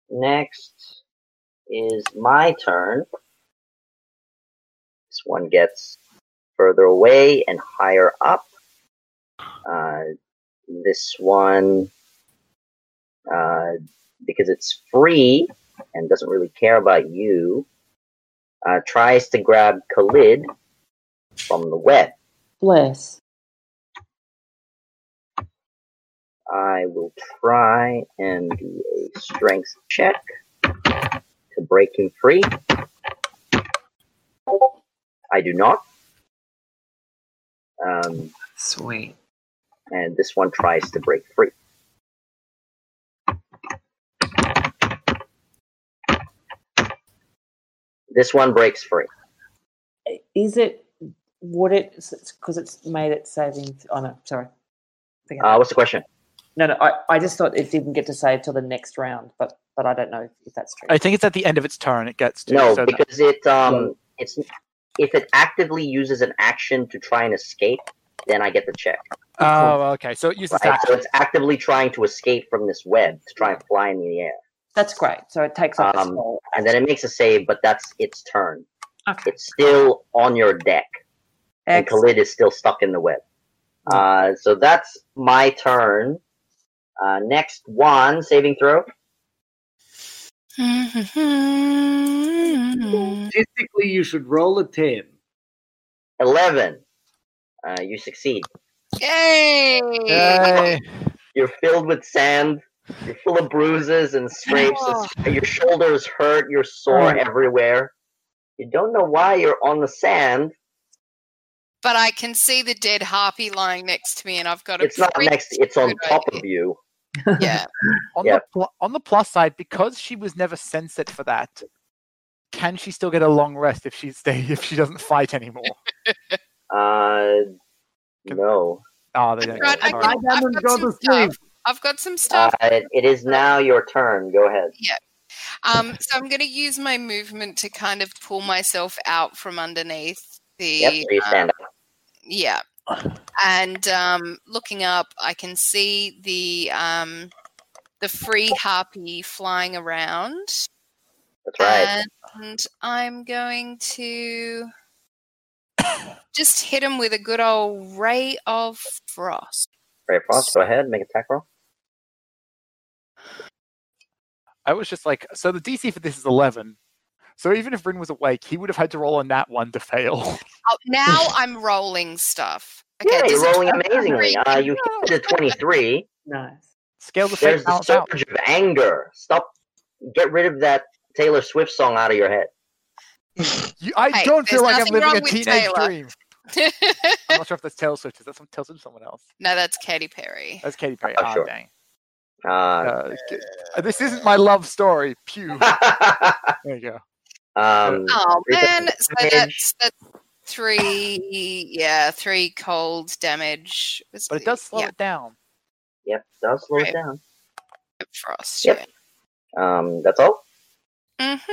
[SPEAKER 2] Next is my turn. This one gets further away and higher up. Uh, this one, uh, because it's free and doesn't really care about you, uh, tries to grab Khalid from the web.
[SPEAKER 7] Bless.
[SPEAKER 2] I will try and do a strength check to break him free. I do not. Um,
[SPEAKER 7] Sweet.
[SPEAKER 2] and this one tries to break free. This one breaks free.
[SPEAKER 7] Is it would it because it's made it saving? Oh no, sorry. Forget
[SPEAKER 2] Uh,
[SPEAKER 7] it.
[SPEAKER 2] what's the question?
[SPEAKER 7] no, no. I, I just thought it didn't get to save till the next round, but but I don't know if that's true.
[SPEAKER 8] I think it's at the end of its turn. It gets to
[SPEAKER 2] No,
[SPEAKER 8] so that-
[SPEAKER 2] because it um, it's if it actively uses an action to try and escape, then I get the check.
[SPEAKER 8] oh, okay. So it uses
[SPEAKER 2] Right,
[SPEAKER 8] that.
[SPEAKER 2] so it's actively trying to escape from this web to try and fly in the air,
[SPEAKER 7] That's great. So it takes up
[SPEAKER 2] Um,
[SPEAKER 7] a spell.
[SPEAKER 2] and then it makes a save, but that's its turn.
[SPEAKER 7] Okay.
[SPEAKER 2] It's still on your deck, and
[SPEAKER 7] Excellent. Hmm.
[SPEAKER 2] Khalid is still stuck in the web. Uh, so that's my turn. Uh, next one, saving throw.
[SPEAKER 3] Statistically, you should roll a 10.
[SPEAKER 2] Eleven. Uh, you succeed.
[SPEAKER 6] Yay!
[SPEAKER 8] Yay.
[SPEAKER 2] You're filled with sand. You're full of bruises and scrapes.
[SPEAKER 7] Oh.
[SPEAKER 2] and your shoulders hurt. You're sore
[SPEAKER 7] Hmm.
[SPEAKER 2] everywhere. You don't know why you're on the sand.
[SPEAKER 6] But I can see the dead harpy lying next to me, and I've got a
[SPEAKER 2] It's not
[SPEAKER 6] pretty-
[SPEAKER 2] next. It's on
[SPEAKER 6] good
[SPEAKER 2] top
[SPEAKER 6] idea.
[SPEAKER 2] of you.
[SPEAKER 6] (laughs) Yeah.
[SPEAKER 8] On
[SPEAKER 2] Yeah.
[SPEAKER 8] the pl- on the plus side, because she was never censored for that, can she still get a long rest if she stay (laughs) if she doesn't fight
[SPEAKER 6] (laughs)
[SPEAKER 8] anymore?
[SPEAKER 2] Uh,
[SPEAKER 8] Can-
[SPEAKER 2] no.
[SPEAKER 8] Oh, they don't.
[SPEAKER 6] Right, I
[SPEAKER 8] Sorry.
[SPEAKER 6] can-
[SPEAKER 3] Lie down
[SPEAKER 6] I've
[SPEAKER 3] and
[SPEAKER 6] got
[SPEAKER 3] go
[SPEAKER 6] some
[SPEAKER 3] to
[SPEAKER 6] stuff.
[SPEAKER 3] sleep.
[SPEAKER 6] I've got some
[SPEAKER 2] Uh,
[SPEAKER 6] stuff.
[SPEAKER 2] it is now your turn. Go ahead.
[SPEAKER 6] Um, so I'm going to use my movement to kind of pull myself out from underneath the.
[SPEAKER 2] Yep. So you stand up.
[SPEAKER 6] Yeah. And um, looking up, I can see the um, the free harpy flying around,
[SPEAKER 2] That's
[SPEAKER 6] uh,
[SPEAKER 2] right.
[SPEAKER 6] and I'm going to (coughs) just hit him with a good old ray of frost.
[SPEAKER 2] Ray Frost, go ahead. Make attack roll.
[SPEAKER 8] I was just like, so the DC for this is eleven. So even if Rin was awake, he would have had to roll on that one to fail. (laughs)
[SPEAKER 6] Oh,
[SPEAKER 2] (laughs)
[SPEAKER 6] now I'm rolling stuff.
[SPEAKER 2] yeah,
[SPEAKER 6] does
[SPEAKER 2] you're
[SPEAKER 6] it-
[SPEAKER 2] rolling amazingly.
[SPEAKER 6] Three. (laughs)
[SPEAKER 2] Uh, you hit the 23.
[SPEAKER 7] Nice.
[SPEAKER 8] Scale the fate
[SPEAKER 2] There's the
[SPEAKER 8] balance out.
[SPEAKER 2] surge of anger. Stop. Get rid of that Taylor Swift song out of your head.
[SPEAKER 8] You, I
[SPEAKER 6] Hey,
[SPEAKER 8] don't feel
[SPEAKER 6] there's
[SPEAKER 8] like I'm
[SPEAKER 6] nothing
[SPEAKER 8] living a
[SPEAKER 6] wrong with
[SPEAKER 8] teenage
[SPEAKER 6] Taylor. (laughs)
[SPEAKER 8] dream. I'm not sure if that's Taylor Swift. Is that some Taylor Swift? or Someone else?
[SPEAKER 6] no, that's Katy Perry.
[SPEAKER 8] That's Katy Perry.
[SPEAKER 2] Oh,
[SPEAKER 8] Ah,
[SPEAKER 2] sure.
[SPEAKER 8] dang.
[SPEAKER 2] Uh,
[SPEAKER 8] Uh, g- uh, this isn't my love story.
[SPEAKER 2] (laughs)
[SPEAKER 8] Pew. There you go.
[SPEAKER 2] um,
[SPEAKER 6] Oh
[SPEAKER 2] three points
[SPEAKER 6] man,
[SPEAKER 2] of
[SPEAKER 6] so
[SPEAKER 2] damage.
[SPEAKER 6] that's that's three. Yeah, three cold damage. Was
[SPEAKER 8] But it does slow
[SPEAKER 6] yeah,
[SPEAKER 8] it down.
[SPEAKER 2] Yep, that'll slow it
[SPEAKER 6] Right.
[SPEAKER 2] down.
[SPEAKER 6] frost.
[SPEAKER 2] Yep. Um, that's all.
[SPEAKER 6] Yeah. hmm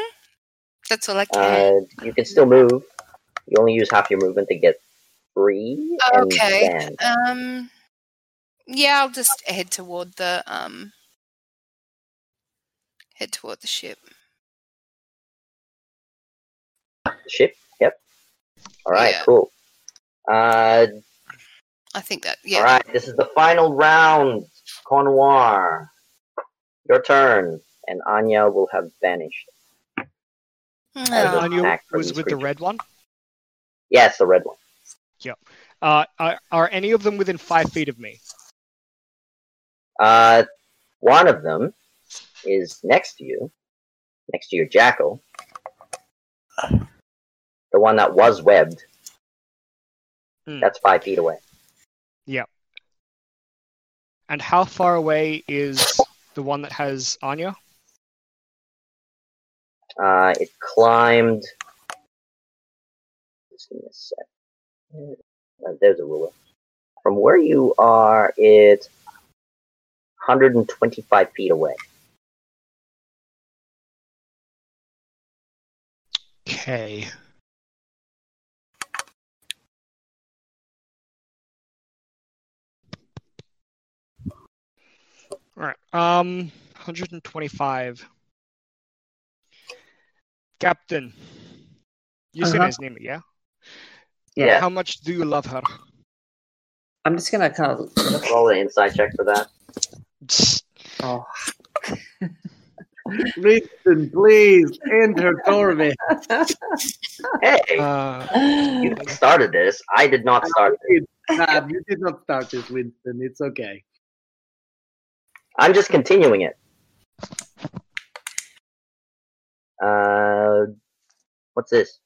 [SPEAKER 6] That's all I can.
[SPEAKER 2] Uh, you can still move. You only use half your movement to get free and
[SPEAKER 6] Okay.
[SPEAKER 2] stand.
[SPEAKER 6] um. Yeah, I'll just head toward the um. Head toward the ship.
[SPEAKER 2] Ship. Yep. All right.
[SPEAKER 6] Yeah.
[SPEAKER 2] Cool. Uh,
[SPEAKER 6] I think that. Yeah.
[SPEAKER 2] All right. This is the final round. Conwar, your turn, and Anya will have vanished.
[SPEAKER 6] No.
[SPEAKER 2] Just
[SPEAKER 5] Anya
[SPEAKER 2] attack for
[SPEAKER 5] was
[SPEAKER 2] these
[SPEAKER 5] with the
[SPEAKER 2] creatures.
[SPEAKER 5] red one.
[SPEAKER 2] Yes, the red one.
[SPEAKER 5] Uh, are, are any of them within five feet of me?
[SPEAKER 2] Uh, one of them is next to you, next to your jackal. The one that was webbed.
[SPEAKER 5] Hmm.
[SPEAKER 2] That's five feet away.
[SPEAKER 5] And how far away is the one that has Anya?
[SPEAKER 2] Uh, it climbed. Just give me a sec. Uh, there's a ruler. From where you are, it 125 feet away.
[SPEAKER 5] Okay. All right. Um, 125. Captain, you said
[SPEAKER 7] Uh-huh.
[SPEAKER 5] his name, yeah?
[SPEAKER 2] Yeah.
[SPEAKER 5] How much do you love her?
[SPEAKER 7] I'm just gonna kind of look.
[SPEAKER 2] Roll an inside check for that. (laughs)
[SPEAKER 7] Oh,
[SPEAKER 3] Listen, please end her
[SPEAKER 2] (laughs)
[SPEAKER 3] torment.
[SPEAKER 2] Hey,
[SPEAKER 5] Uh,
[SPEAKER 2] you started this. I did not start this.
[SPEAKER 3] Nah, you did not start this, Winston. It's okay.
[SPEAKER 2] I'm just continuing it. Uh, what's this?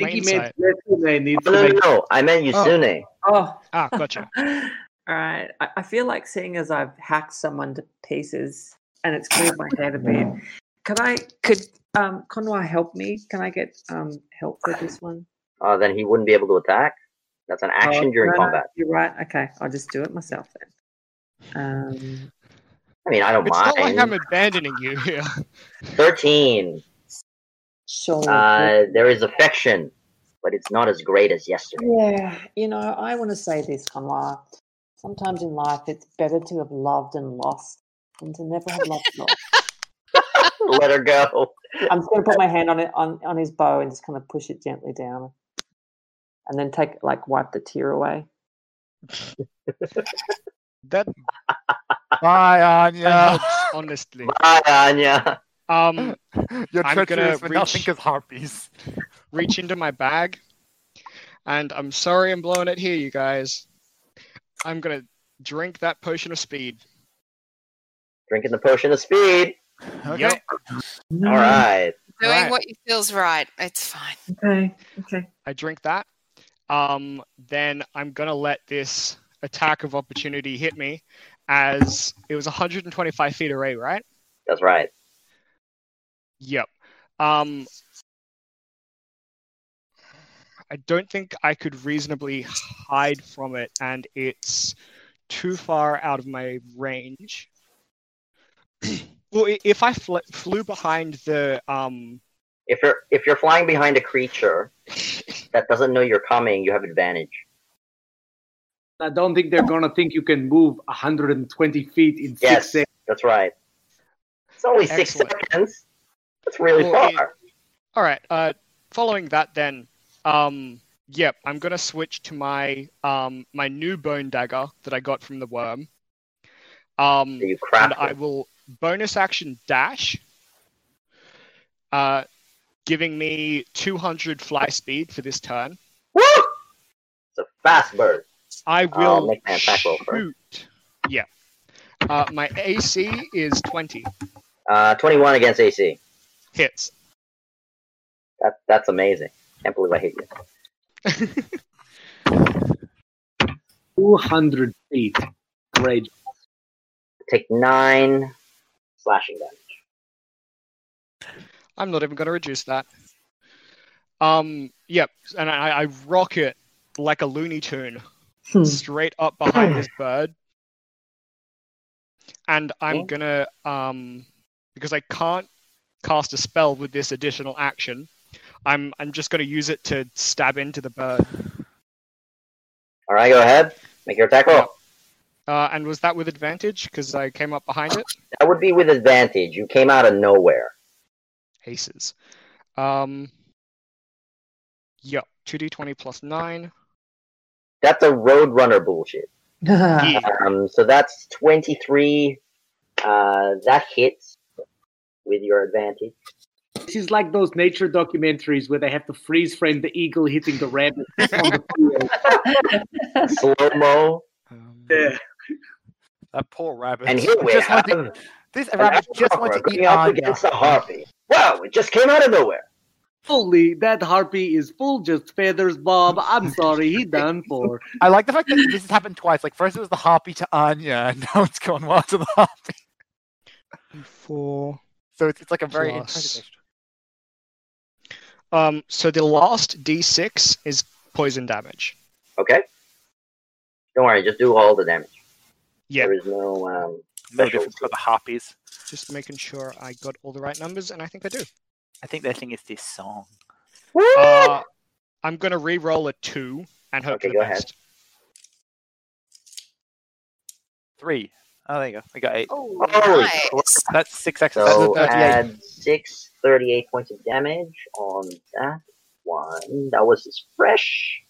[SPEAKER 3] I think he meant
[SPEAKER 5] Hindsight.
[SPEAKER 3] yesterday needs
[SPEAKER 2] Oh,
[SPEAKER 3] to
[SPEAKER 2] no, no,
[SPEAKER 3] make
[SPEAKER 2] no. I meant Yusune.
[SPEAKER 7] oh.
[SPEAKER 5] ah, gotcha.
[SPEAKER 7] (laughs) All right. I, I feel like seeing as I've hacked someone to pieces and it's cleared my data bed. Could I could um Conway help me? Can I get um help with this one?
[SPEAKER 5] Oh.
[SPEAKER 2] Uh, then he wouldn't be able to attack. That's an action
[SPEAKER 7] Oh,
[SPEAKER 2] during
[SPEAKER 7] no, no,
[SPEAKER 2] combat.
[SPEAKER 7] You're right. Okay. I'll just do it myself then. Um
[SPEAKER 2] I mean, I don't
[SPEAKER 5] It's
[SPEAKER 2] mind.
[SPEAKER 5] not like I'm abandoning you (laughs) here.
[SPEAKER 2] 13.
[SPEAKER 7] surely
[SPEAKER 5] Oh,
[SPEAKER 2] Uh, there is affection, but it's not as great as
[SPEAKER 5] (laughs)
[SPEAKER 2] yesterday.
[SPEAKER 7] Yeah, you know, I want to say this, Conway. Sometimes in life it's better to have loved and lost than to never have loved and lost.
[SPEAKER 2] Let her go.
[SPEAKER 7] I'm just going to put my hand on it on, on his bow and just kind of push it gently down, and then take like wipe the tear away.
[SPEAKER 5] That
[SPEAKER 4] Bye, (laughs) Anya.
[SPEAKER 5] helps, honestly.
[SPEAKER 2] Hi, Anya.
[SPEAKER 5] Um,
[SPEAKER 4] Your
[SPEAKER 5] I'm gonna
[SPEAKER 4] treacherous for nothing
[SPEAKER 5] reach-
[SPEAKER 4] as harpies.
[SPEAKER 5] reach into my bag, and I'm sorry I'm blowing it here, you guys. I'm gonna drink that potion of speed.
[SPEAKER 2] Drinking the potion of speed.
[SPEAKER 4] Okay.
[SPEAKER 5] Yep. Mm-hmm.
[SPEAKER 2] All right.
[SPEAKER 6] Doing
[SPEAKER 5] Right.
[SPEAKER 6] what you feels right. It's fine.
[SPEAKER 7] Okay. Okay.
[SPEAKER 5] I drink that. Um, then I'm gonna let this attack of opportunity hit me, as it was 125 feet away, right?
[SPEAKER 2] That's right.
[SPEAKER 5] Yep. Um, I don't think I could reasonably hide from it, and it's too far out of my range. well, i- if I fl- flew behind the um,
[SPEAKER 2] If you're if you're flying behind a creature that doesn't know you're coming, you have advantage.
[SPEAKER 3] I don't think they're gonna think you can move 120 feet in six
[SPEAKER 2] Yes,
[SPEAKER 3] seconds.
[SPEAKER 2] that's right. It's only six
[SPEAKER 5] Excellent.
[SPEAKER 2] seconds. That's really
[SPEAKER 5] Well, it-
[SPEAKER 2] far.
[SPEAKER 5] all right. Uh, following that, then, um, yep, I'm gonna switch to my um my new bone dagger that I got from the worm. Um,
[SPEAKER 2] So you
[SPEAKER 5] and
[SPEAKER 2] craft
[SPEAKER 5] I
[SPEAKER 2] it.
[SPEAKER 5] will bonus action dash, uh, giving me 200 fly speed for this turn.
[SPEAKER 2] Woo! It's a fast bird.
[SPEAKER 5] I
[SPEAKER 2] I'll
[SPEAKER 5] will
[SPEAKER 2] Ah, make my attack roll first.
[SPEAKER 5] shoot. Yeah. Uh, my AC is 20.
[SPEAKER 2] Uh, 21 against AC.
[SPEAKER 5] Hits.
[SPEAKER 2] That that's amazing. Can't believe I hit you.
[SPEAKER 3] 200 feet. Great.
[SPEAKER 2] Take nine slashing damage.
[SPEAKER 5] I'm not even going to reduce that. Um. Yep. And I, I rocket like a Looney Tune
[SPEAKER 7] Hmm. (laughs)
[SPEAKER 5] straight up behind this bird, and I'm gonna um because I can't cast a spell with this additional action. I'm I'm just gonna use it to stab into the bird.
[SPEAKER 2] All right, go ahead. Make your attack roll.
[SPEAKER 5] Uh, and was that with advantage because I came up behind it?
[SPEAKER 2] That would be with advantage. You came out of nowhere.
[SPEAKER 5] aces. Um, yep, 2d20 plus 9.
[SPEAKER 2] That's a roadrunner bullshit.
[SPEAKER 5] Yeah.
[SPEAKER 2] Um, so that's 23. Uh, that hits with your
[SPEAKER 4] (laughs)
[SPEAKER 2] advantage.
[SPEAKER 3] This is like those nature documentaries where they have to freeze frame the eagle hitting the rabbit on the field.
[SPEAKER 2] Slow mo.
[SPEAKER 4] Um,
[SPEAKER 3] Yeah.
[SPEAKER 4] That poor rabbit.
[SPEAKER 2] And here we
[SPEAKER 4] just
[SPEAKER 2] have
[SPEAKER 4] wanted, this
[SPEAKER 2] an
[SPEAKER 4] rabbit just
[SPEAKER 2] Arachnocra
[SPEAKER 4] wanted to eat
[SPEAKER 2] going up
[SPEAKER 4] Anya.
[SPEAKER 2] against a harpy. Wow, it just came out of nowhere.
[SPEAKER 3] Holy, that harpy is full just feathers, Bob. I'm sorry, he done for.
[SPEAKER 4] I like the fact that this has happened twice. Like first it was the harpy to Anya, (laughs) and now it's gone well to the harpy.
[SPEAKER 5] 4.
[SPEAKER 4] So it's, it's like a very
[SPEAKER 5] Plus.
[SPEAKER 4] interesting.
[SPEAKER 5] Um, so the last d6 is poison damage.
[SPEAKER 2] Okay. Don't worry, just do all the damage.
[SPEAKER 5] Yeah.
[SPEAKER 2] There is no um,
[SPEAKER 8] No
[SPEAKER 2] Special
[SPEAKER 8] different for the harpies.
[SPEAKER 5] Just making sure I got all the right numbers, and I think I do.
[SPEAKER 8] I think their thing is this song.
[SPEAKER 5] Uh, I'm going to re-roll a two and hope
[SPEAKER 2] Okay,
[SPEAKER 5] for
[SPEAKER 2] go
[SPEAKER 5] the
[SPEAKER 2] ahead.
[SPEAKER 5] best.
[SPEAKER 8] Three. Oh, there you go. We got eight.
[SPEAKER 6] Oh,
[SPEAKER 2] Holy
[SPEAKER 6] nice.
[SPEAKER 8] That's six exercises.
[SPEAKER 2] So
[SPEAKER 8] That's
[SPEAKER 2] add six 38 points of damage on that one. That was his fresh.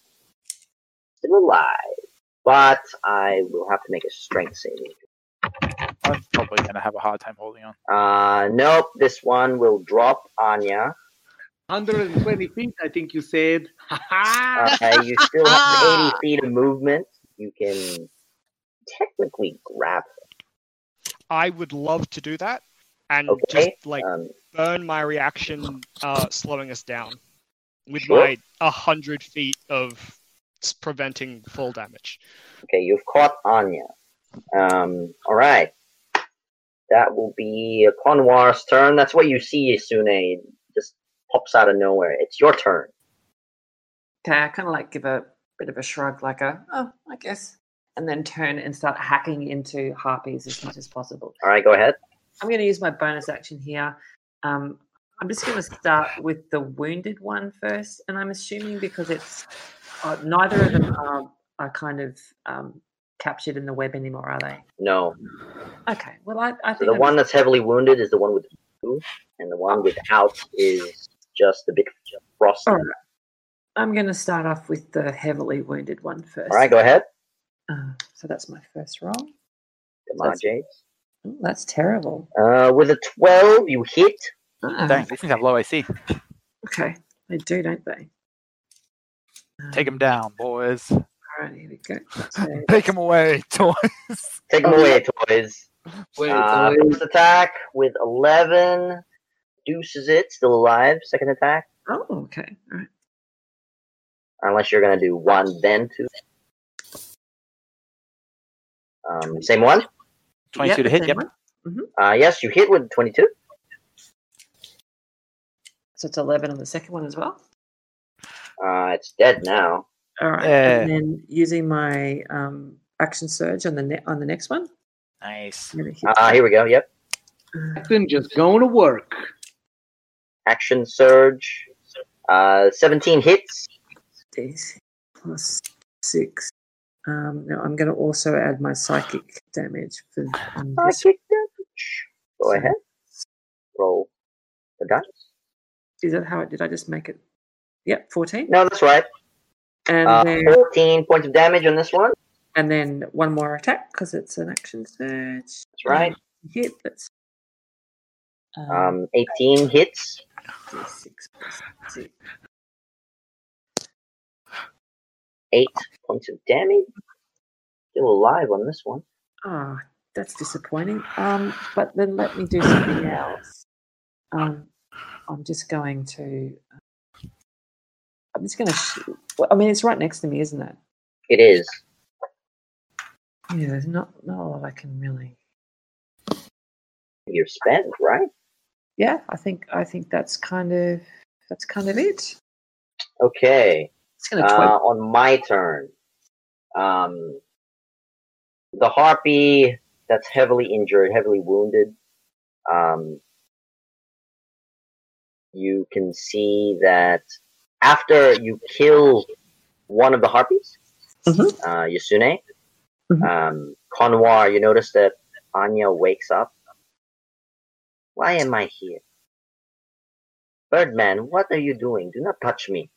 [SPEAKER 2] Still alive. But I will have to make a strength saving.
[SPEAKER 8] I'm probably going to have a hard time holding on.
[SPEAKER 2] Uh, nope, this one will drop Anya.
[SPEAKER 3] 120 feet, I think you said. Ha
[SPEAKER 2] Uh, you still have 80 feet of movement. You can technically grab
[SPEAKER 5] I would love to do that and
[SPEAKER 2] Okay,
[SPEAKER 5] just like
[SPEAKER 2] um,
[SPEAKER 5] burn my reaction, uh, slowing us down with
[SPEAKER 2] Sure.
[SPEAKER 5] my my hundred feet of s- preventing full damage.
[SPEAKER 2] Okay, you've caught Anya. Um, all right. That will be Conwar's turn. That's what you see, Sune. It Just pops out of nowhere. It's your turn.
[SPEAKER 7] Okay, I kind of like give a bit of a shrug, like a, oh, I guess, and then turn and start hacking into harpies as much as possible.
[SPEAKER 2] All right, go ahead.
[SPEAKER 7] I'm going to use my bonus action here. Um, I'm just going to start with the wounded one first, and I'm assuming because it's uh, neither of them are, are kind of um, captured in the web anymore, are they?
[SPEAKER 2] No.
[SPEAKER 7] Okay. Well, I, I
[SPEAKER 2] So
[SPEAKER 7] think
[SPEAKER 2] the
[SPEAKER 7] I'm
[SPEAKER 2] one that's heavily wounded is the one with the two, and the one without is just a bit frosted.
[SPEAKER 7] All right. I'm going to start off with the heavily wounded one first.
[SPEAKER 2] All right, go ahead.
[SPEAKER 7] Uh, so that's my first roll.
[SPEAKER 2] Come on, James.
[SPEAKER 7] Ooh, that's terrible.
[SPEAKER 2] Uh, with a 12, you hit.
[SPEAKER 7] Ah,
[SPEAKER 8] Dang, these things have low AC.
[SPEAKER 7] Okay, they do, don't they?
[SPEAKER 8] Take
[SPEAKER 7] Um,
[SPEAKER 8] them down, boys.
[SPEAKER 7] All right, here we
[SPEAKER 8] (laughs)
[SPEAKER 7] go. So
[SPEAKER 4] Take him away, toys.
[SPEAKER 2] Take them away, toys.
[SPEAKER 3] Wait,
[SPEAKER 2] Uh,
[SPEAKER 3] wait.
[SPEAKER 2] first attack with 11. Deuces it, still alive. Second attack.
[SPEAKER 7] Oh, okay. All right.
[SPEAKER 2] unless you're gonna do one then two. Um, same one.
[SPEAKER 8] 22 to hit, yep.
[SPEAKER 2] Uh, yes, you hit with 22.
[SPEAKER 7] So it's 11 on the second one as well.
[SPEAKER 2] Uh, it's dead now.
[SPEAKER 7] All right. And then using my um, action surge on the ne- on the next one.
[SPEAKER 8] Nice.
[SPEAKER 7] I'm gonna hit uh,
[SPEAKER 2] Uh, here we go. Yep.
[SPEAKER 7] that.
[SPEAKER 3] Captain just going to work.
[SPEAKER 2] Action surge. Uh, 17 hits.
[SPEAKER 7] These plus six. Um, now I'm going to also add my psychic damage for on this
[SPEAKER 2] Psychic Uh, damage. Go ahead. Roll the dice.
[SPEAKER 7] Is that how it did? I just make it. Yep, fourteen.
[SPEAKER 2] No, that's right.
[SPEAKER 7] And
[SPEAKER 2] Uh,
[SPEAKER 7] then
[SPEAKER 2] 14 points of damage on this one.
[SPEAKER 7] and then one more attack because it's an action surge.
[SPEAKER 2] That's right.
[SPEAKER 7] Hit. That's um,
[SPEAKER 2] Um, 18 hits.
[SPEAKER 7] six plus six.
[SPEAKER 2] Eight points of damage. Still alive on this one.
[SPEAKER 7] Ah, that's disappointing. Um, but then let me do something else. Um, I'm just going to. I'm just going to. Sh- well, I mean, it's right next to me, isn't it?
[SPEAKER 2] It is.
[SPEAKER 7] Yeah, there's not not a lot I can really.
[SPEAKER 2] You're spent, right?
[SPEAKER 7] Yeah, I think I think that's kind of that's kind of it.
[SPEAKER 2] Okay.
[SPEAKER 7] It's going to
[SPEAKER 2] Uh,
[SPEAKER 7] twelve.
[SPEAKER 2] on my turn, um, the harpy that's heavily injured, heavily wounded, um, you can see that after you kill one of the harpies,
[SPEAKER 7] Mhm.
[SPEAKER 2] uh, Yasune,
[SPEAKER 7] Mhm.
[SPEAKER 2] um, Konwar, you notice that Anya wakes up. Why am I here? Birdman, what are you doing? Do not touch me.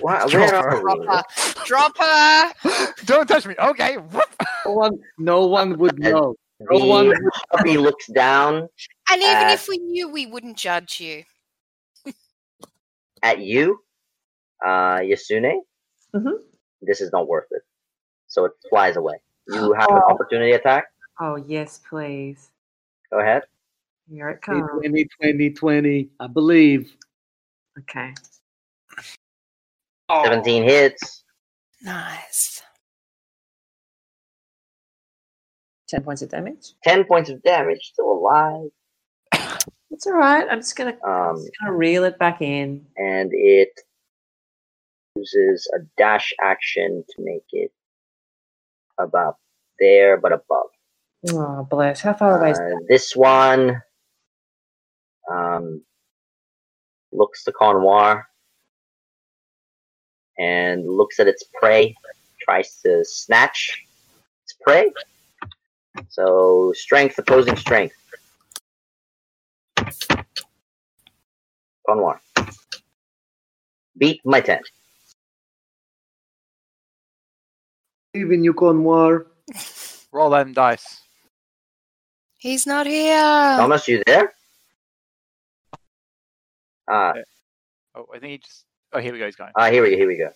[SPEAKER 2] Why, where are we?
[SPEAKER 6] Dropper. Dropper.
[SPEAKER 4] Don't touch me. Okay. whoop.
[SPEAKER 3] No one, no one would know.
[SPEAKER 2] The
[SPEAKER 3] No one
[SPEAKER 2] puppy looks down
[SPEAKER 6] And even
[SPEAKER 2] Uh,
[SPEAKER 6] if we knew, we wouldn't judge you.
[SPEAKER 2] at you, uh, Yasune.
[SPEAKER 7] Mhm.
[SPEAKER 2] This is not worth it. So it flies away. You have an
[SPEAKER 7] Oh.
[SPEAKER 2] opportunity attack.
[SPEAKER 7] Oh yes, please.
[SPEAKER 2] Go ahead.
[SPEAKER 7] Here it comes.
[SPEAKER 3] 20, 20, 20, I believe.
[SPEAKER 7] Okay.
[SPEAKER 2] 17 hits.
[SPEAKER 6] Nice.
[SPEAKER 7] Ten points of damage.
[SPEAKER 2] 10 points of damage. Still alive.
[SPEAKER 7] It's all right. I'm just gonna I'm
[SPEAKER 2] Um,
[SPEAKER 7] just gonna reel it back in.
[SPEAKER 2] and it uses a dash action to make it about there but above.
[SPEAKER 7] Oh, bless. How far away is
[SPEAKER 2] Uh, this one um, looks to Conwar and looks at its prey, tries to snatch its prey. So strength opposing strength. Conwar. Beat my ten.
[SPEAKER 3] Even you, Conwar.
[SPEAKER 8] Roll them dice.
[SPEAKER 6] He's not here.
[SPEAKER 2] Thomas, you there? Ah,
[SPEAKER 8] Oh, I think he just. Oh, here we go. He's going.
[SPEAKER 2] ah, here we go. Here we go.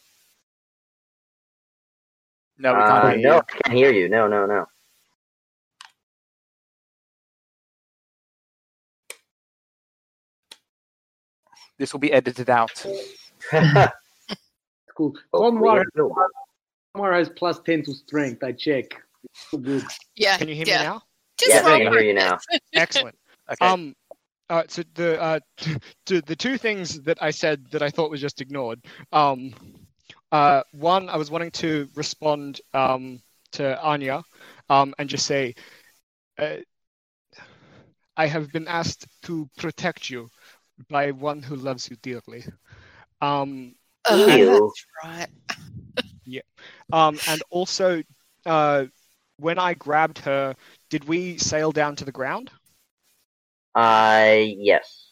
[SPEAKER 8] No, we
[SPEAKER 2] Uh,
[SPEAKER 8] can't. hear
[SPEAKER 2] no,
[SPEAKER 8] you.
[SPEAKER 2] I can't hear you. No, no, no.
[SPEAKER 8] This will be edited out.
[SPEAKER 2] (laughs)
[SPEAKER 3] Cool.
[SPEAKER 2] Oh,
[SPEAKER 3] Conwar,
[SPEAKER 2] no.
[SPEAKER 3] Conwar has plus 10 to strength. I check. So good.
[SPEAKER 6] Yeah.
[SPEAKER 5] Can you hear
[SPEAKER 6] yeah.
[SPEAKER 5] me now?
[SPEAKER 6] Just
[SPEAKER 2] Yeah, I
[SPEAKER 6] roll
[SPEAKER 2] can
[SPEAKER 6] for
[SPEAKER 2] hear
[SPEAKER 6] it.
[SPEAKER 2] you now.
[SPEAKER 5] Excellent.
[SPEAKER 8] Okay.
[SPEAKER 5] Um, all right. So the uh, (laughs) to the two things that I said that I thought was just ignored. Um, uh, one, I was wanting to respond um, to Anya, um, and just say, uh, I have been asked to protect you by one who loves you dearly. Um,
[SPEAKER 6] Oh,
[SPEAKER 2] Ew.
[SPEAKER 6] that's right.
[SPEAKER 5] um, and also, uh, when I grabbed her, did we sail down to the ground?
[SPEAKER 2] Uh, yes.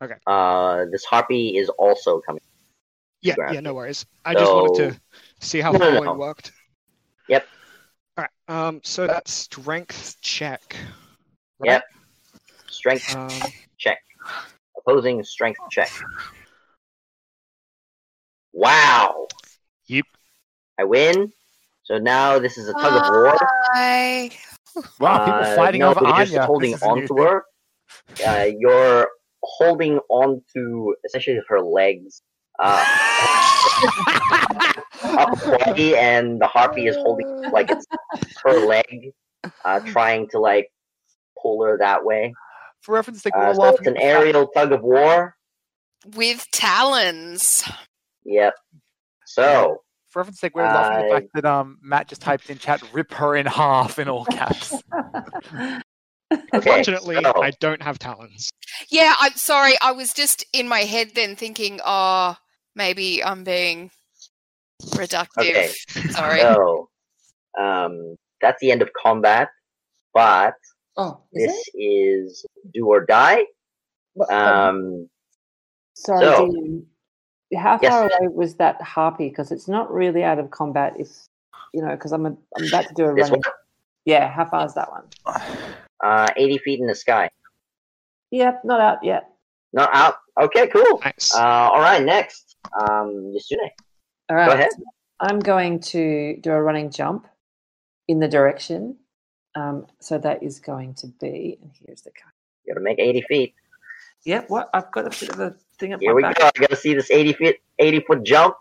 [SPEAKER 5] Okay.
[SPEAKER 2] Uh, this harpy is also coming.
[SPEAKER 5] Yeah,
[SPEAKER 2] Grab
[SPEAKER 5] yeah, no
[SPEAKER 2] it.
[SPEAKER 5] worries. I just wanted
[SPEAKER 2] So-
[SPEAKER 5] to see how
[SPEAKER 2] No, no,
[SPEAKER 5] following
[SPEAKER 2] no.
[SPEAKER 5] worked.
[SPEAKER 2] Yep.
[SPEAKER 5] All right. Um. So that's strength check.
[SPEAKER 2] Yep.
[SPEAKER 8] Uh.
[SPEAKER 2] Strength
[SPEAKER 5] Um.
[SPEAKER 2] check. Opposing strength check. Wow.
[SPEAKER 5] Yep.
[SPEAKER 2] I win. So now this is a tug of war.
[SPEAKER 6] Bye.
[SPEAKER 8] Wow, Ah. people
[SPEAKER 2] Uh,
[SPEAKER 8] fighting
[SPEAKER 2] no,
[SPEAKER 8] over
[SPEAKER 2] you're
[SPEAKER 8] Anya.
[SPEAKER 2] just holding
[SPEAKER 8] This is a new
[SPEAKER 2] on to
[SPEAKER 8] thing.
[SPEAKER 2] her. Uh, you're holding on to essentially her legs. Uh, upright, and the harpy is holding like it's her leg, uh, trying to like pull her that way.
[SPEAKER 8] (laughs) For reference, they
[SPEAKER 2] Uh,
[SPEAKER 8] all
[SPEAKER 2] so
[SPEAKER 8] laughing.
[SPEAKER 2] it's an
[SPEAKER 8] at the fact-
[SPEAKER 2] aerial tug of war.
[SPEAKER 6] With talons.
[SPEAKER 2] Yep. So
[SPEAKER 8] For reference, sake, we're laughing at the
[SPEAKER 2] I-
[SPEAKER 8] fact that um Matt just typed in chat "rip her in half" in all caps.
[SPEAKER 2] okay,
[SPEAKER 5] Fortunately,
[SPEAKER 2] so-
[SPEAKER 5] I don't have talons.
[SPEAKER 6] Yeah, I'm sorry. I was just in my head then thinking, oh, maybe I'm being reductive.
[SPEAKER 2] Okay.
[SPEAKER 6] Sorry.
[SPEAKER 2] so um, that's the end of combat, but
[SPEAKER 7] Oh, is
[SPEAKER 2] this
[SPEAKER 7] it?
[SPEAKER 2] is do or die.
[SPEAKER 7] Well, oh,
[SPEAKER 2] Um,
[SPEAKER 7] Sorry,
[SPEAKER 2] so-
[SPEAKER 7] Dean. How
[SPEAKER 2] Yes.
[SPEAKER 7] far away was that harpy? Because it's not really out of combat. If you know, because I'm a, I'm about to do a
[SPEAKER 2] this
[SPEAKER 7] running.
[SPEAKER 2] one,
[SPEAKER 7] Yeah, how far is that one?
[SPEAKER 2] uh, eighty feet in the sky.
[SPEAKER 7] Yep, not out yet.
[SPEAKER 2] No out. Okay, cool.
[SPEAKER 5] Nice.
[SPEAKER 2] Uh, all right, next. Um, Yasune.
[SPEAKER 7] All right.
[SPEAKER 2] ahead.
[SPEAKER 7] I'm going to do a running jump in the direction. Um, so that is going to be, and here's the card.
[SPEAKER 2] You gotta make eighty feet.
[SPEAKER 7] Yep, what? I've got a bit of a thing at
[SPEAKER 2] Here
[SPEAKER 7] my
[SPEAKER 2] we go.
[SPEAKER 7] back.
[SPEAKER 2] I gotta see this eighty foot eighty foot jump.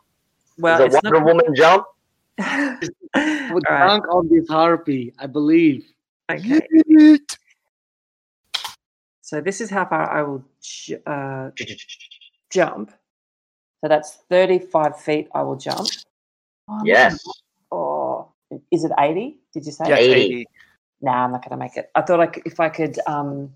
[SPEAKER 7] Well,
[SPEAKER 2] it's a
[SPEAKER 7] it's
[SPEAKER 2] Wonder
[SPEAKER 7] not.
[SPEAKER 2] Woman jump.
[SPEAKER 7] (laughs) All
[SPEAKER 3] With
[SPEAKER 7] right.
[SPEAKER 3] drunk on this harpy, I believe.
[SPEAKER 7] Okay.
[SPEAKER 8] Yeet.
[SPEAKER 7] So this is how far I will ju- uh, jump. So that's 35 feet I will jump. Oh, I'm
[SPEAKER 2] Yes.
[SPEAKER 7] not- Oh, is it 80? Did you say?
[SPEAKER 8] Yeah, it's
[SPEAKER 2] 80.
[SPEAKER 8] 80.
[SPEAKER 7] Nah, I'm not going to make it. I thought I could, if I could, um,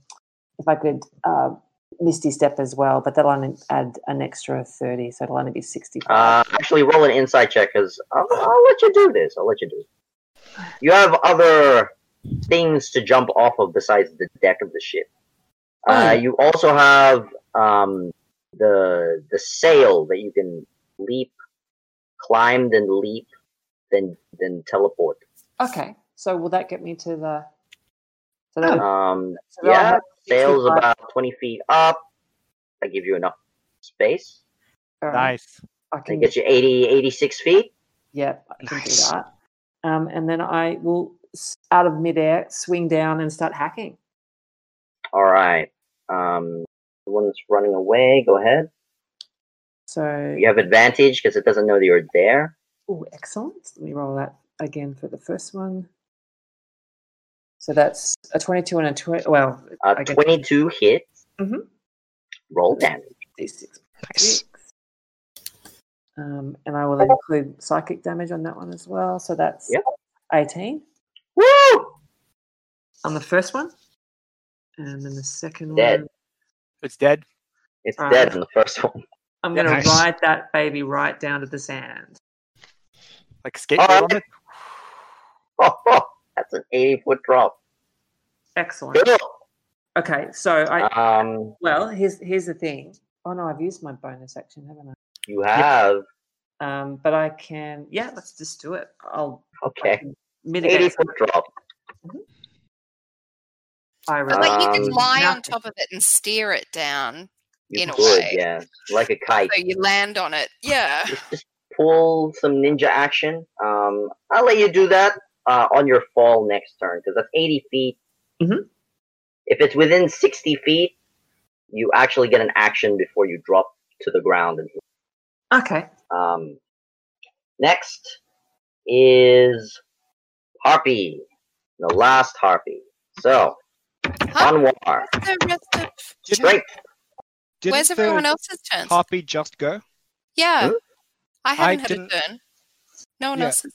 [SPEAKER 7] if I could uh, Misty Step as well, but that'll only add an extra 30, so it'll only be 65.
[SPEAKER 2] Uh, actually, roll an insight check because I'll, I'll let you do this. I'll let you do it. You have other things to jump off of besides the deck of the ship.
[SPEAKER 7] Oh,
[SPEAKER 2] Uh, you also have um, the the sail that you can leap, climb, then leap, then then teleport.
[SPEAKER 7] Okay, so will that get me to the? So that would,
[SPEAKER 2] Um,
[SPEAKER 7] so that'll
[SPEAKER 2] yeah,
[SPEAKER 7] have
[SPEAKER 2] sail's
[SPEAKER 7] 65.
[SPEAKER 2] about twenty feet up. I give you enough space. Uh,
[SPEAKER 7] All right,
[SPEAKER 8] Nice.
[SPEAKER 7] I
[SPEAKER 2] That
[SPEAKER 7] can.
[SPEAKER 2] gets you 80, 86 feet.
[SPEAKER 7] Yeah, I can
[SPEAKER 5] Nice.
[SPEAKER 7] do that. Um, and then I will s- out of midair swing down and start hacking.
[SPEAKER 2] All right. Um, the one that's running away, go ahead.
[SPEAKER 7] So
[SPEAKER 2] You have advantage because it doesn't know that you're there.
[SPEAKER 7] Oh, excellent. Let me roll that again for the first one. So that's a 22 and a 20. Well,
[SPEAKER 2] Uh,
[SPEAKER 7] I guess
[SPEAKER 2] 22 hits.
[SPEAKER 7] Mhm.
[SPEAKER 2] Roll damage.
[SPEAKER 7] D6.
[SPEAKER 5] Nice.
[SPEAKER 7] Um, and I will include psychic damage on that one as well. So that's
[SPEAKER 2] Yep.
[SPEAKER 7] 18. on the first one, and then the second
[SPEAKER 2] Dead.
[SPEAKER 7] one.
[SPEAKER 4] It's dead.
[SPEAKER 2] It's
[SPEAKER 7] All
[SPEAKER 2] dead
[SPEAKER 7] right.
[SPEAKER 2] in the first (laughs) one.
[SPEAKER 7] I'm gonna
[SPEAKER 5] Nice.
[SPEAKER 7] ride that baby right down to the sand.
[SPEAKER 4] Like skateboard
[SPEAKER 2] Alright.
[SPEAKER 4] on it.
[SPEAKER 2] Oh, (laughs) that's an 80 foot drop.
[SPEAKER 7] Excellent.
[SPEAKER 2] Cool.
[SPEAKER 7] Okay, so
[SPEAKER 5] Uh,
[SPEAKER 7] I
[SPEAKER 2] Um,
[SPEAKER 7] well here's here's the thing. Oh no, I've used my bonus action, haven't
[SPEAKER 2] you have
[SPEAKER 7] I? Um, but I can yeah, let's just do it. I'll I
[SPEAKER 2] okay,
[SPEAKER 7] can
[SPEAKER 2] 80
[SPEAKER 7] mitigate.
[SPEAKER 2] foot drop.
[SPEAKER 7] I
[SPEAKER 6] But like you
[SPEAKER 2] Um,
[SPEAKER 6] could lie on
[SPEAKER 7] nothing.
[SPEAKER 6] top of it and steer it down.
[SPEAKER 2] You
[SPEAKER 6] In a
[SPEAKER 2] could,
[SPEAKER 6] way.
[SPEAKER 2] yeah, like a kite.
[SPEAKER 6] So you land on it.
[SPEAKER 2] (laughs)
[SPEAKER 6] Yeah.
[SPEAKER 2] Just, just pull some ninja action. Um, I'll let you do that uh, on your fall next turn because that's 80 feet.
[SPEAKER 7] Mhm.
[SPEAKER 2] If it's within 60 feet, you actually get an action before you drop to the ground and
[SPEAKER 7] Okay.
[SPEAKER 2] Um, next is Harpy, the last Harpy. So,
[SPEAKER 6] Huh?
[SPEAKER 2] Anwar,
[SPEAKER 6] Where's the rest of-
[SPEAKER 5] Didn't,
[SPEAKER 2] straight.
[SPEAKER 5] didn't
[SPEAKER 6] where's
[SPEAKER 5] the
[SPEAKER 6] everyone else's turns?
[SPEAKER 5] Harpy just go?
[SPEAKER 6] Yeah.
[SPEAKER 2] Hmm?
[SPEAKER 6] I haven't had
[SPEAKER 5] didn't-
[SPEAKER 6] a turn. No one
[SPEAKER 5] Yeah.
[SPEAKER 6] else has.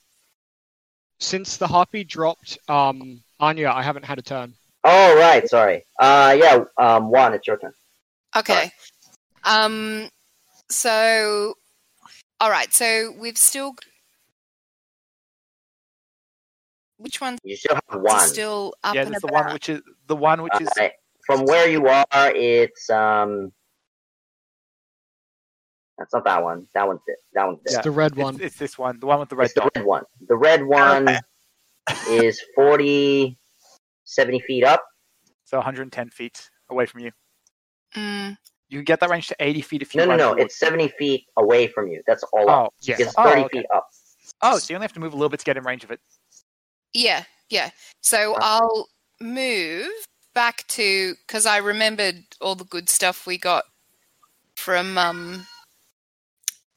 [SPEAKER 5] Since the Harpy dropped um, Anya, I haven't had a turn.
[SPEAKER 2] Oh, right, sorry. Uh, yeah, um, Juan, it's your turn.
[SPEAKER 6] Okay. Um so all right, so we've still which one's
[SPEAKER 2] You still have one.
[SPEAKER 6] still up
[SPEAKER 4] yeah,
[SPEAKER 6] and
[SPEAKER 4] that's
[SPEAKER 6] about?
[SPEAKER 4] the one which is the one which is
[SPEAKER 2] Alright, From where you are, it's um. That's not that one. That one's it. That one's it.
[SPEAKER 5] It's
[SPEAKER 4] Yeah.
[SPEAKER 5] the red
[SPEAKER 4] it's,
[SPEAKER 5] one.
[SPEAKER 4] it's this one, the one with the red
[SPEAKER 2] It's the
[SPEAKER 4] dot.
[SPEAKER 2] red one. The red one is 40, 70 feet up.
[SPEAKER 4] So 110 feet away from you.
[SPEAKER 6] Mm,
[SPEAKER 4] You can get that range to 80 feet if you
[SPEAKER 2] No, no,
[SPEAKER 4] run
[SPEAKER 2] no.
[SPEAKER 4] forward.
[SPEAKER 2] It's 70 feet away from you. That's all up.
[SPEAKER 4] oh
[SPEAKER 5] Yes.
[SPEAKER 2] It's
[SPEAKER 4] Oh,
[SPEAKER 2] 30
[SPEAKER 4] okay.
[SPEAKER 2] feet up.
[SPEAKER 4] oh, so you only have to move a little bit to get in range of it.
[SPEAKER 6] yeah, yeah. So I'll move back to because I remembered all the good stuff we got from um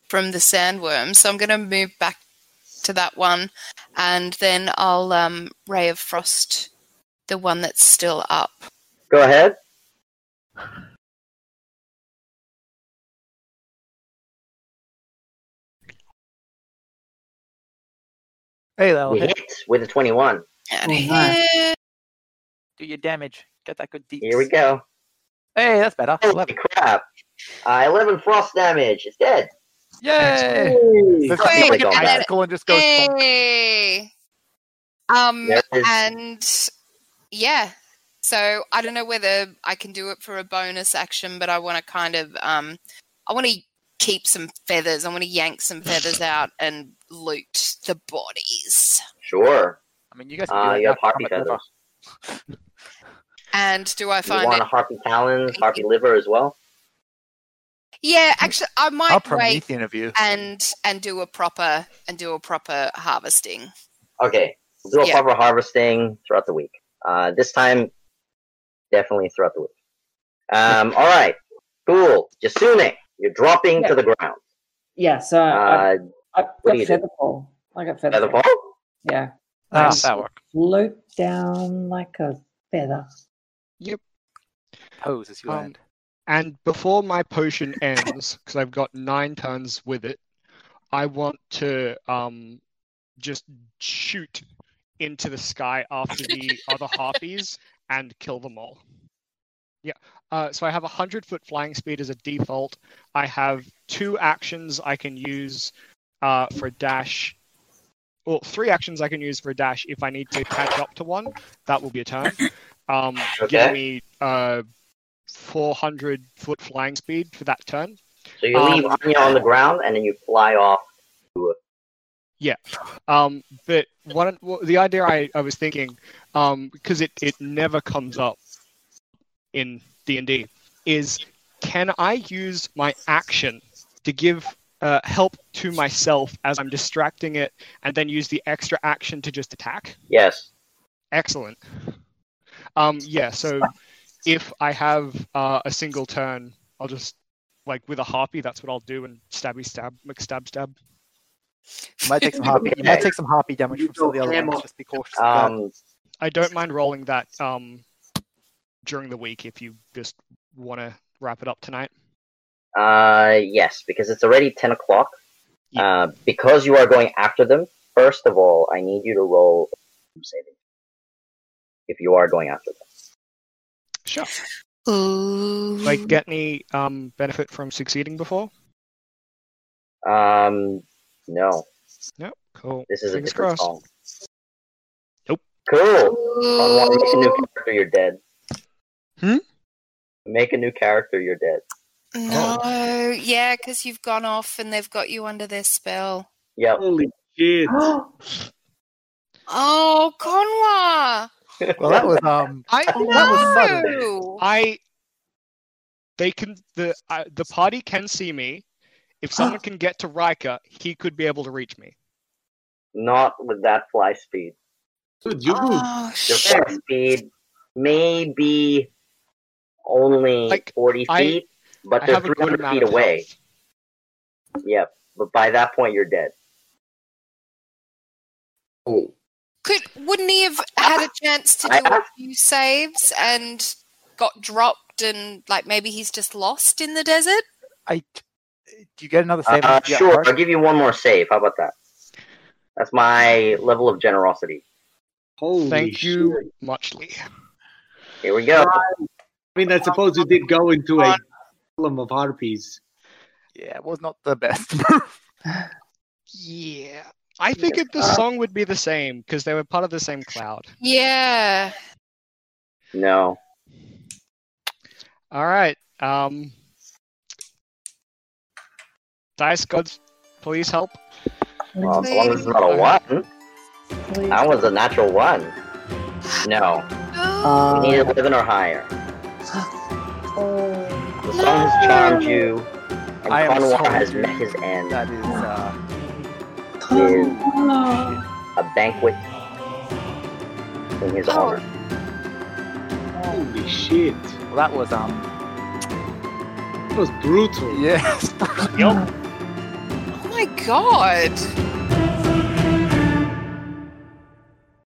[SPEAKER 6] from the sandworm. So I'm going to move back to that one, and then I'll um ray of frost the one that's still up.
[SPEAKER 2] Go ahead.
[SPEAKER 4] Hey, that'll
[SPEAKER 2] You
[SPEAKER 4] hit.
[SPEAKER 2] hit with a 21.
[SPEAKER 6] And
[SPEAKER 7] Oh, nice.
[SPEAKER 6] hit.
[SPEAKER 4] Do your damage. Get that good deep.
[SPEAKER 2] Here we go. Oh,
[SPEAKER 4] Hey, that's better.
[SPEAKER 2] Holy
[SPEAKER 4] 11.
[SPEAKER 2] crap. Uh, 11 frost damage. It's dead.
[SPEAKER 4] Yay!
[SPEAKER 7] Yay.
[SPEAKER 4] There's nothing
[SPEAKER 6] Wait,
[SPEAKER 4] like an
[SPEAKER 2] and then-
[SPEAKER 4] icicle and just goes.
[SPEAKER 6] Eh.
[SPEAKER 4] thump.
[SPEAKER 6] Yay! Um,
[SPEAKER 2] There it is.
[SPEAKER 6] and yeah, so I don't know whether I can do it for a bonus action, but I want to kind of, um, I want to keep some feathers. I want to yank some feathers out and loot the bodies.
[SPEAKER 2] Sure.
[SPEAKER 4] I mean, you guys can do
[SPEAKER 2] Uh,
[SPEAKER 4] that
[SPEAKER 2] you
[SPEAKER 4] now
[SPEAKER 2] have
[SPEAKER 4] to
[SPEAKER 2] harpy
[SPEAKER 4] combat
[SPEAKER 2] feathers.
[SPEAKER 4] river.
[SPEAKER 6] And do I
[SPEAKER 2] You
[SPEAKER 6] find
[SPEAKER 2] want
[SPEAKER 6] it?
[SPEAKER 2] a harpy talons, harpy liver as well?
[SPEAKER 6] Yeah, actually, I
[SPEAKER 4] How
[SPEAKER 6] might wait
[SPEAKER 4] Promethean of you.
[SPEAKER 6] and and do a proper and do a proper harvesting.
[SPEAKER 2] Okay. We'll do a
[SPEAKER 6] Yeah.
[SPEAKER 2] proper harvesting throughout the week. Uh, this time, definitely throughout the week.
[SPEAKER 6] (laughs)
[SPEAKER 2] Um, all right. Cool. Yasune, you're dropping to
[SPEAKER 7] Yeah.
[SPEAKER 2] the ground.
[SPEAKER 7] Yeah, so I,
[SPEAKER 2] Uh,
[SPEAKER 7] I
[SPEAKER 2] do
[SPEAKER 7] got
[SPEAKER 2] you do?
[SPEAKER 7] feather fall. I got feather,
[SPEAKER 2] feather
[SPEAKER 7] fall.
[SPEAKER 2] ball?
[SPEAKER 7] Yeah.
[SPEAKER 4] Ah,
[SPEAKER 7] Nice.
[SPEAKER 4] that work.
[SPEAKER 7] Float down like a feather.
[SPEAKER 4] Pose as you
[SPEAKER 5] Um,
[SPEAKER 4] land.
[SPEAKER 5] And before my potion ends, because I've got nine turns with it, I want to um just shoot into the sky after the other harpies and kill them all. Yeah. Uh, so I have a hundred foot flying speed as a default. I have two actions I can use uh, for a dash. Well, three actions I can use for a dash if I need to catch up to one. That will be a turn. Um,
[SPEAKER 2] Okay.
[SPEAKER 5] Give me uh, 400 foot flying speed for that turn.
[SPEAKER 2] So you
[SPEAKER 5] Um,
[SPEAKER 2] leave Anya on the ground and then you fly off.
[SPEAKER 5] Um, but one, well, the idea I, I was thinking, um, because it, it never comes up in D and D, is can I use my action to give uh, help to myself as I'm distracting it, and then use the extra action to just attack?
[SPEAKER 2] Yes.
[SPEAKER 5] Excellent. Um, yeah. So if I have uh, a single turn, I'll just like with a harpy. That's what I'll do, and stabby stab, McStab stab.
[SPEAKER 4] You
[SPEAKER 2] (laughs)
[SPEAKER 4] might take some harpy. You might
[SPEAKER 2] Okay.
[SPEAKER 4] take some harpy damage
[SPEAKER 7] You
[SPEAKER 4] from some of the
[SPEAKER 7] go
[SPEAKER 4] other
[SPEAKER 7] ham
[SPEAKER 4] ones.
[SPEAKER 7] up.
[SPEAKER 4] Just be cautious. of that.
[SPEAKER 2] Um,
[SPEAKER 5] I don't mind rolling that um, during the week if you just want to wrap it up tonight.
[SPEAKER 2] uh, yes, because it's already 10 o'clock.
[SPEAKER 5] Yeah.
[SPEAKER 2] Uh, because you are going after them, first of all, I need you to roll saving. if you are going after them.
[SPEAKER 5] Sure.
[SPEAKER 6] Ooh.
[SPEAKER 5] Like, get any um, benefit from succeeding before?
[SPEAKER 2] Um, no,
[SPEAKER 5] No. Cool.
[SPEAKER 2] this is a
[SPEAKER 5] Fingers
[SPEAKER 2] different
[SPEAKER 5] crossed.
[SPEAKER 2] song.
[SPEAKER 5] Nope.
[SPEAKER 2] Cool. Conwar, make a new
[SPEAKER 6] Ooh.
[SPEAKER 2] character, you're dead.
[SPEAKER 5] Hmm?
[SPEAKER 2] Make a new character, you're dead.
[SPEAKER 6] No, yeah, because you've gone off and they've got you under their spell.
[SPEAKER 2] Yep.
[SPEAKER 3] Holy
[SPEAKER 7] (gasps)
[SPEAKER 3] shit.
[SPEAKER 7] Ah.
[SPEAKER 6] Oh, Conwa!
[SPEAKER 8] Well, that was um.
[SPEAKER 5] I
[SPEAKER 8] That was sudden.
[SPEAKER 6] No!
[SPEAKER 5] I they can the I the party can see me. (gasps) If someone can get to Rika, he could be able to reach me.
[SPEAKER 2] (laughs) Not with that fly speed.
[SPEAKER 3] Dude, you
[SPEAKER 6] Oh,
[SPEAKER 2] Your
[SPEAKER 6] shit.
[SPEAKER 2] fly speed may be only
[SPEAKER 5] Like,
[SPEAKER 2] 40
[SPEAKER 5] I-
[SPEAKER 2] feet, but
[SPEAKER 5] I
[SPEAKER 2] they're
[SPEAKER 5] have a good
[SPEAKER 2] 300
[SPEAKER 5] amount
[SPEAKER 2] feet
[SPEAKER 5] of
[SPEAKER 2] away.
[SPEAKER 5] health.
[SPEAKER 2] Yep. But by that point, you're dead.
[SPEAKER 6] Could wouldn't he have had a chance to
[SPEAKER 2] I
[SPEAKER 6] do a
[SPEAKER 2] asked-
[SPEAKER 6] few saves and got dropped and like maybe he's just lost in the desert?
[SPEAKER 8] I do you get another
[SPEAKER 2] Uh,
[SPEAKER 8] save?
[SPEAKER 2] uh,
[SPEAKER 8] if you get
[SPEAKER 2] sure,
[SPEAKER 8] hurt?
[SPEAKER 2] I'll give you one more save. How about that? That's my level of generosity.
[SPEAKER 3] Holy
[SPEAKER 5] Thank you
[SPEAKER 3] shit.
[SPEAKER 5] muchly.
[SPEAKER 2] Here we go.
[SPEAKER 3] I mean, I suppose you did go into a column of harpies.
[SPEAKER 8] Yeah, it was not the best. (laughs)
[SPEAKER 5] Yeah. I figured the
[SPEAKER 2] Uh,
[SPEAKER 5] song would be the same because they were part of the same cloud.
[SPEAKER 6] Yeah.
[SPEAKER 2] No.
[SPEAKER 5] All right. Um, Dice gods, please help.
[SPEAKER 2] Well, as long as it's not a one. That was a natural one. No.
[SPEAKER 6] Oh
[SPEAKER 2] You need
[SPEAKER 7] Uh,
[SPEAKER 2] 11 or higher.
[SPEAKER 9] Oh,
[SPEAKER 2] The song has charmed you, and
[SPEAKER 8] I am
[SPEAKER 2] Conwar
[SPEAKER 8] so
[SPEAKER 2] has
[SPEAKER 8] good.
[SPEAKER 2] met his end
[SPEAKER 8] that is. Uh,
[SPEAKER 2] with
[SPEAKER 7] Oh.
[SPEAKER 2] a banquet in his
[SPEAKER 6] Oh.
[SPEAKER 2] honor.
[SPEAKER 3] Holy shit.
[SPEAKER 8] well, that was um. (laughs)
[SPEAKER 3] That was brutal.
[SPEAKER 8] Yes.
[SPEAKER 6] oh my god.